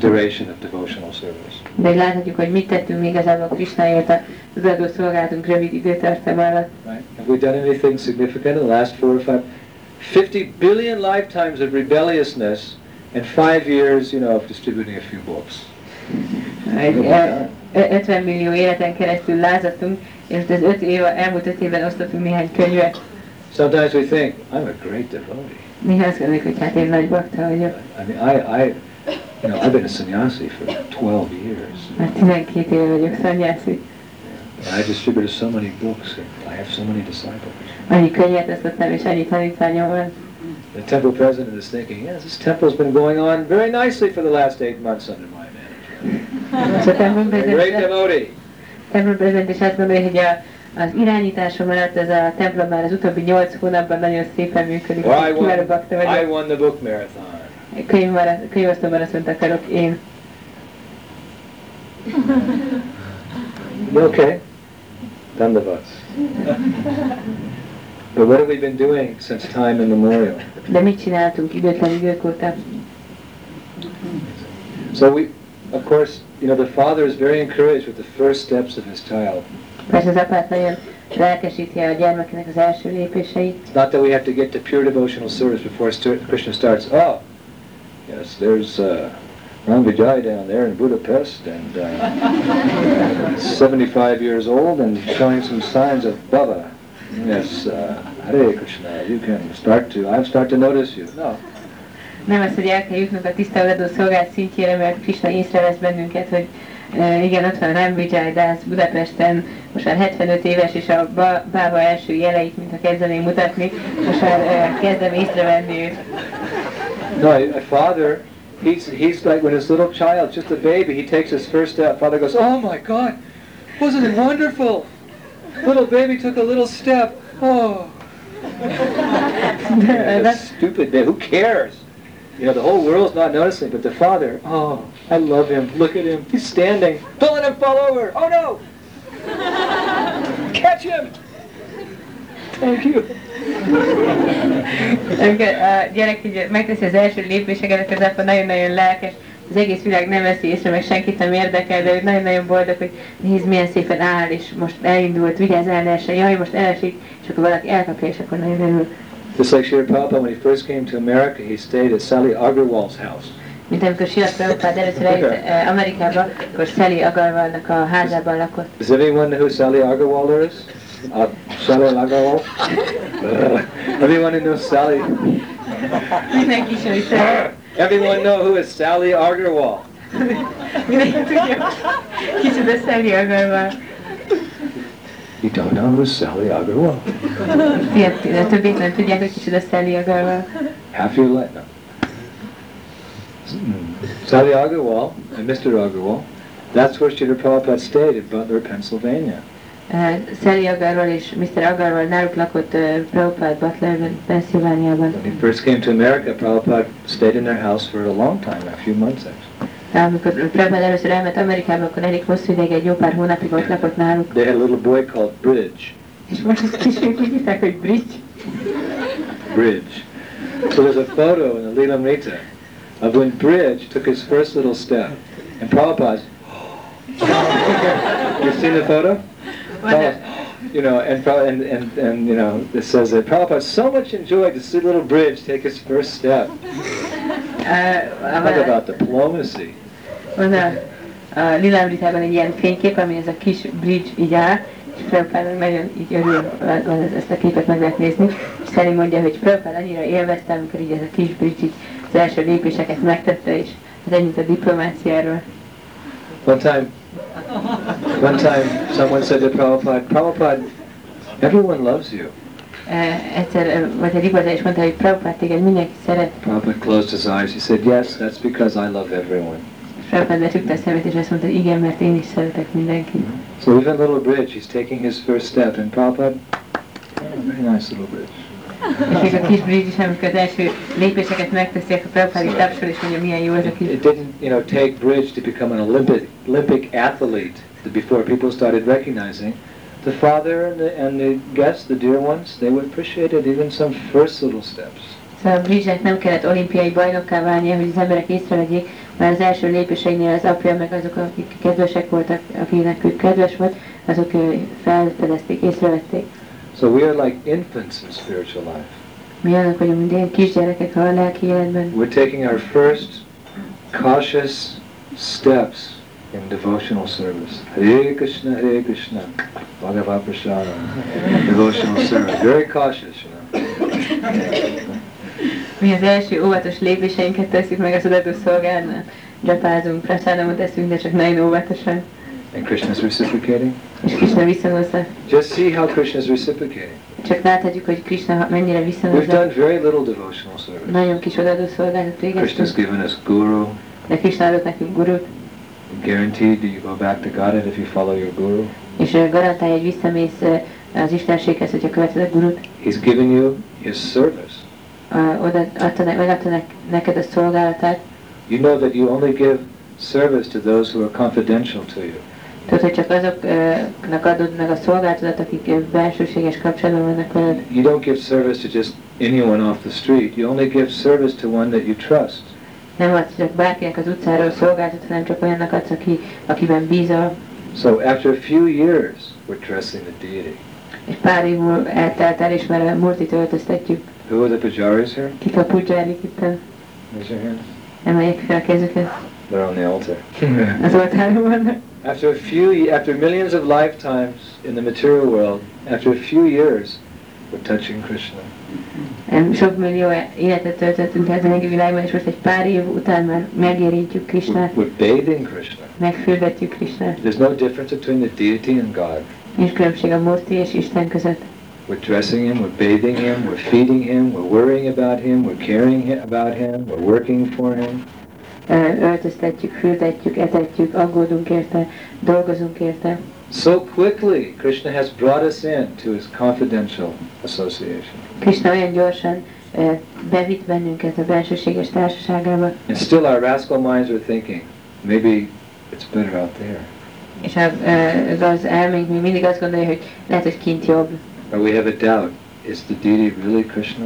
[SPEAKER 1] duration of devotional service?
[SPEAKER 2] De így láthatjuk, hogy mit tettünk mi igazából Krishnaért az adó szolgálatunk rövid időtartam alatt.
[SPEAKER 1] Right? Have we done anything significant in the last four or five, 50 billion lifetimes of rebelliousness and five years, you know, of distributing a few books?
[SPEAKER 2] Egy, ö- ö- 50 millió életen keresztül lázadtunk, és az öt év, elmúlt öt évben osztottunk néhány könyvet.
[SPEAKER 1] Sometimes we think, I'm a great devotee.
[SPEAKER 2] Néha azt gondoljuk, hogy hát én nagy bakta vagyok.
[SPEAKER 1] I mean, I, I, you know, I've been a sannyasi for 12 years.
[SPEAKER 2] Már 12 éve vagyok szanyászi.
[SPEAKER 1] And I distributed so many books and I have so many disciples.
[SPEAKER 2] Annyi könyvet osztottam, és annyi tanítványom van.
[SPEAKER 1] The temple president is thinking, yes, this temple's been going on very nicely for the last eight months under my management.
[SPEAKER 2] És hát a
[SPEAKER 1] I'm a great
[SPEAKER 2] templomvezető
[SPEAKER 1] devotee.
[SPEAKER 2] templomvezető is azt gondolja, hogy a, az irányításom alatt ez a templom már az utóbbi nyolc hónapban nagyon szépen működik.
[SPEAKER 5] Well, I
[SPEAKER 2] Kiváló
[SPEAKER 5] won,
[SPEAKER 2] bakta
[SPEAKER 5] I
[SPEAKER 2] vagyok.
[SPEAKER 5] won the book marathon.
[SPEAKER 2] Könyvmara- Könyvosztó maratont akarok én.
[SPEAKER 1] Okay,
[SPEAKER 5] None of us.
[SPEAKER 1] but what have we been doing since time immemorial?
[SPEAKER 2] De mit csináltunk időtlen idők óta?
[SPEAKER 1] So we, of course, you know, the father is very encouraged with the first steps of his child.
[SPEAKER 2] Persze az apát nagyon lelkesíti a gyermekének az első lépéseit.
[SPEAKER 1] It's not that we have to get to pure devotional service before stu- Krishna starts. Oh, yes, there's uh, Ram Vijay down there in Budapest, and uh, 75 years old and showing some signs of Baba. Yes, uh, Hare Krishna, you can start to, I've started to notice you. No,
[SPEAKER 2] Nem az, hogy el kell jutnunk a tiszteletadó szolgált szintjére, mert Krishna észrevesz bennünket, hogy e, igen, ott van Rambijai Dász Budapesten, most már 75 éves, és a ba- bába első jeleit, mint a kezdeném mutatni, most már e, kezdem észrevenni őt.
[SPEAKER 1] no, a father, he's, he's like when his little child, just a baby, he takes his first step. Father goes, oh my God, wasn't it wonderful? Little baby took a little step. Oh.
[SPEAKER 2] De
[SPEAKER 1] Yeah,
[SPEAKER 2] az-
[SPEAKER 1] that's stupid. Who cares? You know, the whole world's not noticing, but the father, oh, I love him. Look at him. He's standing. Don't let him fall over. Oh no! Catch him! Thank you.
[SPEAKER 2] Amikor a gyerek így megteszi az első lépéseket, az apa nagyon-nagyon lelkes, az egész világ nem veszi észre, meg senkit nem érdekel, de ő nagyon-nagyon boldog, hogy nézd milyen szépen áll, és most elindult, vigyázz el, ne essen, jaj, most elesik, és akkor valaki elkapja, és akkor nagyon örül.
[SPEAKER 1] Just like Sri Prabhupada, when he first came to America, he stayed at Sally Agarwal's house.
[SPEAKER 2] Mint amikor Sila Prabhupád először eljött eh, Amerikába, akkor Szeli Agarvalnak a házában lakott.
[SPEAKER 1] Does anyone know who Sally Agarwal is? Uh, Sally Agarwal? Brr. Everyone who knows Sally?
[SPEAKER 2] Mindenki ismeri Szeli.
[SPEAKER 1] Everyone know who is Sally Agarwal?
[SPEAKER 2] Mindenki tudja, kicsit a Szeli Agarval.
[SPEAKER 1] You don't know who Sally Agarwal?
[SPEAKER 2] Fiat, a többiek nem tudják, hogy kicsit a Szeli Agarval.
[SPEAKER 1] Half your life. No. Sally Agarwal and Mr. Agarwal, that's where Srila Prabhupada stayed in Butler, Pennsylvania.
[SPEAKER 2] Eh, Szeli Agarval és Mr. Agarval náluk lakott eh, Prabhupád Butlerben, Pennsylvániában.
[SPEAKER 1] When he first came to America, Prabhupada stayed in their house for a long time, a few months actually.
[SPEAKER 2] Amikor Prabhupád először elment Amerikába, akkor elég hosszú ideig, egy jó pár hónapig ott lakott náluk.
[SPEAKER 1] They had a little boy called Bridge.
[SPEAKER 2] És most ezt kicsit úgy hívták, hogy bridge.
[SPEAKER 1] Bridge. So there's a photo in the Lilamrita of when Bridge took his first little step. And Prabhupada's, you've seen the photo? Prabhupada- You know, and, Prabhu- and, and, and, you know, it says that Prabhupada so much enjoyed to see little Bridge take his first step.
[SPEAKER 2] Eh,
[SPEAKER 1] Talk about diplomacy.
[SPEAKER 2] Van a, a Lilámritában egy ilyen fénykép, ami ez a kis bridge így áll, és Prabhupád nagyon így örül, van- van ez- ezt a képet meg lehet nézni. És Szeli mondja, hogy Prabhupád annyira élvezte, amikor így ez a kis bridge így az első lépéseket megtette, és ez ennyit a diplomáciáról.
[SPEAKER 1] One time, one time, someone said to Prabhupada, Prabhupada, everyone loves you.
[SPEAKER 2] Eh, egyszer, eh, vagy egy igazán is mondta, hogy Prabhupád téged mindenki szeret,
[SPEAKER 1] Prabhupada closed his eyes. He said, yes, that's because I love everyone.
[SPEAKER 2] Prabhupád becsukta a szemét, és azt mondta, hogy igen, mert én is szeretek mindenkit.
[SPEAKER 1] So even little Bridge, he's taking his first step, and Prabhupada, very nice little Bridge.
[SPEAKER 2] És még a kis bridge is, amikor az első lépéseket megteszi, akkor Prabhupád így tapsol, és mondja, milyen jó ez a
[SPEAKER 1] It,
[SPEAKER 2] kis
[SPEAKER 1] it didn't, you know, take Bridge to become an Olympic Olympic athlete before people started recognizing. The father and the, and the guests, the dear ones, they would appreciate it, even some first little steps.
[SPEAKER 2] Szóval Bridget nem kellett olimpiai bajnokká válnia, hogy az emberek észrevegyék, mert az első lépéseinél az apja, meg azok, akik kedvesek voltak, akinek ő kedves volt, azok ö, felfedezték, észrevették.
[SPEAKER 1] So we are like infants in spiritual life.
[SPEAKER 2] Mi annak vagyunk, mint ilyen kisgyerekek a lelki életben.
[SPEAKER 1] We're taking our first cautious steps in devotional service. Hare Krishna, Hare Krishna, Bhagavad Prasada, devotional service. Very cautious, you know.
[SPEAKER 2] Mi az első óvatos lépéseinket tesszük meg az adatú szolgálnál. Gyapázunk, prasádamot teszünk, de csak nagyon óvatosan.
[SPEAKER 1] And Krishna's reciprocating.
[SPEAKER 2] És Krishna viszonozza.
[SPEAKER 1] Just see how Krishna's reciprocating.
[SPEAKER 2] Csak láthatjuk, hogy Krishna mennyire
[SPEAKER 1] We've
[SPEAKER 2] viszonozza.
[SPEAKER 1] done very little devotional service.
[SPEAKER 2] Nagyon kis odaadó szolgálatot
[SPEAKER 1] Krishna's
[SPEAKER 2] végeztünk,
[SPEAKER 1] given us guru.
[SPEAKER 2] de Krishna adott nekünk gurut.
[SPEAKER 1] Guaranteed that you go back to Godhead if you follow your guru.
[SPEAKER 2] és ö, garantálja, hogy visszamész ö, az Istenséghez, hogyha követed a gurut,
[SPEAKER 1] He's giving you his service.
[SPEAKER 2] ö, oda adta, ne, megadta ne, neked a szolgálatát,
[SPEAKER 1] You know that you only give service to those who are confidential to you.
[SPEAKER 2] tudod, hogy csak azoknak adod meg a szolgálatodat, akik ö, belsőséges kapcsolatban vannak veled.
[SPEAKER 1] You don't give service to just anyone off the street. You only give service to one that you trust.
[SPEAKER 2] Nem adsz csak bárkinek az utcáról szolgáltat, hanem csak olyannak adsz, aki, akiben bízol.
[SPEAKER 1] So after a few years, we're trusting the deity.
[SPEAKER 2] És pár év múlva eltelt el, és már a multit öltöztetjük.
[SPEAKER 1] Who are the pujaris here?
[SPEAKER 2] Kik a pudzsárik itt?
[SPEAKER 1] Raise your hands.
[SPEAKER 2] Emeljék fel a kezüket.
[SPEAKER 5] They're on the altar.
[SPEAKER 2] Az oltáron vannak.
[SPEAKER 1] after a few, ye- after millions of lifetimes in the material world, after a few years, we're touching Krishna.
[SPEAKER 2] Em, Sok millió életet töltöttünk el az anyagi világban, és most egy pár év után már megérintjük
[SPEAKER 1] We're,
[SPEAKER 2] Krisnát,
[SPEAKER 1] we're bathing Krishna.
[SPEAKER 2] megfürdetjük Krisnát.
[SPEAKER 1] There's no difference between the deity and God.
[SPEAKER 2] Nincs különbség a Murti és Isten között.
[SPEAKER 1] We're dressing him, we're bathing him, we're feeding him, we're worrying about him, we're caring hi- about him, we're working for him.
[SPEAKER 2] Ö, Öltöztetjük, fürdetjük, etetjük, aggódunk érte, dolgozunk érte.
[SPEAKER 1] So quickly, Krishna has brought us in to his confidential association.
[SPEAKER 2] Krishna olyan gyorsan ö, bevitt bennünket a belsőséges társaságába,
[SPEAKER 1] And still our rascal minds are thinking, maybe it's better out there.
[SPEAKER 2] és a, ö, az elménk még mindig azt gondolja, hogy lehet, hogy kint jobb.
[SPEAKER 1] Or we have a doubt, is the deity really Krishna?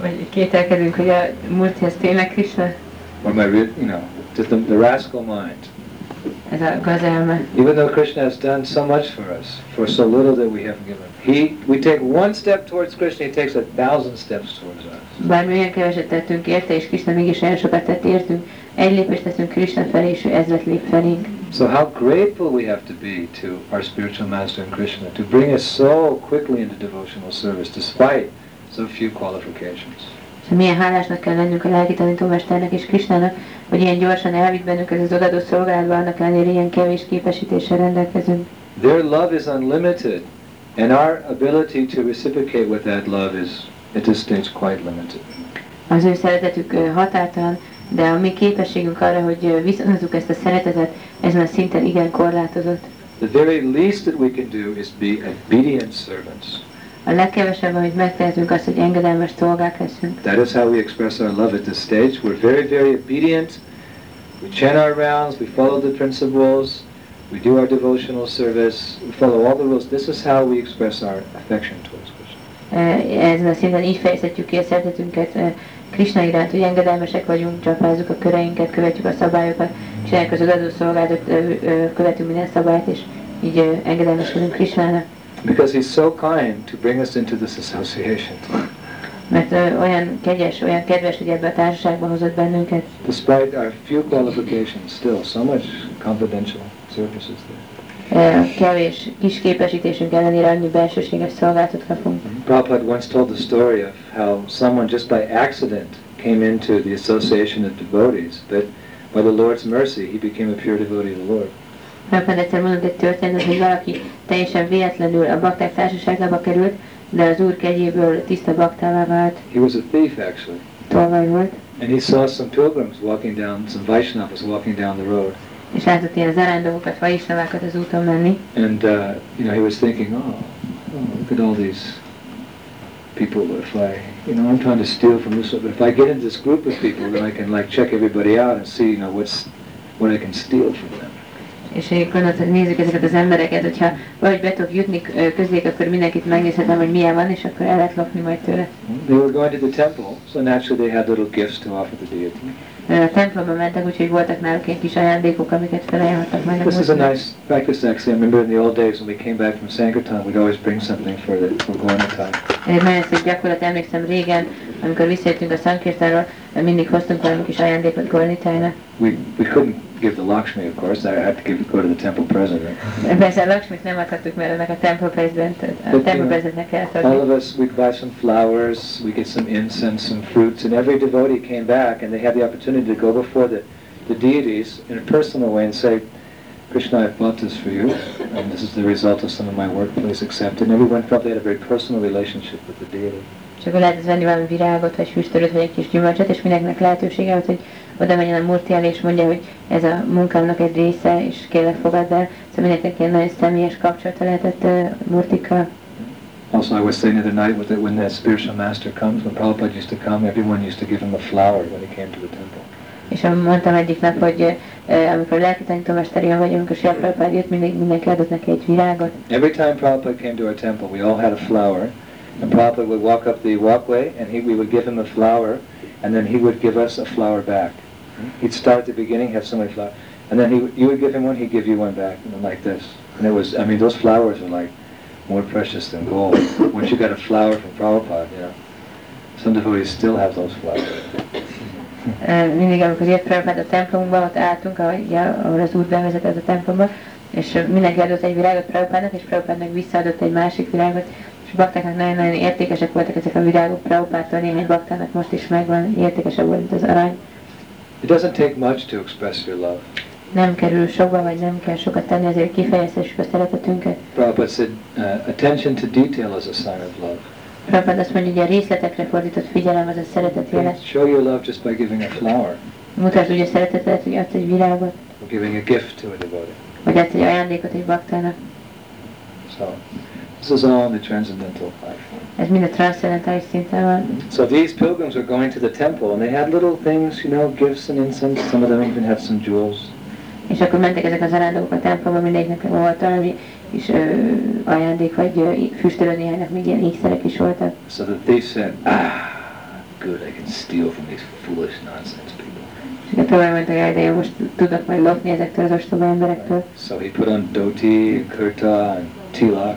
[SPEAKER 2] Vagy kételkedünk, hogy a Murtihez tényleg Krishna,
[SPEAKER 1] Or am I real, you know, just the, the rascal mind.
[SPEAKER 2] ez a gazelme.
[SPEAKER 1] Even though Krishna has done so much for us, for so little that we have given. He, we take one step towards Krishna, he takes a thousand steps towards us.
[SPEAKER 2] Bármilyen keveset tettünk érte, és Krishna mégis olyan sokat tett értünk, egy lépést teszünk Krishna felé, és ő ezret lép felénk.
[SPEAKER 1] So how grateful we have to be to our spiritual master in Krishna to bring us so quickly into devotional service despite so few qualifications.
[SPEAKER 2] És milyen hálásnak kell lennünk a lelki tanítómesternek és Krisnának, hogy ilyen gyorsan elvitt bennünket az odadó szolgálatba, annak ellenére ilyen kevés képesítéssel rendelkezünk.
[SPEAKER 1] Their love is unlimited and our ability to reciprocate with that love is at this stage quite limited.
[SPEAKER 2] Az ő szeretetük ö, határtalan, de a mi képességünk arra, hogy ö, viszonozzuk ezt a szeretetet, ez már szinten igen korlátozott.
[SPEAKER 1] The very least that we can do is be obedient servants.
[SPEAKER 2] A legkevesebb, amit megtehetünk, az, hogy engedelmes szolgák leszünk.
[SPEAKER 1] That is how we express our love at this stage. We're very, very obedient. We chant our rounds, we follow the principles, we do our devotional service, we follow all the rules. This is how we express our affection towards Krishna.
[SPEAKER 2] Ö, Eh, Ezen a szinten így fejezhetjük ki a szeretetünket ö, Krishna iránt, hogy engedelmesek vagyunk, csapázzuk a köreinket, követjük a szabályokat, csináljuk az adó szolgálatot, ö, ö, követünk minden szabályt, és így ö, engedelmeskedünk Krishnának.
[SPEAKER 1] Because he's so kind to bring us into this association,
[SPEAKER 2] Mert ö, olyan kegyes, olyan kedves, hogy ebbe a társaságba hozott bennünket.
[SPEAKER 1] despite our few qualifications, still so much confidential services there.
[SPEAKER 2] Ö, eh, Kevés kis képesítésünk ellenére annyi belsőséges szolgáltat kapunk.
[SPEAKER 1] Prabhupada once told the story of how someone just by accident came into the association of devotees, but by the Lord's mercy he became a pure devotee of the Lord.
[SPEAKER 2] Rögtön egyszer mondott egy történetet, hogy valaki teljesen véletlenül a bakták társaságába került, de az úr kegyéből tiszta baktává vált,
[SPEAKER 1] He was a thief actually,
[SPEAKER 2] tolvaj volt.
[SPEAKER 1] and he saw some pilgrims walking down, some Vaishnavas walking down the road,
[SPEAKER 2] és látott ilyen zarándokokat, vaisnavákat az úton menni,
[SPEAKER 1] and uh, you know he was thinking, oh, oh, look at all these people. If I, you know, I'm trying to steal from this, but if I get into this group of people, then I can like check everybody out and see, you know, what's what I can steal from them.
[SPEAKER 2] és én gondoltam, hogy nézzük ezeket az embereket, hogyha valahogy be tudok jutni ö, közéjük, akkor mindenkit megnézhetem, hogy milyen van, és akkor el lehet lopni majd tőle.
[SPEAKER 1] They were going to the temple, so naturally they had little gifts to offer the deity.
[SPEAKER 2] Ö, A templomba mentek, úgyhogy voltak náluk ilyen kis ajándékok, amiket felajánlottak majd.
[SPEAKER 1] This is a nice practice actually. I remember in the old days when we came back from Sankirtan, we'd always bring something for the for Gornatan.
[SPEAKER 2] Egy nagyon szép gyakorlat, emlékszem régen, amikor visszajöttünk a Szankirtáról, mindig hoztunk valami kis ajándékot Gornitájnak.
[SPEAKER 1] We, we couldn't give the Lakshmi, of course. I had to give, go to the temple president.
[SPEAKER 2] Persze a Laksmit nem adhattuk, mert annak a templomprezident, a
[SPEAKER 1] you-
[SPEAKER 2] templomprezidentnek kellett
[SPEAKER 1] All
[SPEAKER 2] adni.
[SPEAKER 1] of us, we'd buy some flowers, we get some incense, some fruits, and every devotee came back and they had the opportunity to go before the, the deities in a personal way and say, Krishna, I've bought this for you, and this is the result of some of my work, please accept it. And everyone felt they had a very personal relationship with the deity.
[SPEAKER 2] És akkor lehetett venni valami virágot, vagy füstölőt, vagy egy kis gyümölcsöt, és mindenkinek lehetősége volt, hogy oda menjen a Murti elé, és mondja, hogy ez a munkámnak egy része, és kérlek fogadd el. Szóval mindenkinek ilyen nagyon személyes kapcsolata lehetett ö, Murtikkal.
[SPEAKER 1] Also, I was saying the other night with that when that spiritual master comes, when Prabhupada used to come, everyone used to give him a flower when he came to the temple.
[SPEAKER 2] És mondtam egyik nap, hogy ö, amikor a lelki tanítómester jön vagyunk, és Japrapád jött, mindig mindenki adott neki egy virágot.
[SPEAKER 1] Every time Prabhupada came to our temple, we all had a flower, and Prabhupada would walk up the walkway, and he, we would give him a flower, and then he would give us a flower back. He'd start at the beginning, have so many flowers, and then he, would- you would give him one, he'd give you one back, and then like this. And it was, I mean, those flowers were like more precious than gold. Once you got a flower from Prabhupada, you know, some devotees still have those flowers.
[SPEAKER 2] Ö, Mindig, amikor jött Prabhupád a templomunkba, ott álltunk, ahogy, ugye, ahol az út bevezetett a templomba, és ö, mindenki adott egy virágot Prabhupádnak, és Prabhupádnak visszaadott egy másik virágot, és a baktáknak nagyon-nagyon értékesek voltak ezek a virágok Prabhupádtól, néhány baktának most is megvan, értékesebb volt, mint az arany.
[SPEAKER 1] It doesn't take much to express your love.
[SPEAKER 2] Nem kerül sokba, vagy nem kell sokat tenni, azért kifejezhessük a szeretetünket.
[SPEAKER 1] Prabhupada said, uh, attention to detail is a sign of love.
[SPEAKER 2] Prabhupád azt mondja, hogy a részletekre fordított figyelem az a szeretet
[SPEAKER 1] You
[SPEAKER 2] jeles.
[SPEAKER 1] can show your love just by giving a flower
[SPEAKER 2] Mutasd úgy a szeretetet, hogy adsz egy virágot,
[SPEAKER 1] or giving a gift to a devotee.
[SPEAKER 2] vagy adsz egy ajándékot egy baktának.
[SPEAKER 1] So this is all in the transcendental life.
[SPEAKER 2] Ez mind a transzcendentális szinten van.
[SPEAKER 1] So these pilgrims were going to the temple and they had little things, you know, gifts and incense. Some of them even had some jewels.
[SPEAKER 2] És akkor mentek ezek az arándokok a templomba, mindegyiknek volt valami is ö, ajándék, vagy ö, füstölő néhánynak még ilyen ékszerek is voltak.
[SPEAKER 1] So the thief said, ah, good, I can steal from these foolish nonsense people.
[SPEAKER 2] És akkor tovább mentek el, de én most tudok majd lopni ezektől az ostoba emberektől.
[SPEAKER 1] So he put on dhoti and kurta and tilak.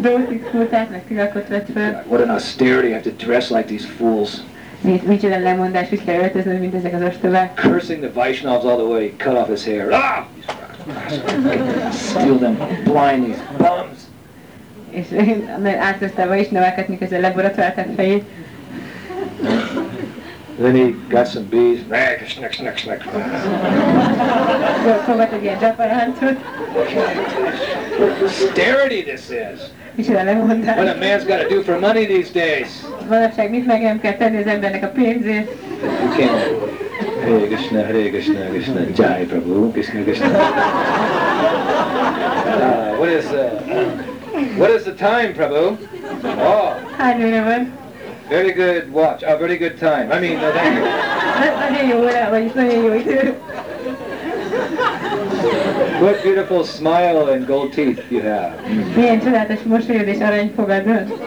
[SPEAKER 2] Dózik kurtát, meg tilakot vett föl.
[SPEAKER 1] What an austerity, I have to dress like these fools.
[SPEAKER 2] Mit, micsoda lemondás, úgy kell öltöznöd, mint ezek az ostobák.
[SPEAKER 1] cursing the Vaishnavas all the way, he cut off his hair. Ah! Steal them, blind these bums.
[SPEAKER 2] És átvesztelve is növákat, miközben leboratválták fejét.
[SPEAKER 1] Then he got some bees. Ah, Snick, snick, snick.
[SPEAKER 2] Fogad Szóval egy ilyen zsaparántot.
[SPEAKER 1] Austerity this is.
[SPEAKER 2] Micsoda lemondás.
[SPEAKER 1] What a man's got to do for money these days.
[SPEAKER 2] Manapság mit meg nem kell tenni az embernek a pénzért?
[SPEAKER 1] You can't. Hare Krishna, Hare Krishna, Krishna Jai Prabhu, Krishna Krishna. Ah, what is uh, what is the time, Prabhu? Oh,
[SPEAKER 2] Hány óra van?
[SPEAKER 1] very good watch. A very good time. I mean, no, thank you.
[SPEAKER 2] Na- Nagyon jó óra, vagyis nagyon jó idő.
[SPEAKER 1] What beautiful smile and gold teeth you have.
[SPEAKER 2] Milyen csodálatos mosolyod és aranyfogadod.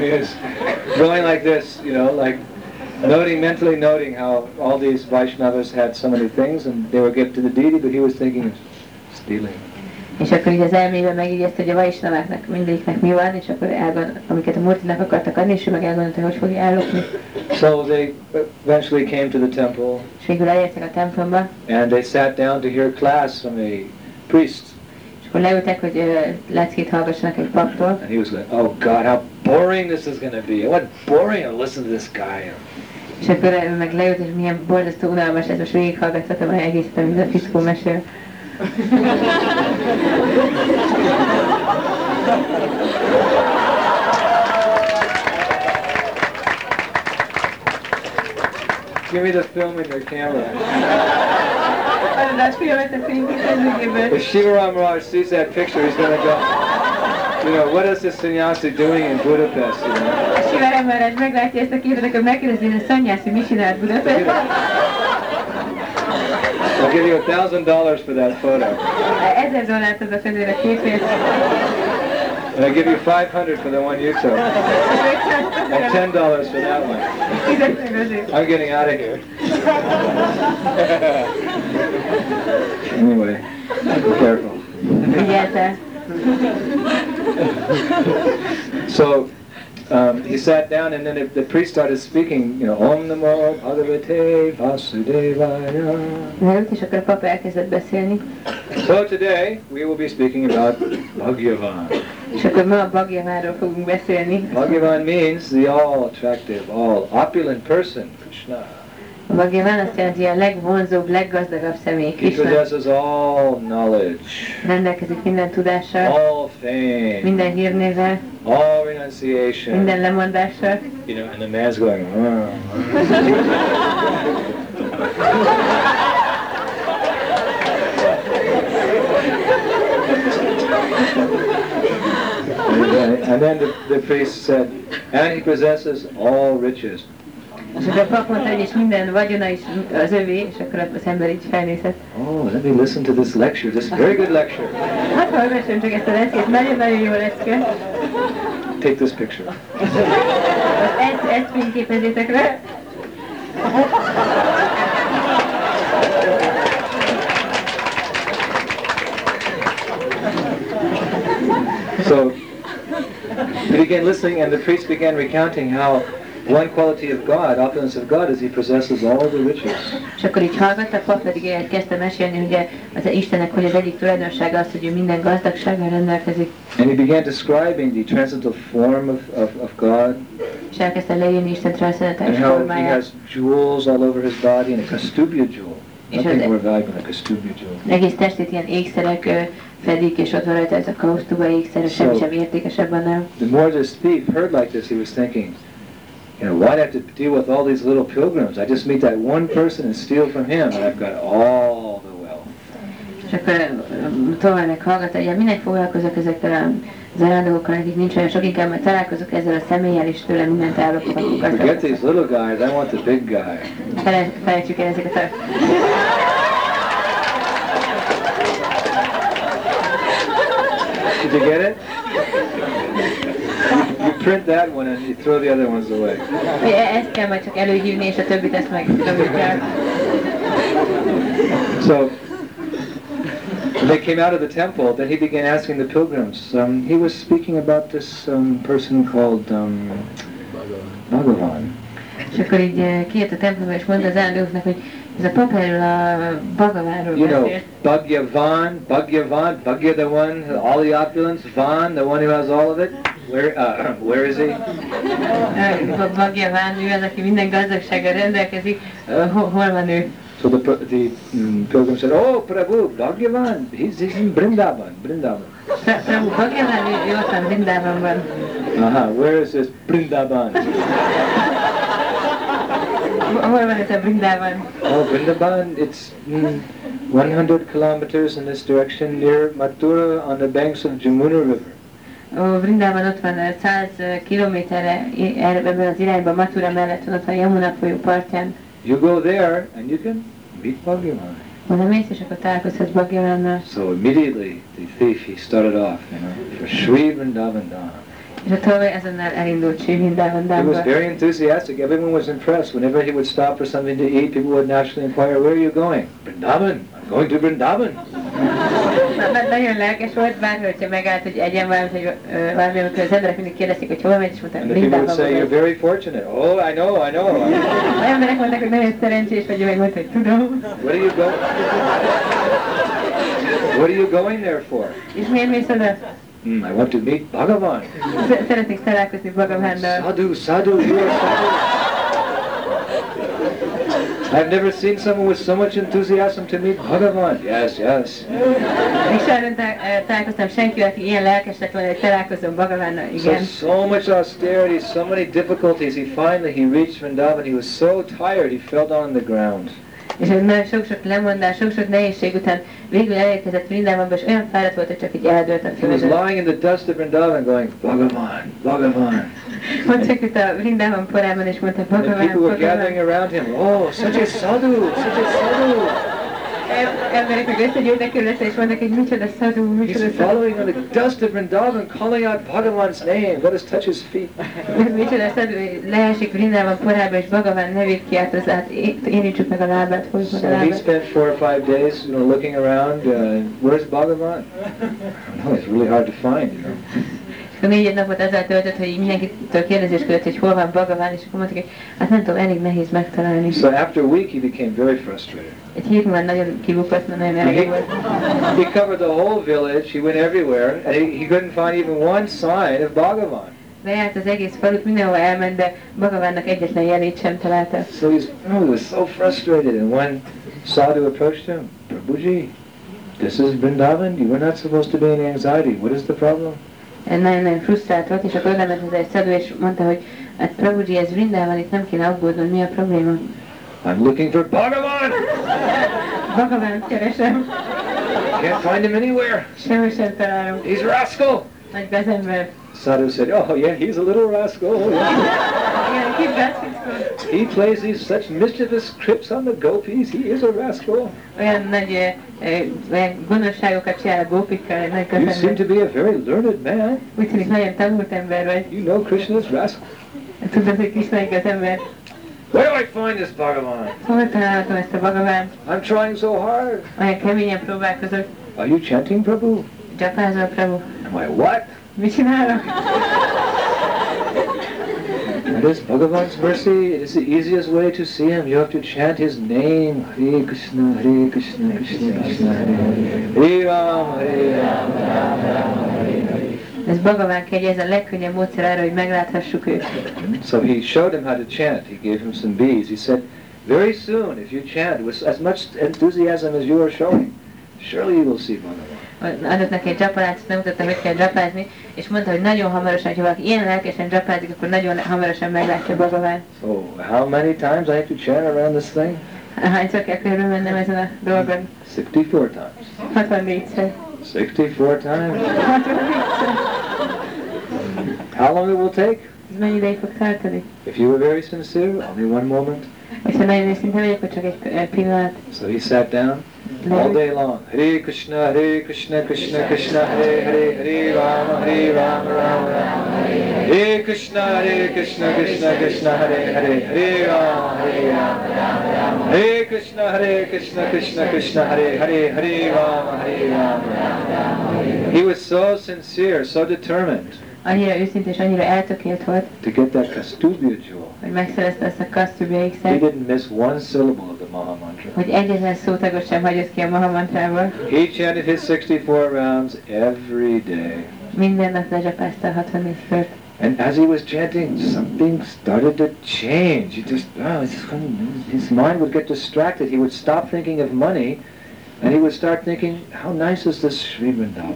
[SPEAKER 1] Yes. Going like this, you know, like noting, mentally noting how all these Vaishnavas had so many things and they were given to the deity, but he was thinking of stealing.
[SPEAKER 2] És akkor így az elmébe megígyezte, hogy a vaisnaváknak mindegyiknek mi van, és akkor elgond, amiket a Murtinak akartak adni, és ő meg elgondolta, hogy hogy fogja ellopni.
[SPEAKER 1] So they eventually came to the temple
[SPEAKER 2] És végül elértek a templomba,
[SPEAKER 1] and they sat down to hear class from a priest.
[SPEAKER 2] és akkor leültek, hogy ö, leckét hallgassanak egy paptól,
[SPEAKER 1] And he was like, oh God, how boring this is going to be. What boring to listen to this guy.
[SPEAKER 2] és akkor ő meg leült, és milyen borzasztó unalmas ez, most végighallgathatom el egészet, amit a fickó mesél.
[SPEAKER 1] Give me the film and your camera.
[SPEAKER 2] Adás filmet a fényképezőgéből.
[SPEAKER 1] If Shivaram Raj sees that picture, he's gonna go, you know, what is this sannyasi doing in Budapest? You know?
[SPEAKER 2] A Sivárán Maharaj meglátja ezt a képet, akkor megkérdezi, hogy a szanyász, hogy mit csinált Budapesten.
[SPEAKER 1] I'll give you a thousand dollars for that photo,
[SPEAKER 2] Ezer dollárt adott ezért a képért.
[SPEAKER 1] and I give you five hundred for the one you took, and ten dollars for that one.
[SPEAKER 2] Fizetünk azért.
[SPEAKER 1] I'm getting out of here. anyway, be careful.
[SPEAKER 2] Figyelte.
[SPEAKER 1] So um, he sat down, and then the, the priest started speaking, you know, Om Namo Bhagavate Vasudevaya.
[SPEAKER 2] Leült, és akkor a papa elkezdett beszélni.
[SPEAKER 1] So today we will be speaking about Bhagavan.
[SPEAKER 2] És akkor ma a bagjaváról fogunk beszélni.
[SPEAKER 1] Bhagavan means the all attractive, all opulent person, Krishna.
[SPEAKER 2] A Bhagavan azt jelenti, a legvonzóbb, leggazdagabb személy
[SPEAKER 5] He
[SPEAKER 2] Krishna.
[SPEAKER 5] possesses all knowledge,
[SPEAKER 2] Rendelkezik minden tudással,
[SPEAKER 5] all fame,
[SPEAKER 2] minden hírnével,
[SPEAKER 5] all renunciation.
[SPEAKER 2] minden lemondással.
[SPEAKER 5] You know, and the man's going,
[SPEAKER 1] "Uh."
[SPEAKER 5] "Oh."
[SPEAKER 1] And and then the, the priest said, and he possesses all riches.
[SPEAKER 2] És akkor a pap mondta, hogy és minden vagyona is az övé, és akkor az ember így felnézett.
[SPEAKER 1] Oh, let me listen to this lecture, this very good lecture.
[SPEAKER 2] Hát hallgasson csak ezt a leckét, nagyon-nagyon jó lecke.
[SPEAKER 1] Take this picture.
[SPEAKER 2] Ezt, ezt fényképezzétek le.
[SPEAKER 1] So he began listening, and the priest began recounting how one quality of God, opulence of God, is he possesses all the riches.
[SPEAKER 2] És akkor így hallgattak, pap pedig ilyet kezdte mesélni, ugye az Istennek, hogy az egyik tulajdonsága az, hogy ő minden gazdagsággal rendelkezik.
[SPEAKER 1] And he began describing the transcendental form of, of, of God,
[SPEAKER 2] És elkezdte leírni Isten
[SPEAKER 1] and
[SPEAKER 2] transzendentális
[SPEAKER 1] how he
[SPEAKER 2] formáját.
[SPEAKER 1] has jewels all over his body, and a castubia jewel.
[SPEAKER 2] He said
[SPEAKER 1] Nothing
[SPEAKER 2] that-
[SPEAKER 1] more valuable than a castubia jewel.
[SPEAKER 2] Egész testét ilyen ékszerek ö, fedik, és ott van rajta ez a kausztuba ékszer, semmi sem értékesebb annál.
[SPEAKER 1] The more this thief heard like this, he was thinking, you know, why do I have to deal with all these little pilgrims? I just meet that one person and steal from him, and I've got all the wealth.
[SPEAKER 2] És akkor ö, tovább meg hallgatta, hogy hát minek foglalkozok ezekkel a zarándokokkal, akik nincs olyan sok, inkább majd találkozok ezzel a személlyel, és tőle mindent állapok a
[SPEAKER 1] Forget these little guys, I want the big guy.
[SPEAKER 2] Fele, felejtsük el ezeket a...
[SPEAKER 1] Did you get it? You print that one and you throw the other ones away.
[SPEAKER 2] E- Ezt kell majd csak előhívni, és a többit ezt meg többit kell.
[SPEAKER 1] So when they came out of the temple, then he began asking the pilgrims. Um, he was speaking about this um, person called um, Bhagavan.
[SPEAKER 2] És akkor így eh, kijött a templomba, és mondta az áldóknak, hogy ez a pap erről a Bhagavanról
[SPEAKER 1] You know,
[SPEAKER 2] beszélt.
[SPEAKER 1] Bhagyavan, Bhagyavan, Bhagya the one, all the opulence, Van, the one who has all of it. Where, uh, where is he?
[SPEAKER 2] A Bhagavan, ő az, aki minden gazdagsággal rendelkezik. Ö, ho- Hol van ő?
[SPEAKER 1] So the, pil- the mm, pilgrim said, Oh, Prabhu, Bhagyavan, he's, he's in Vrindavan, Vrindavan.
[SPEAKER 2] Pra- Prabhu Bhagavan, ő, ő ott van Vrindávamban.
[SPEAKER 1] Uh-huh, where is this Vrindavan?
[SPEAKER 2] Ho- Hol van ez a Vrindában?
[SPEAKER 1] Oh, Vrindavan, it's mm, 100 kilometers in this direction near Mathura on the banks of Jamuna River.
[SPEAKER 2] Ó, Vrindában ott van eh, 100 kilométerre i- erre- ebben az irányban, Mathura mellett van ott van a Yamuna folyó partján.
[SPEAKER 1] You go there and you can meet Bhagavan.
[SPEAKER 2] Oda mész, és akkor találkozhatsz Bhagavannal.
[SPEAKER 1] So immediately the thief, he started off, you know, for Sri Vrindavan Dham.
[SPEAKER 2] És a tolvaj azonnal elindult Sri
[SPEAKER 1] He was
[SPEAKER 2] Vrindavandába.
[SPEAKER 1] very enthusiastic. Everyone was impressed. Whenever he would stop for something to eat, people would naturally inquire, where are you going? Vrindavan. I'm going to Vrindavan.
[SPEAKER 2] Na- na- Nagyon lelkes volt, bárhol, hogyha megállt, hogy egyen valamit, hogy ö, valami, amikor az emberek mindig kérdezték, hogy hol megy, és mondták,
[SPEAKER 1] And the people would
[SPEAKER 2] Brindában
[SPEAKER 1] say, you're
[SPEAKER 2] vagyok.
[SPEAKER 1] very fortunate. Oh, I know, I know. I know.
[SPEAKER 2] Az emberek mondták, hogy nagyon szerencsés vagy, ő meg mondta, hogy tudom.
[SPEAKER 1] What are you going? What are you going there for?
[SPEAKER 2] És miért mész oda?
[SPEAKER 1] Hmm, I want to meet Bhagavan.
[SPEAKER 2] Sz- Szeretnék találkozni Bhagavánnal.
[SPEAKER 1] Sadhu, sadhu, you are sadhu. I've never seen someone with so much enthusiasm to meet Bhagavan. Yes, yes.
[SPEAKER 2] Még soha nem tá- ö, találkoztam senkivel, aki ilyen lelkes lett volna, hogy találkozom Bhagavánnal.
[SPEAKER 1] So,
[SPEAKER 2] Igen.
[SPEAKER 1] so much austerity, so many difficulties. He finally, he reached Vrindavan. He was so tired, he fell down on the ground.
[SPEAKER 2] És hogy nagyon sok-sok lemondás, sok-sok nehézség után végül elérkezett Vrindávamba, és olyan fáradt volt, hogy csak így eldőlt a
[SPEAKER 1] He was
[SPEAKER 2] földön.
[SPEAKER 1] lying in the dust of Vrindavan going, Bhagavan, Bhagavan.
[SPEAKER 2] Ott feküdt a Vrindavan porában, és mondta,
[SPEAKER 1] And the
[SPEAKER 2] Bhagavan,
[SPEAKER 1] people were
[SPEAKER 2] Bhagavan.
[SPEAKER 1] gathering around him. Oh, such a sadhu, such a sadhu.
[SPEAKER 2] Em- emberek meg összegyűlnek körülötte, és mondnak, hogy micsoda szadú, micsoda
[SPEAKER 1] He's
[SPEAKER 2] szadú,
[SPEAKER 1] following on the dust of Vrindavan, calling out Bhagavan's name. Let us touch his feet.
[SPEAKER 2] micsoda szadú, leesik Vrindában porába, és Bhagavan nevét kiáltozza, hát é- érintsük meg a lábát, hogy meg a
[SPEAKER 1] So he
[SPEAKER 2] lábát.
[SPEAKER 1] spent four or five days, you know, looking around. Uh, where's Bhagavan? I don't know. It's really hard to find. You know.
[SPEAKER 2] És akkor négy napot ezzel töltött, hogy így mindenkitől kérdezésködött, hogy hol van Bhagavan, és akkor mondták, hogy hát nem tudom, elég nehéz megtalálni.
[SPEAKER 1] So after a week, he became very frustrated.
[SPEAKER 2] Egy hír már nagyon kibukott, mert nagyon elég volt.
[SPEAKER 1] He covered the whole village. He went everywhere, and he, he couldn't find even one sign of Bhagavan.
[SPEAKER 2] bejárt az egész falut, mindenhova elment, de Bhagavannak egyetlen jelét sem találta.
[SPEAKER 1] So he's, oh, he was so frustrated. And one sadhu approached him, Prabhuji, this is Vrindavan. You were not supposed to be in anxiety. What is the problem?
[SPEAKER 2] Nagyon-nagyon frusztrált volt, és akkor oda ment hozzá egy szadó, és mondta, hogy hát Prabhuji, ez Vrindában, itt nem kéne aggódnod, mi a probléma?
[SPEAKER 1] I'm looking for Bhagavan.
[SPEAKER 2] Bhagavan, keresem,
[SPEAKER 1] Can't find him anywhere.
[SPEAKER 2] sehol sem találom.
[SPEAKER 1] He's a rascal.
[SPEAKER 2] Nagy gazember.
[SPEAKER 1] Sadhu said, oh yeah, he's a little rascal.
[SPEAKER 2] Igen, kibász fickó.
[SPEAKER 1] He plays these such mischievous tricks on the gopis. He is a rascal.
[SPEAKER 2] Olyan nagy ö, ö, olyan gonoszságokat csinál a gópikkal, egy nagy
[SPEAKER 1] You seem
[SPEAKER 2] gazember.
[SPEAKER 1] to be a very learned man.
[SPEAKER 2] Úgy tűnik nagyon tanult ember vagy.
[SPEAKER 1] You know Krishna's rascal.
[SPEAKER 2] Tudod, hogy kis nagy gazember.
[SPEAKER 1] Where do I find this Bhagavan?
[SPEAKER 2] Hol találhatom ezt a Bhagavan?
[SPEAKER 1] I'm trying so hard.
[SPEAKER 2] Olyan keményen próbálkozok.
[SPEAKER 1] Are you chanting, Prabhu?
[SPEAKER 2] Japázol, Prabhu.
[SPEAKER 1] Am I what?
[SPEAKER 2] Mit csinálok?
[SPEAKER 1] It is Bhagavan's mercy. It is the easiest way to see him. You have to chant his name. Hare Krishna, Hare Krishna, Krishna Krishna, Hare Hare. Hare Ram, Hare Ram.
[SPEAKER 2] Ez Bhagavan kegye, ez a legkönnyebb módszer arra, hogy megláthassuk őt.
[SPEAKER 1] So he showed him how to chant. He gave him some bees. He said, very soon, if you chant with as much enthusiasm as you are showing, surely you will see Bhagavan.
[SPEAKER 2] adott neki egy dzsapalácot, nem mutatta, hogy kell dzsapázni, és mondta, hogy nagyon hamarosan, ha valaki ilyen lelkesen dzsapázik, akkor nagyon hamarosan meglátja Bhagavan.
[SPEAKER 1] So how many times I have to chant around this thing?
[SPEAKER 2] Hányszor kell körül mennem ezen a dolgon?
[SPEAKER 1] 64 times.
[SPEAKER 2] 64-szer.
[SPEAKER 1] 64 times.
[SPEAKER 2] 64-szer.
[SPEAKER 1] How long it will take?
[SPEAKER 2] Ez mennyi ideig fog tartani?
[SPEAKER 1] If you were very sincere, only one moment.
[SPEAKER 2] És ha nagyon őszinte vagyok, akkor csak egy egy pillanat.
[SPEAKER 1] So he sat down all day long. Hare Krishna, Hare Krishna, Krishna Krishna, Hare Hare, Hare Rama, Hare Rama, Rama Rama. Hare Krishna, Hare Krishna, Krishna Krishna, Hare Hare, Hare Rama, Hare Rama, Rama Rama. Hare Krishna, Hare Krishna, Krishna Krishna, Hare Hare, Hare Rama, Hare Rama, Rama Rama. He was so sincere, so determined
[SPEAKER 2] Annyira őszinte és annyira eltökélt volt,
[SPEAKER 1] to get that Kastubya jewel.
[SPEAKER 2] hogy megszerezte azt a
[SPEAKER 1] He
[SPEAKER 2] kasztubjaik
[SPEAKER 1] didn't miss one syllable of the Maha Mantra.
[SPEAKER 2] hogy egyetlen szótagot sem hagyott ki a Mahamantrából.
[SPEAKER 1] He chanted his 64 rounds every day.
[SPEAKER 2] Minden nap lezsapázta a 64 kört.
[SPEAKER 1] And as he was chanting, something started to change. He just, oh, it's just coming. his mind would get distracted. He would stop thinking of money, and he would start thinking, how nice is this Sri Vrindavan?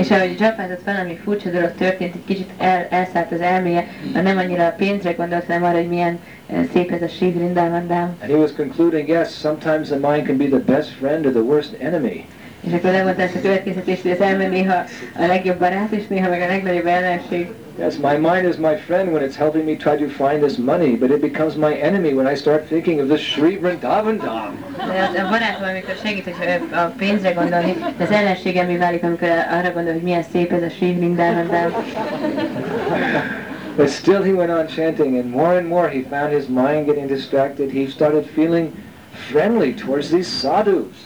[SPEAKER 2] És ahogy dzsapázott valami furcsa dolog történt, egy kicsit el, elszállt az elméje, mert nem annyira a pénzre gondolt, hanem arra, hogy milyen eh, szép ez a Sri Vrindavandám.
[SPEAKER 1] And he was concluding, yes, sometimes the mind can be the best friend or the worst enemy.
[SPEAKER 2] És akkor lemondta ezt a következtetést, hogy az elme néha a legjobb barát, és néha meg a legnagyobb ellenség.
[SPEAKER 1] Yes, my mind is my friend when it's helping me try to find this money, but it becomes my enemy when I start thinking of this Sri Vrindavan Dham.
[SPEAKER 2] De az- a barátom, amikor segít, hogy ö, a pénzre gondolni, de az ellenségem mi válik, amikor arra gondol, hogy milyen szép ez a Sri Vrindavandám.
[SPEAKER 1] But still he went on chanting, and more and more he found his mind getting distracted. He started feeling friendly towards these sadhus.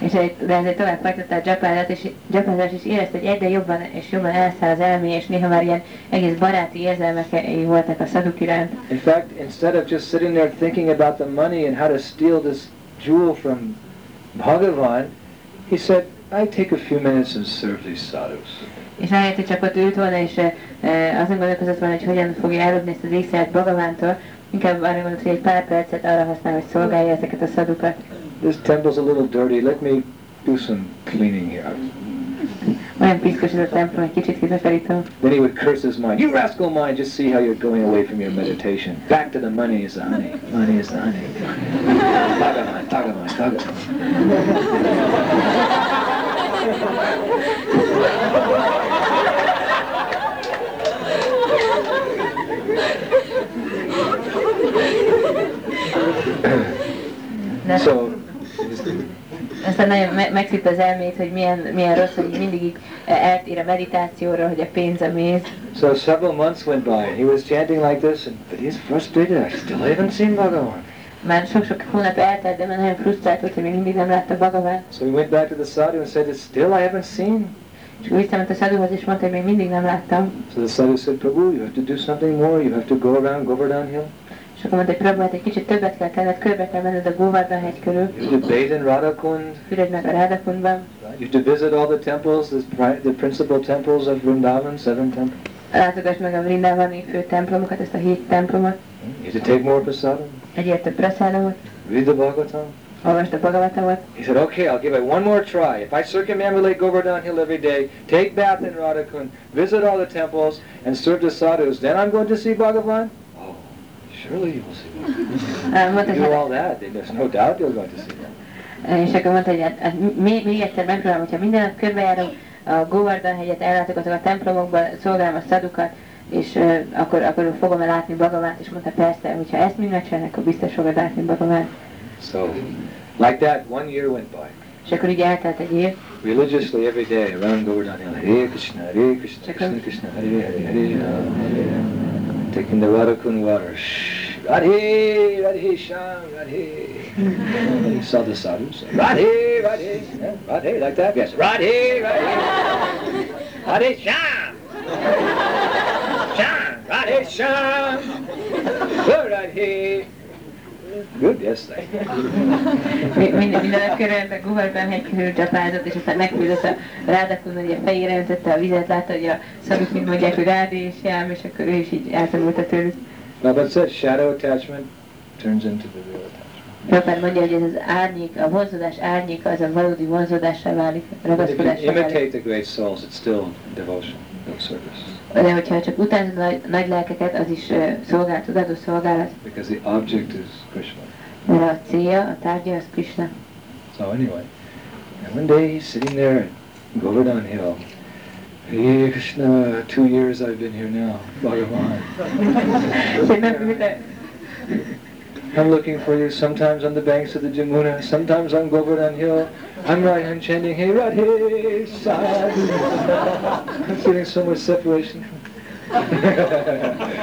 [SPEAKER 2] És egy, de ezért tovább folytatta a dzsapázat, és dzsapázás is érezte, hogy egyre jobban és jobban elszáll az elmé, és néha már ilyen egész baráti érzelmekei voltak a szaduk iránt.
[SPEAKER 1] In fact, instead of just sitting there thinking about the money and how to steal this jewel from Bhagavan, he said, I take a few minutes and serve these sadhus.
[SPEAKER 2] És ahelyett, hogy csak ott ült volna, és e, e, azon gondolkozott volna, hogy hogyan fogja ellopni ezt az észert Bhagavántól, inkább arra gondolt, hogy egy pár percet arra használ, hogy szolgálja ezeket a szadukat.
[SPEAKER 1] This temple's a little dirty. Let me do some cleaning here.
[SPEAKER 2] Olyan piszkos ez a templom, egy kicsit kitakarító.
[SPEAKER 1] Then he would curse his mind. You rascal mind, just see how you're going away from your meditation. Back to the money is the honey. Money is the honey. Bhagavan, Bhagavan, Bhagavan.
[SPEAKER 2] De
[SPEAKER 1] So,
[SPEAKER 2] aztán nagyon me- megszitt az elmét, hogy milyen, milyen rossz, hogy így mindig így e, eltér a meditációra, hogy a pénz a méz.
[SPEAKER 1] so several months went by, and he was chanting like this, and, but he's frustrated. I still haven't seen Bhagavan.
[SPEAKER 2] Már sok-sok hónap eltelt, de már nagyon frusztrált volt, hogy még mindig nem látta Bhagavan.
[SPEAKER 1] So he went back to the sadhu and said, "It's still I haven't seen."
[SPEAKER 2] És akkor visszament a szaduhoz, és mondta, hogy még mindig nem láttam.
[SPEAKER 1] So the sadhu said, "Prabhu, you have to do something more. You have to go around Govardhan Hill.
[SPEAKER 2] És akkor mondta, hogy Prabhu, hát egy kicsit többet kell tenned, körbe kell menned a Govardhan hegy körül.
[SPEAKER 1] You have to bathe in Radhakund.
[SPEAKER 2] Füred meg a Rádakunban,
[SPEAKER 1] You have to visit all the temples, the, pri- the principal temples of Vrindavan, seven temples.
[SPEAKER 2] Látogass meg a Vrindávani fő templomokat, ezt a hét templomot,
[SPEAKER 1] You should Hmm? take more prasadam.
[SPEAKER 2] egyért több praszállamot,
[SPEAKER 1] Read the Bhagavatam.
[SPEAKER 2] olvasd a Bhagavatamot,
[SPEAKER 1] He said, okay, I'll give it one more try. If I circumambulate Govardhan Hill every day, take bath in Radhakund, visit all the temples, and serve the sadhus, then I'm going to see Bhagavan? Oh, surely you will see Bhagavan.
[SPEAKER 2] Á, mondta,
[SPEAKER 1] You do
[SPEAKER 2] hogy
[SPEAKER 1] all that, then there's no doubt you're going to see him.
[SPEAKER 2] és akkor mondta, hogy hát, hát még, még egyszer megpróbálom, hogyha minden nap körbejárok a Govardhan hegyet, ellátogatok a templomokba, szolgálom a szadukat, és ö, akkor, akkor fogom el látni Bhagavánt, és mondta persze, hogyha ezt mind megcsinálnak, akkor biztos fogod látni Bhagavánt.
[SPEAKER 1] So, like that, one year went by.
[SPEAKER 2] És akkor így eltelt egy év,
[SPEAKER 1] Religiously every day around Govardhan Hill, Hare Krishna, Hare Krishna, Krishna Krishna, Hare Hare, Hare Ram. Taking the Radhakund water, shh, Radhe, Radhe, Sham, Radhe. And he saw the sadhus, Radhe, Radhe, yeah, Radhe, like that, yes, Radhe, Radhe, Radhe, Sham, Sham, Radhe, Sham, Good, Radhe. Good, yes, thank you.
[SPEAKER 2] Mi- Minden, minden nap körülött a guhajban hegy körül csapázott, és aztán megküldött a rádakon, hogy a fejére öntötte a vizet, látta, hogy a szaruk mind mondják, hogy rádi és jám, és akkor ő is így eltanulta tőlük.
[SPEAKER 1] Prabhupada said shadow attachment turns into the real attachment.
[SPEAKER 2] Prabhupád mondja, hogy ez az árnyék, a vonzódás árnyéka, az a valódi vonzódássá válik,
[SPEAKER 1] But if you
[SPEAKER 2] ragaszkodásra válik.
[SPEAKER 1] imitate the great souls, it's still devotion, no service.
[SPEAKER 2] De hogyha csak utánzod a nagy, nagy lelkeket, az is ö, szolgálat, tudatos szolgálat,
[SPEAKER 1] Because the object is Krishna.
[SPEAKER 2] mert a célja, a tárgya az Krishna.
[SPEAKER 1] So anyway, and one day he's sitting there at Govardhan Hill. Hare Krishna, two years I've been here now, Bhagavan.
[SPEAKER 2] És egy nap ült le-
[SPEAKER 1] I'm looking for you sometimes on the banks of the Jamuna, sometimes on Govardhan Hill. I'm right hand chanting, Hey Radhe, Sadhu. I'm feeling so much separation.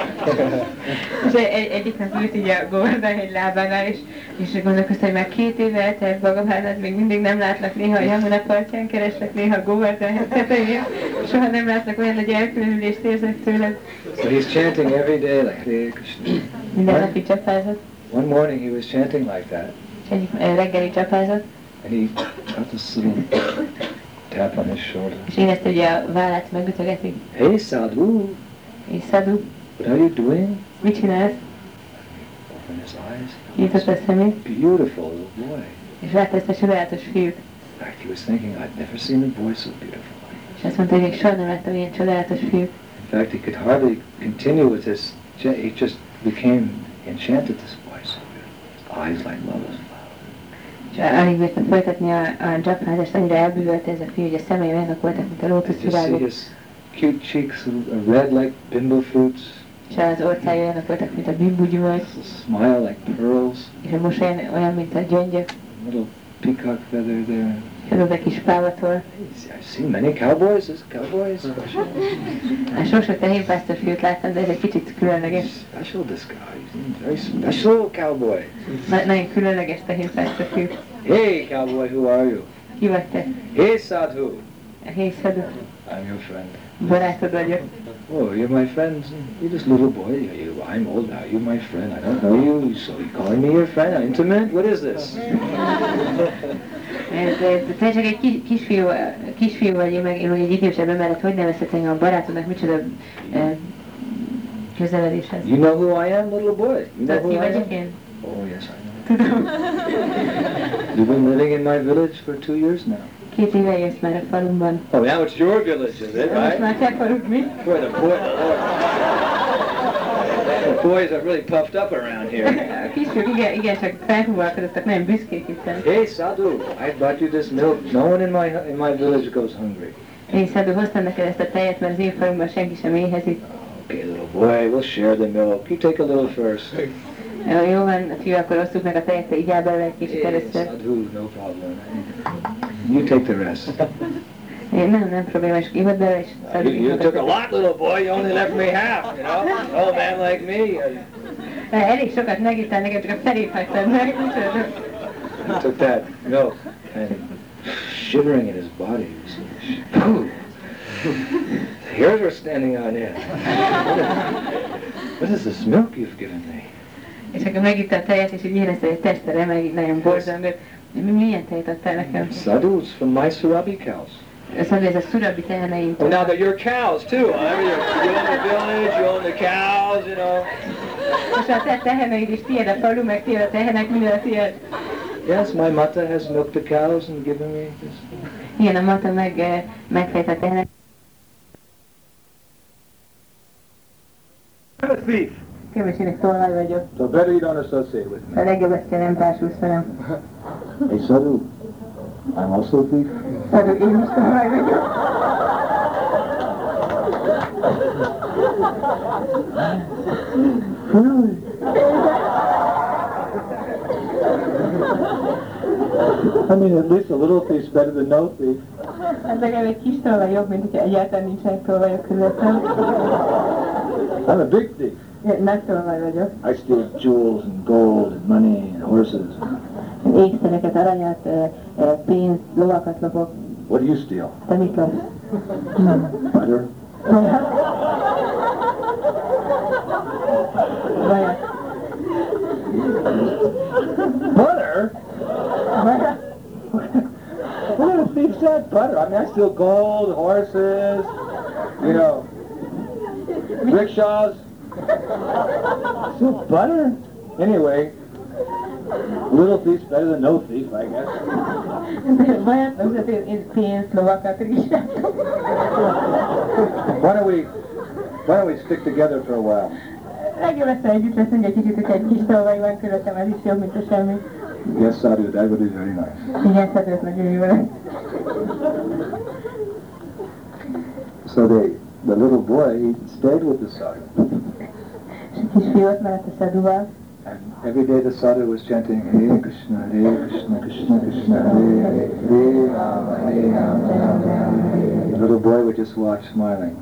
[SPEAKER 2] És egy, egyik nap ült így a Gordon egy lábánál, és, és gondolkoztam, hogy már két éve eltelt Bagabánat, még mindig nem látlak néha a Jamuna partján, kereslek néha hát, Gordon tetején, soha nem látlak olyan nagy elkülönülést érzek tőled.
[SPEAKER 1] so he's chanting every day like Hare Krishna.
[SPEAKER 2] Minden napi csapázott,
[SPEAKER 1] One morning he was chanting like that,
[SPEAKER 2] és egyik eh, reggeli csapázott,
[SPEAKER 1] and he got this little tap on his shoulder.
[SPEAKER 2] és érezte, hogy a vállát megütögetik.
[SPEAKER 1] Hey Sadhu,
[SPEAKER 2] És Szadu,
[SPEAKER 1] what are you doing?
[SPEAKER 2] mit csinálsz?
[SPEAKER 1] Open his eyes.
[SPEAKER 2] Nyitott a szemét,
[SPEAKER 1] Beautiful little boy.
[SPEAKER 2] és látta ezt a csodálatos fiút.
[SPEAKER 1] In fact, he was thinking, I've never seen a boy so beautiful.
[SPEAKER 2] És azt mondta, hogy még soha nem láttam ilyen csodálatos fiút.
[SPEAKER 1] In fact, he could hardly continue with this. cha- He just became enchanted. This boy so beautiful. His eyes like lotus flowers.
[SPEAKER 2] És alig bírta folytatni a, a dzsapházást, annyira elbűvölte ez a fiú, hogy a szemei olyanok voltak, mint a
[SPEAKER 1] You just see
[SPEAKER 2] lótuszvirágok,
[SPEAKER 1] his cute cheeks are red like bimbo fruits.
[SPEAKER 2] és az orcája olyanok voltak, mint a bimbugyümölcs,
[SPEAKER 1] His smile like pearls.
[SPEAKER 2] és a mosoly olyan- olyan, mint a gyöngyök,
[SPEAKER 1] Little peacock feather there.
[SPEAKER 2] és az a kis pávatól.
[SPEAKER 1] See, I've seen many cowboys. This cowboy is special.
[SPEAKER 2] Hát sose tehénpásztor fiút láttam, de ez egy kicsit különleges,
[SPEAKER 1] He's special, this guy. He's a very special cowboy.
[SPEAKER 2] Na, nagyon különleges tehénpásztor fiú.
[SPEAKER 1] Hey, cowboy, who are you?
[SPEAKER 2] Ki vagy te?
[SPEAKER 1] Hey, Sadhu.
[SPEAKER 2] A hészadó
[SPEAKER 1] I'm your friend.
[SPEAKER 2] barátod vagyok.
[SPEAKER 1] Oh, you're my friend. You're this little boy. Are you? I'm old now. You're my friend. I don't know you, so you're calling me your friend? Intimate? What is this?
[SPEAKER 2] Ez, ez, te csak egy ki- kisfiú, kisfiú vagy, én meg, én meg egy idősebb ember, hát hogy nevezhetnénk a barátodnak, micsoda eh, közeledés ez.
[SPEAKER 1] You know who I am, little boy? You know
[SPEAKER 2] Tudod,
[SPEAKER 1] who
[SPEAKER 2] ki
[SPEAKER 1] I
[SPEAKER 2] vagyok
[SPEAKER 1] am?
[SPEAKER 2] én?
[SPEAKER 1] Oh, yes, I know. You've been living in my village for two years now.
[SPEAKER 2] Két éve jössz már a falumban.
[SPEAKER 1] Oh, now it's your village, is it,
[SPEAKER 2] Most
[SPEAKER 1] right?
[SPEAKER 2] már te falud mi?
[SPEAKER 1] Boy, the boy, the boy- the boys are really puffed up around here.
[SPEAKER 2] A kisfiú igen, igen csak felhúvalkodottak, nem büszkék hiszen.
[SPEAKER 1] Hey Sadhu, I brought you this milk. No one in my in my village goes hungry.
[SPEAKER 2] Én Szadó, hoztam neked ezt a tejet, mert az én falumban senki sem éhezik.
[SPEAKER 1] Okay, little boy, we'll share the milk. You take a little first.
[SPEAKER 2] Jó, Jó van, a fiú, akkor osszuk meg a tejet, te így áll belőle egy kicsit
[SPEAKER 1] Hey,
[SPEAKER 2] először.
[SPEAKER 1] Sadhu, no problem. You take the rest.
[SPEAKER 2] Én nem, nem problémás, ivod belőle, és
[SPEAKER 1] You,
[SPEAKER 2] Szadó így
[SPEAKER 1] you took a
[SPEAKER 2] magadnak.
[SPEAKER 1] lot, little boy. You only left me half. You know, an old man like me. I
[SPEAKER 2] Elég sokat megittál nekem, csak a felét hagytad meg. micsoda.
[SPEAKER 1] took that milk and shivering in his body. he was like, "Phew." The hairs were standing on end. What is this milk you've given me?
[SPEAKER 2] És akkor megitta a tejet, és így érezte, hogy a teste remeg, így nagyon borzongott. Mi- Milyen tejet adtál nekem?
[SPEAKER 1] Sadhu's from my Surabi cows.
[SPEAKER 2] Somebody's a Sura Bitana
[SPEAKER 5] Well,
[SPEAKER 2] into.
[SPEAKER 5] Oh, now they're your cows too. I mean, you're, you own the village, you own the cows, you know.
[SPEAKER 2] Most a te teheneid is tiéd, a falu meg tiéd, a tehenek minden a tiéd.
[SPEAKER 1] Yes, my mother has milked the cows and given me this.
[SPEAKER 2] Igen, a mata meg, eh, megfejt a tehenek.
[SPEAKER 5] I'm a thief,
[SPEAKER 2] Kevesének tolvaj vagyok.
[SPEAKER 5] so better you don't associate with
[SPEAKER 2] A legjobb este nem társulsz velem.
[SPEAKER 1] Hey, Sadhu, I'm also a thief.
[SPEAKER 2] Pedig én most tolvaj vagyok.
[SPEAKER 1] I mean, at least a little thief's better than no thief.
[SPEAKER 2] Hát legalább egy kis tolvaj jobb, mint hogyha egyáltalán nincsenek tolvajok közöttem.
[SPEAKER 1] I'm a big thief.
[SPEAKER 2] Én Nagy tolvaj vagyok.
[SPEAKER 1] I steal jewels and gold and money and horses.
[SPEAKER 2] Ékszereket, aranyat, eh, eh, pénzt, lovakat lopok.
[SPEAKER 1] What do you steal?
[SPEAKER 2] Te mit lopsz?
[SPEAKER 1] Butter?
[SPEAKER 2] Vajat.
[SPEAKER 1] Butter? what kind of thief said butter? I mean, I steal gold, horses, you know, rickshaws. Steal butter? Anyway, little thief's better than no thief, I guess.
[SPEAKER 2] Vajat lopsz, én- én pénzt, lovakat, rizsát.
[SPEAKER 1] Why don't we, why don't we stick together for a while?
[SPEAKER 2] Legjobb lesz, ha együtt leszünk egy kicsit, hogyha egy kis tolvaj van körülöttem, ez is jobb, mint a semmi.
[SPEAKER 1] Yes, Sadhu, that would be very nice.
[SPEAKER 2] Igen, szedőt nagyon jó lesz.
[SPEAKER 1] So they, the little boy, he stayed with the sadhu.
[SPEAKER 2] És a kisfiú ott maradt a szedúval.
[SPEAKER 1] And every day the sadhu was chanting Hare Krishna, Hare Krishna, Krishna Krishna, Hare Hare, Hare Rama, Hare Rama, Rama Rama. The little boy would just watch, smiling.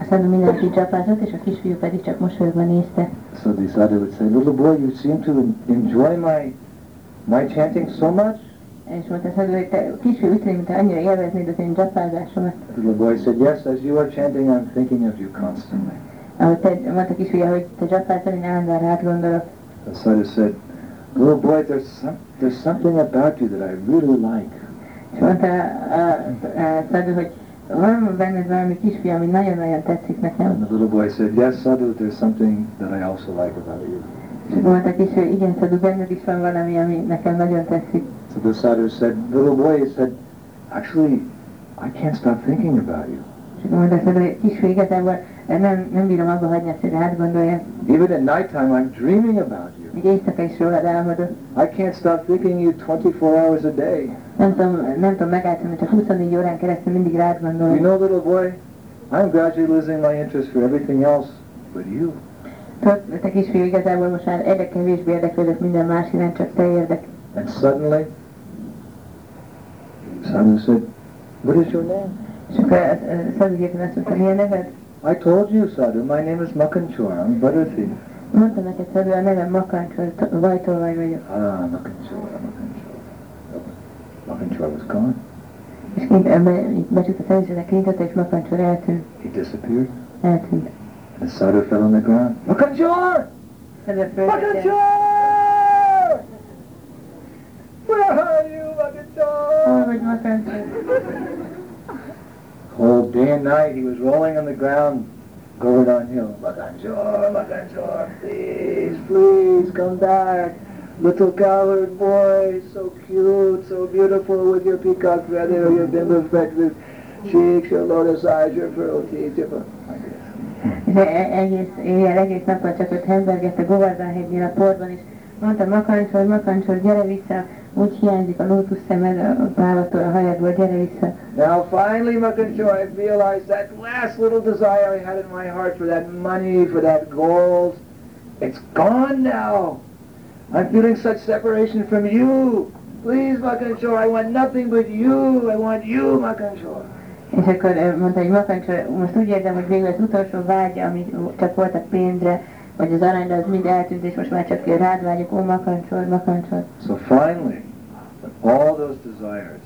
[SPEAKER 2] A szedú mindenki csapázott, és a kisfiú pedig csak mosolyogva nézte.
[SPEAKER 1] So the sadhu would say, little boy, you seem to en- enjoy my, my chanting so much.
[SPEAKER 2] És mondta a szedő, hogy te kisfiú úgy tűnik, mintha annyira élveznéd az én csapázásomat.
[SPEAKER 1] The little boy said, yes, as you are chanting, I'm thinking of you constantly.
[SPEAKER 2] Ahogy te, mondta a kisfiú, hogy te csapázol, én állandóan rád gondolok.
[SPEAKER 1] The sadhu said, little boy, there's, some, there's something about you that I really like.
[SPEAKER 2] És mondta a, a szedő, hogy van benned valami kisfiú, ami nagyon-nagyon tetszik nekem.
[SPEAKER 1] And the little boy said, yes, sadhu, there's something that I also like about you.
[SPEAKER 2] És mondta a kisfiú, igen, szedő, benned is van valami, ami nekem nagyon tetszik.
[SPEAKER 1] So the sadhu said, little boy, he said, actually, I can't stop thinking about you.
[SPEAKER 2] És akkor mondta a szedő, hogy kisfiú, igazából nem, nem bírom abba hagyni, azt, hogy rád gondoljak.
[SPEAKER 1] Even at nighttime, I'm dreaming about you.
[SPEAKER 2] Még éjszaka is rólad álmodok.
[SPEAKER 1] I can't stop thinking you 24 hours a day.
[SPEAKER 2] Nem tudom, nem tudom megállítani, csak 24 órán keresztül mindig rád
[SPEAKER 1] You
[SPEAKER 2] gondolok.
[SPEAKER 1] know, little boy, I'm gradually losing my interest for everything else but you.
[SPEAKER 2] Tudod, te kisfiú, igazából most már egyre kevésbé érdeklődök minden más iránt, csak te érdek.
[SPEAKER 1] And suddenly, sadhu said, what is your name?
[SPEAKER 2] És akkor szavigépen azt mondta, milyen neved?
[SPEAKER 1] I told you, sadhu, my name is Makanchor. I'm a butter thief.
[SPEAKER 2] Mondtam neked, Szabi, a nevem Makancsol, Vajtolvaj vagyok.
[SPEAKER 1] Ah, Makanchor, Makanchor. Makanchor was gone.
[SPEAKER 2] És kint ember becsült a szemüzőnek, kinyitott, és Makancsol eltűnt.
[SPEAKER 1] He disappeared.
[SPEAKER 2] Eltűnt.
[SPEAKER 1] The sadhu fell on the ground. Makanchor!
[SPEAKER 2] Szabi fölvetett.
[SPEAKER 1] Makanchor! Where are you,
[SPEAKER 2] Hol
[SPEAKER 1] Makanchor?
[SPEAKER 2] vagy Makancsol?
[SPEAKER 1] Whole day and night he was rolling on the ground, Govardhan Hill. Makanchor, Makanchor, please, please come back. Little coward boy, so cute, so beautiful with your peacock feather, your dimple flecked with cheeks, your lotus eyes, your pearl teeth. Your...
[SPEAKER 2] És e- e- egész éjjel, egész nappal csak ott hembergett a Govardhanhegynél a porban, és mondta, Makancsol, Makancsol, gyere vissza, úgy hiányzik a lótusz szemed a a pávattól, a hajadból, gyere vissza.
[SPEAKER 1] Now finally, Makanchor, I realized that last little desire I had in my heart for that money, for that gold, it's gone now. I'm feeling such separation from you. Please, Makanchor, I want nothing but you. I want you, Makanchor.
[SPEAKER 2] És akkor ö, mondta, hogy Makancsol, most úgy érzem, hogy végül az utolsó vágya, ami csak volt a pénzre, vagy az aranyra, az mind eltűnt, és most már csak rád vágyok, ó, Makancsol, Makancsol.
[SPEAKER 1] So finally, when all those desires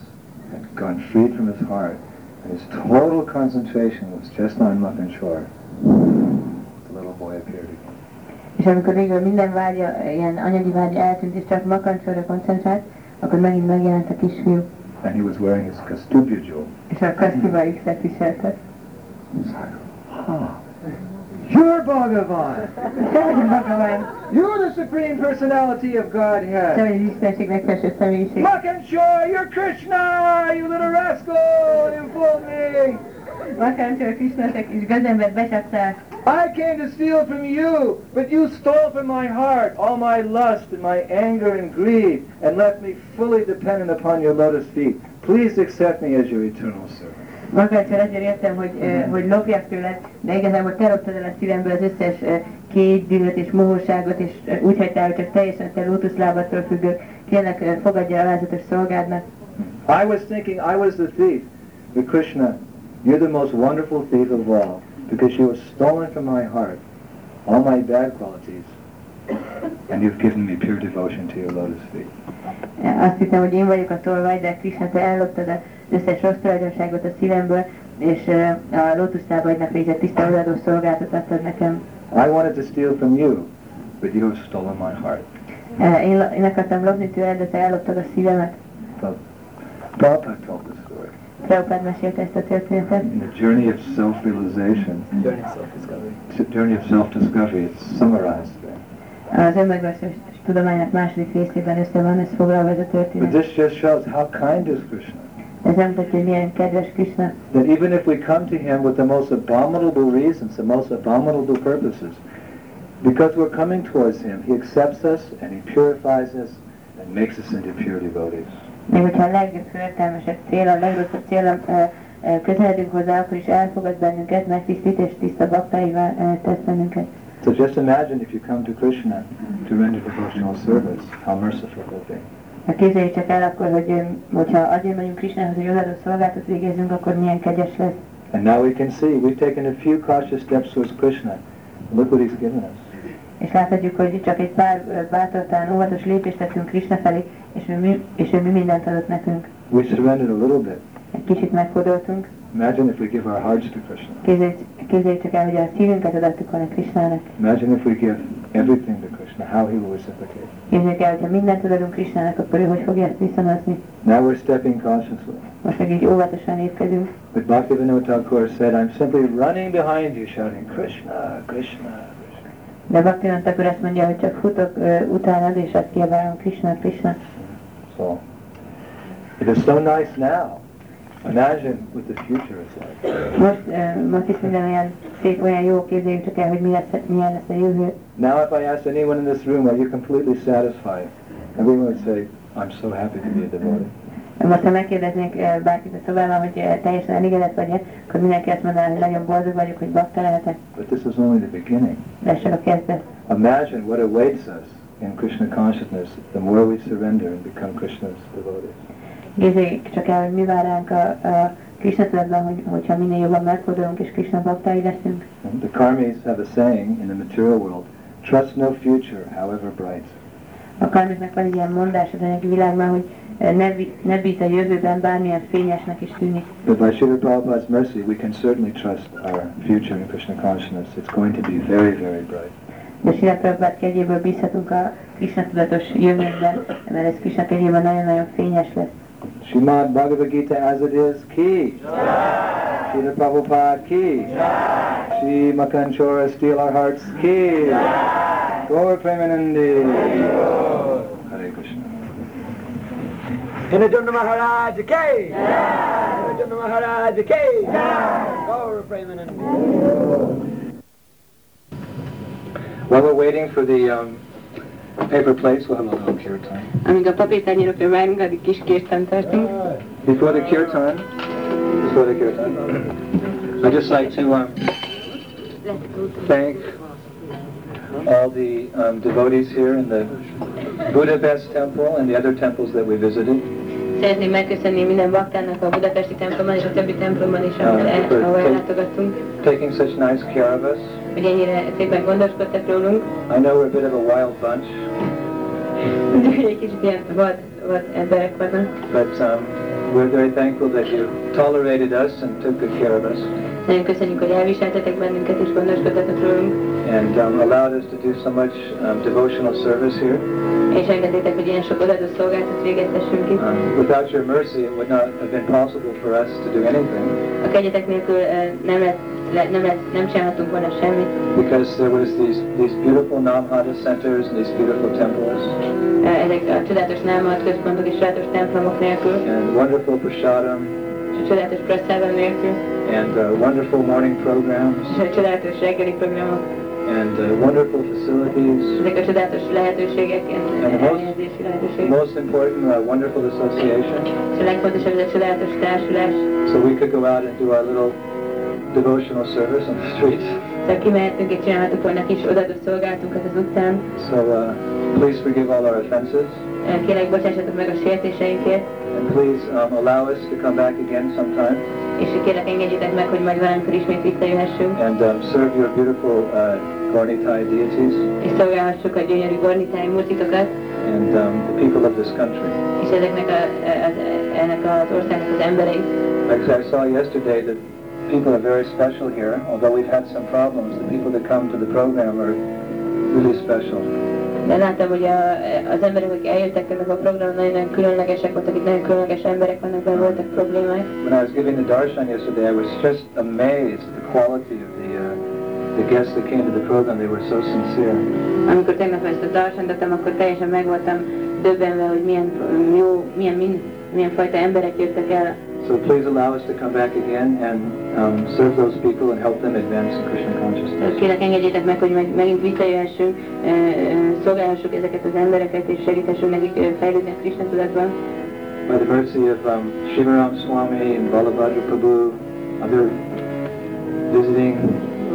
[SPEAKER 1] had gone free from his heart, and his total concentration was just on Makanchor, the little boy appeared again.
[SPEAKER 2] És amikor végül minden vágya, ilyen anyagi vágya eltűnt, és csak Makancsóra koncentrált, akkor megint megjelent a kisfiú.
[SPEAKER 1] and he was wearing his kastubya jewel.
[SPEAKER 2] és a kasztuba iklet viselte.
[SPEAKER 1] I was like, huh. You're Bhagavan!
[SPEAKER 2] Te vagy Bhagavan,
[SPEAKER 1] You're the Supreme Personality of
[SPEAKER 2] te
[SPEAKER 1] Godhead!
[SPEAKER 2] vagy az Istenség legfelső személyiség.
[SPEAKER 1] Look and sure, you're Krishna, you little rascal! You fooled me!
[SPEAKER 2] Vakáncsolok ismertek, és gazembert becsaptál.
[SPEAKER 1] I came to steal from you, but you stole from my heart all my lust and my anger and greed, and left me fully dependent upon your lotus feet. Please accept me as your eternal servant.
[SPEAKER 2] Vakáncsolok azért értem, hogy, ö,
[SPEAKER 1] Mhm.
[SPEAKER 2] hogy lopják tőled, de igazából te loptad el a szívemből az összes ö, kétgyűlöt és mohóságot, és ö, úgy hagytál, hogy csak teljesen te lótuszlábattól függök. Kérlek, ö, fogadj el a lázatos szolgádnak.
[SPEAKER 1] I was thinking I was the thief, but Krishna, you're the most wonderful thief of all, because you have stolen from my heart all my bad qualities, and you've given me pure devotion to your lotus feet.
[SPEAKER 2] Azt hittem, hogy én vagyok a tolvaj, de Krishna, te elloptad az összes rossz tulajdonságot a szívemből, és ö, a lótuszlábaidnak végzett tiszta odaadó szolgáltat adtad nekem.
[SPEAKER 1] I wanted to steal from you, but you have stolen my heart.
[SPEAKER 2] Ö, Én, lo- én akartam lopni tőled, de te elloptad a szívemet.
[SPEAKER 1] Prabhupada told the story.
[SPEAKER 2] Prabhupád mesélte ezt a történetet.
[SPEAKER 1] In the journey of self-realization,
[SPEAKER 3] Journey of self-discovery.
[SPEAKER 1] the journey of self-discovery, it's summarized there.
[SPEAKER 2] Az önmegveszős tudománynak második részében össze van ez foglalva ez a
[SPEAKER 1] But
[SPEAKER 2] történet.
[SPEAKER 1] this just shows how kind is Krishna.
[SPEAKER 2] Ez nem tudja, hogy milyen kedves Krishna.
[SPEAKER 1] That even if we come to him with the most abominable reasons, the most abominable purposes, because we're coming towards him, he accepts us and he purifies us and makes us into pure devotees.
[SPEAKER 2] Még hogyha a legfőtelmesebb cél, a legrosszabb cél, ö, ö, közeledünk hozzá, akkor is elfogad bennünket, mert tisztít és tiszta baktáival ö, tesz bennünket.
[SPEAKER 1] So just imagine if you come to Krishna to render devotional service, how merciful he'll be.
[SPEAKER 2] Ha képzeljük csak el akkor, hogy ö, hogyha azért megyünk Krishnához, hogy odaadó szolgáltat végezzünk, akkor milyen kegyes lesz.
[SPEAKER 1] And now we can see, we've taken a few cautious steps towards Krishna. Look what he's given us.
[SPEAKER 2] És láthatjuk, hogy csak egy pár ö, bátortalan, óvatos lépést tettünk Krishna felé, és ő, mi, és ő mi mindent adott nekünk.
[SPEAKER 1] We surrendered a little bit.
[SPEAKER 2] Egy kicsit megfordultunk.
[SPEAKER 1] Imagine if we give our hearts to Krishna.
[SPEAKER 2] Képzeljük, képzeljük csak el, hogy a szívünket adattuk volna Krishnának.
[SPEAKER 1] Imagine if we give everything to Krishna, how he will reciprocate.
[SPEAKER 2] Képzeljük el, hogyha mindent adunk Krishnának, akkor ő hogy fogja ezt visszanozni.
[SPEAKER 1] Now we're stepping cautiously.
[SPEAKER 2] Most meg így óvatosan lépkedünk.
[SPEAKER 1] But Bhaktivinoda Thakur said, I'm simply running behind you shouting, Krishna, Krishna, Krishna.
[SPEAKER 2] De Bhaktivinoda akkor azt mondja, hogy csak futok ö, utánad, és azt kiabálom Krishna, Krishna.
[SPEAKER 1] So, it is so nice now. Imagine what the future is like.
[SPEAKER 2] Most, ö, most is minden olyan szép, olyan jó, képzeljük csak el, hogy mi lesz, milyen lesz a jövő.
[SPEAKER 1] Now if I asked anyone in this room, are you completely satisfied? Everyone would say, I'm so happy to be a devotee.
[SPEAKER 2] Most, ha megkérdeznék ö, bárkit a szobában, hogy ö, teljesen elégedett vagy akkor mindenki azt mondaná, hogy nagyon boldog vagyok, hogy bakta lehetek.
[SPEAKER 1] But this is only the beginning.
[SPEAKER 2] De ez csak a kezdet.
[SPEAKER 1] Imagine what awaits us in Krishna consciousness the more we surrender and become Krishna's devotees.
[SPEAKER 2] Képzeljük csak el, hogy mi vár ránk a, a Krishna tudatban, hogy, hogyha minél jobban megfordulunk, és Krishna baktái leszünk.
[SPEAKER 1] And The karmis have a saying in the material world, trust no future, however bright.
[SPEAKER 2] A karmiknak van egy ilyen mondás az anyagi világban, hogy eh, ne, bi- ne bíz a jövőben, bármilyen fényesnek is tűnik.
[SPEAKER 1] But by Srila Prabhupada's mercy, we can certainly trust our future in Krishna consciousness. It's going to be very, very bright.
[SPEAKER 2] De Sila Prabhupát kegyéből bízhatunk a Krishna tudatos jövőben, mert ez Krishna kegyében nagyon-nagyon fényes lesz.
[SPEAKER 1] Srimad Bhagavad Gita as it is, ki. Srila Prabhupada, ki. Sri Makan Chora, steal our hearts, ki. Gaur Premanandi. Hare Krishna.
[SPEAKER 3] Hinajunda Maharaj K. Hinajunda Maharaj K. Gaura Premanandi.
[SPEAKER 6] While we're waiting for the um, paper plates, we'll have a little kirtan.
[SPEAKER 7] Amíg a papírtányérokra várunk, addig kis kértem tartunk.
[SPEAKER 6] Before the kirtan, before the kirtan, I'd just like to um, thank all the um, devotees here in the Budapest temple and the other temples that we visited
[SPEAKER 7] Szeretném megköszönni minden baktának a budapesti templomban és a többi templomban is, ahol, el, ahol ellátogattunk,
[SPEAKER 6] taking such nice care of us.
[SPEAKER 7] hogy ennyire szépen gondoskodtak rólunk.
[SPEAKER 6] I know we're a bit of a wild bunch,
[SPEAKER 7] Úgyhogy egy kicsit ilyen vad, vad emberek vannak.
[SPEAKER 6] but um, we're very thankful that you tolerated us and took good care of us
[SPEAKER 7] Nagyon köszönjük, hogy elviseltetek bennünket és gondoskodtatok rólunk,
[SPEAKER 6] and um, allowed us to do so much um, devotional service here.
[SPEAKER 2] és engedétek, hogy ilyen sok odaadó szolgáltat végeztessünk itt.
[SPEAKER 1] Um, without your mercy, it would not have been possible for us to do anything
[SPEAKER 2] A kegyetek nélkül ö, nem lesz, le- nem lesz, nem csinálhatunk volna semmit.
[SPEAKER 1] because there was these, these beautiful Namhada centers and these beautiful temples
[SPEAKER 2] Ö, Ezek a csodálatos námat központok és csodálatos templomok nélkül,
[SPEAKER 1] and wonderful prasadam
[SPEAKER 2] és a csodálatos prasszában nélkül,
[SPEAKER 1] and uh, wonderful morning programs
[SPEAKER 2] és a csodálatos reggeli programok,
[SPEAKER 1] and uh, wonderful facilities.
[SPEAKER 2] ezek a csodálatos lehetőségek, ilyen
[SPEAKER 1] Aha.
[SPEAKER 2] elhelyezési lehetőségek.
[SPEAKER 1] Most important, a wonderful association.
[SPEAKER 2] És a legfontosabb ez a csodálatos társulás,
[SPEAKER 1] So we could go out and do our little devotional service on the streets.
[SPEAKER 2] Szóval kimehetünk és csinálhatunk volna kis odaadó szolgáltunkat az utcán.
[SPEAKER 1] So uh, please forgive all our offenses.
[SPEAKER 2] Ö, Kérlek, bocsássatok meg a sértéseinkért,
[SPEAKER 1] And please um, allow us to come back again sometime
[SPEAKER 2] és kérlek, engedjétek meg, hogy majd valamikor ismét visszajöhessünk,
[SPEAKER 1] and um, serve your beautiful uh, Gorni Thai deities
[SPEAKER 2] és szolgálhassuk a gyönyörű gornitáj murtitokat,
[SPEAKER 1] and um, the people of this country.
[SPEAKER 2] és ezeknek a, az, ennek az országnak az embereit.
[SPEAKER 1] Actually, I saw yesterday that people are very special here. Although we've had some problems, the people that come to the program are really special.
[SPEAKER 2] De láttam, hogy a, az emberek, akik eljöttek ennek a programra, nagyon különlegesek voltak, itt nagyon különleges emberek vannak, de voltak problémák.
[SPEAKER 1] When I was giving the darshan yesterday, I was just amazed at the quality of the uh, the guests that came to the program. They were so sincere.
[SPEAKER 2] Amikor tegnap ezt a darsant adtam, akkor teljesen meg voltam döbbenve, hogy milyen jó, milyen, mind, milyen fajta emberek jöttek el
[SPEAKER 1] So please allow us to come back again and um, serve those people and help them advance in Krishna consciousness.
[SPEAKER 2] Kérlek, engedjétek meg, hogy meg, megint visszajöhessünk, ö, ö, szolgálhassuk ezeket az embereket, és segíthessünk nekik ö, fejlődni a Krishna tudatban.
[SPEAKER 1] By the mercy of um, Shivaram Swami and Balabhadra Prabhu, other visiting,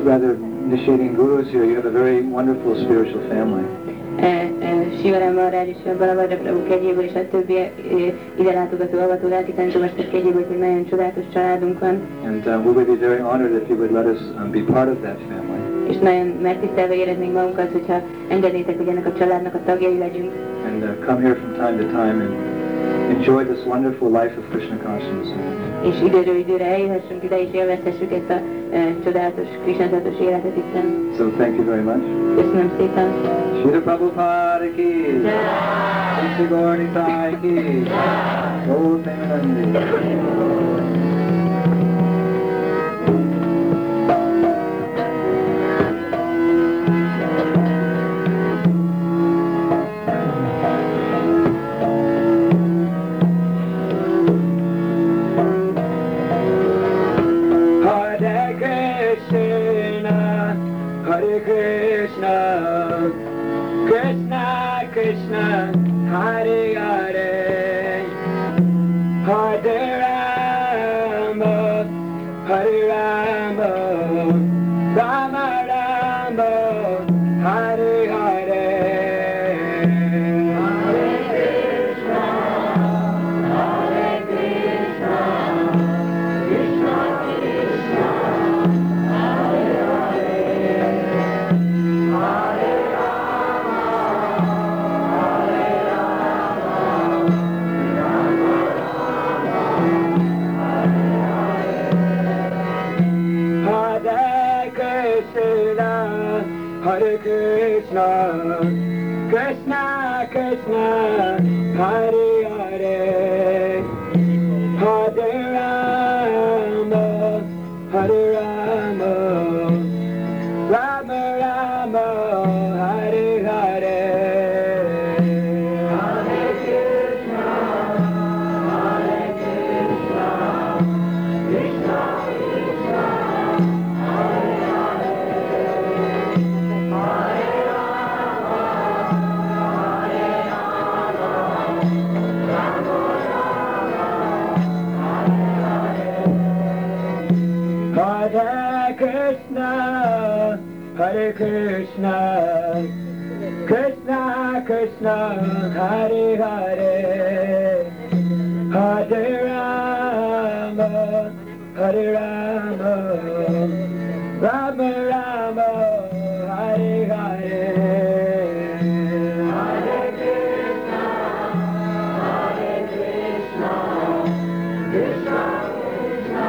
[SPEAKER 1] rather initiating gurus here, you have a very wonderful spiritual family.
[SPEAKER 2] E, Sivarán Marrád és Balavadra Prabhu kegyéből, és a többi ö, ide látogató avató lelki tanítomester kegyéből, hogy nagyon csodálatos családunk van,
[SPEAKER 1] And uh, we would be very honored if you would let us um, be part of that family.
[SPEAKER 2] és nagyon megtisztelve éreznénk magunkat, hogyha engednétek, hogy ennek a családnak a tagjai legyünk,
[SPEAKER 1] And uh, come here from time to time and enjoy this wonderful life of Krishna consciousness.
[SPEAKER 2] és időről időre eljöhessünk ide, és élvezhessük ezt a ö, csodálatos, Krishna tudatos életet itt.
[SPEAKER 1] So thank you very much.
[SPEAKER 2] Köszönöm szépen!
[SPEAKER 1] Srila Prabhupada ki, Sri Gauri Sai ki, Gaur Premanandi.
[SPEAKER 4] Hare Krishna, Hare Krishna, Krishna Krishna, Hare Hare, Hare Rama, Hare Rama, Rama Rama, Hare Hare. Hare Hare Krishna, Hare Krishna, Krishna Krishna, Hare Hare, Hare Rama, Hare Rama, Rama Rama, Hare Hare. Hare Krishna, Hare Krishna, Krishna Krishna. Hare Krishna, Hare Krishna, Krishna Krishna, Hare Hare, Hare Rama, Hare Rama, Rama Rama, Hare Hare. Hare Krishna, Hare Krishna, Krishna Hare Rama, Hare Rama, Rama Rama, Hare Hare. Hare Rama, Hare Rama, Rama Rama, Hare Hare. Hare Krishna, Hare Krishna, Krishna Krishna,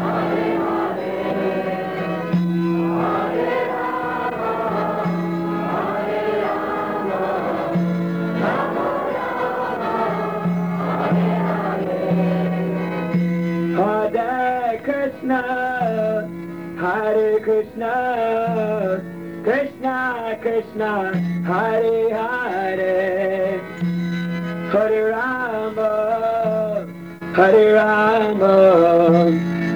[SPEAKER 4] Hare Hare. Hare Rama, Hare Rama, Hare Rama, Rama Rama, Hare Hare. Hare Krishna, Hare Krishna, Krishna Krishna, Hare Hare. Hare Rama, Hare Rama, Hare Rama, Rama Rama, Hare Hare. Hare Rama, Hare Rama, Hare Rama, Rama Rama, Hare Hare. Hare Krishna, Hare Krishna, Krishna Krishna, Hare Hare. Hare Rama, Hare Rama, Hare Rama, Rama Rama, Hare Hare. Hare Krishna, Hare Krishna, Krishna Krishna, Hare Hare. Hare Rama, Hare Rama, Hare Rama, Rama Rama, Hare Hare. Hare Krishna, Hare Krishna, Krishna Krishna, Hare Krishna, Hare Krishna, Krishna Krishna, Hare Hare, Hare Rama, Hare Rama.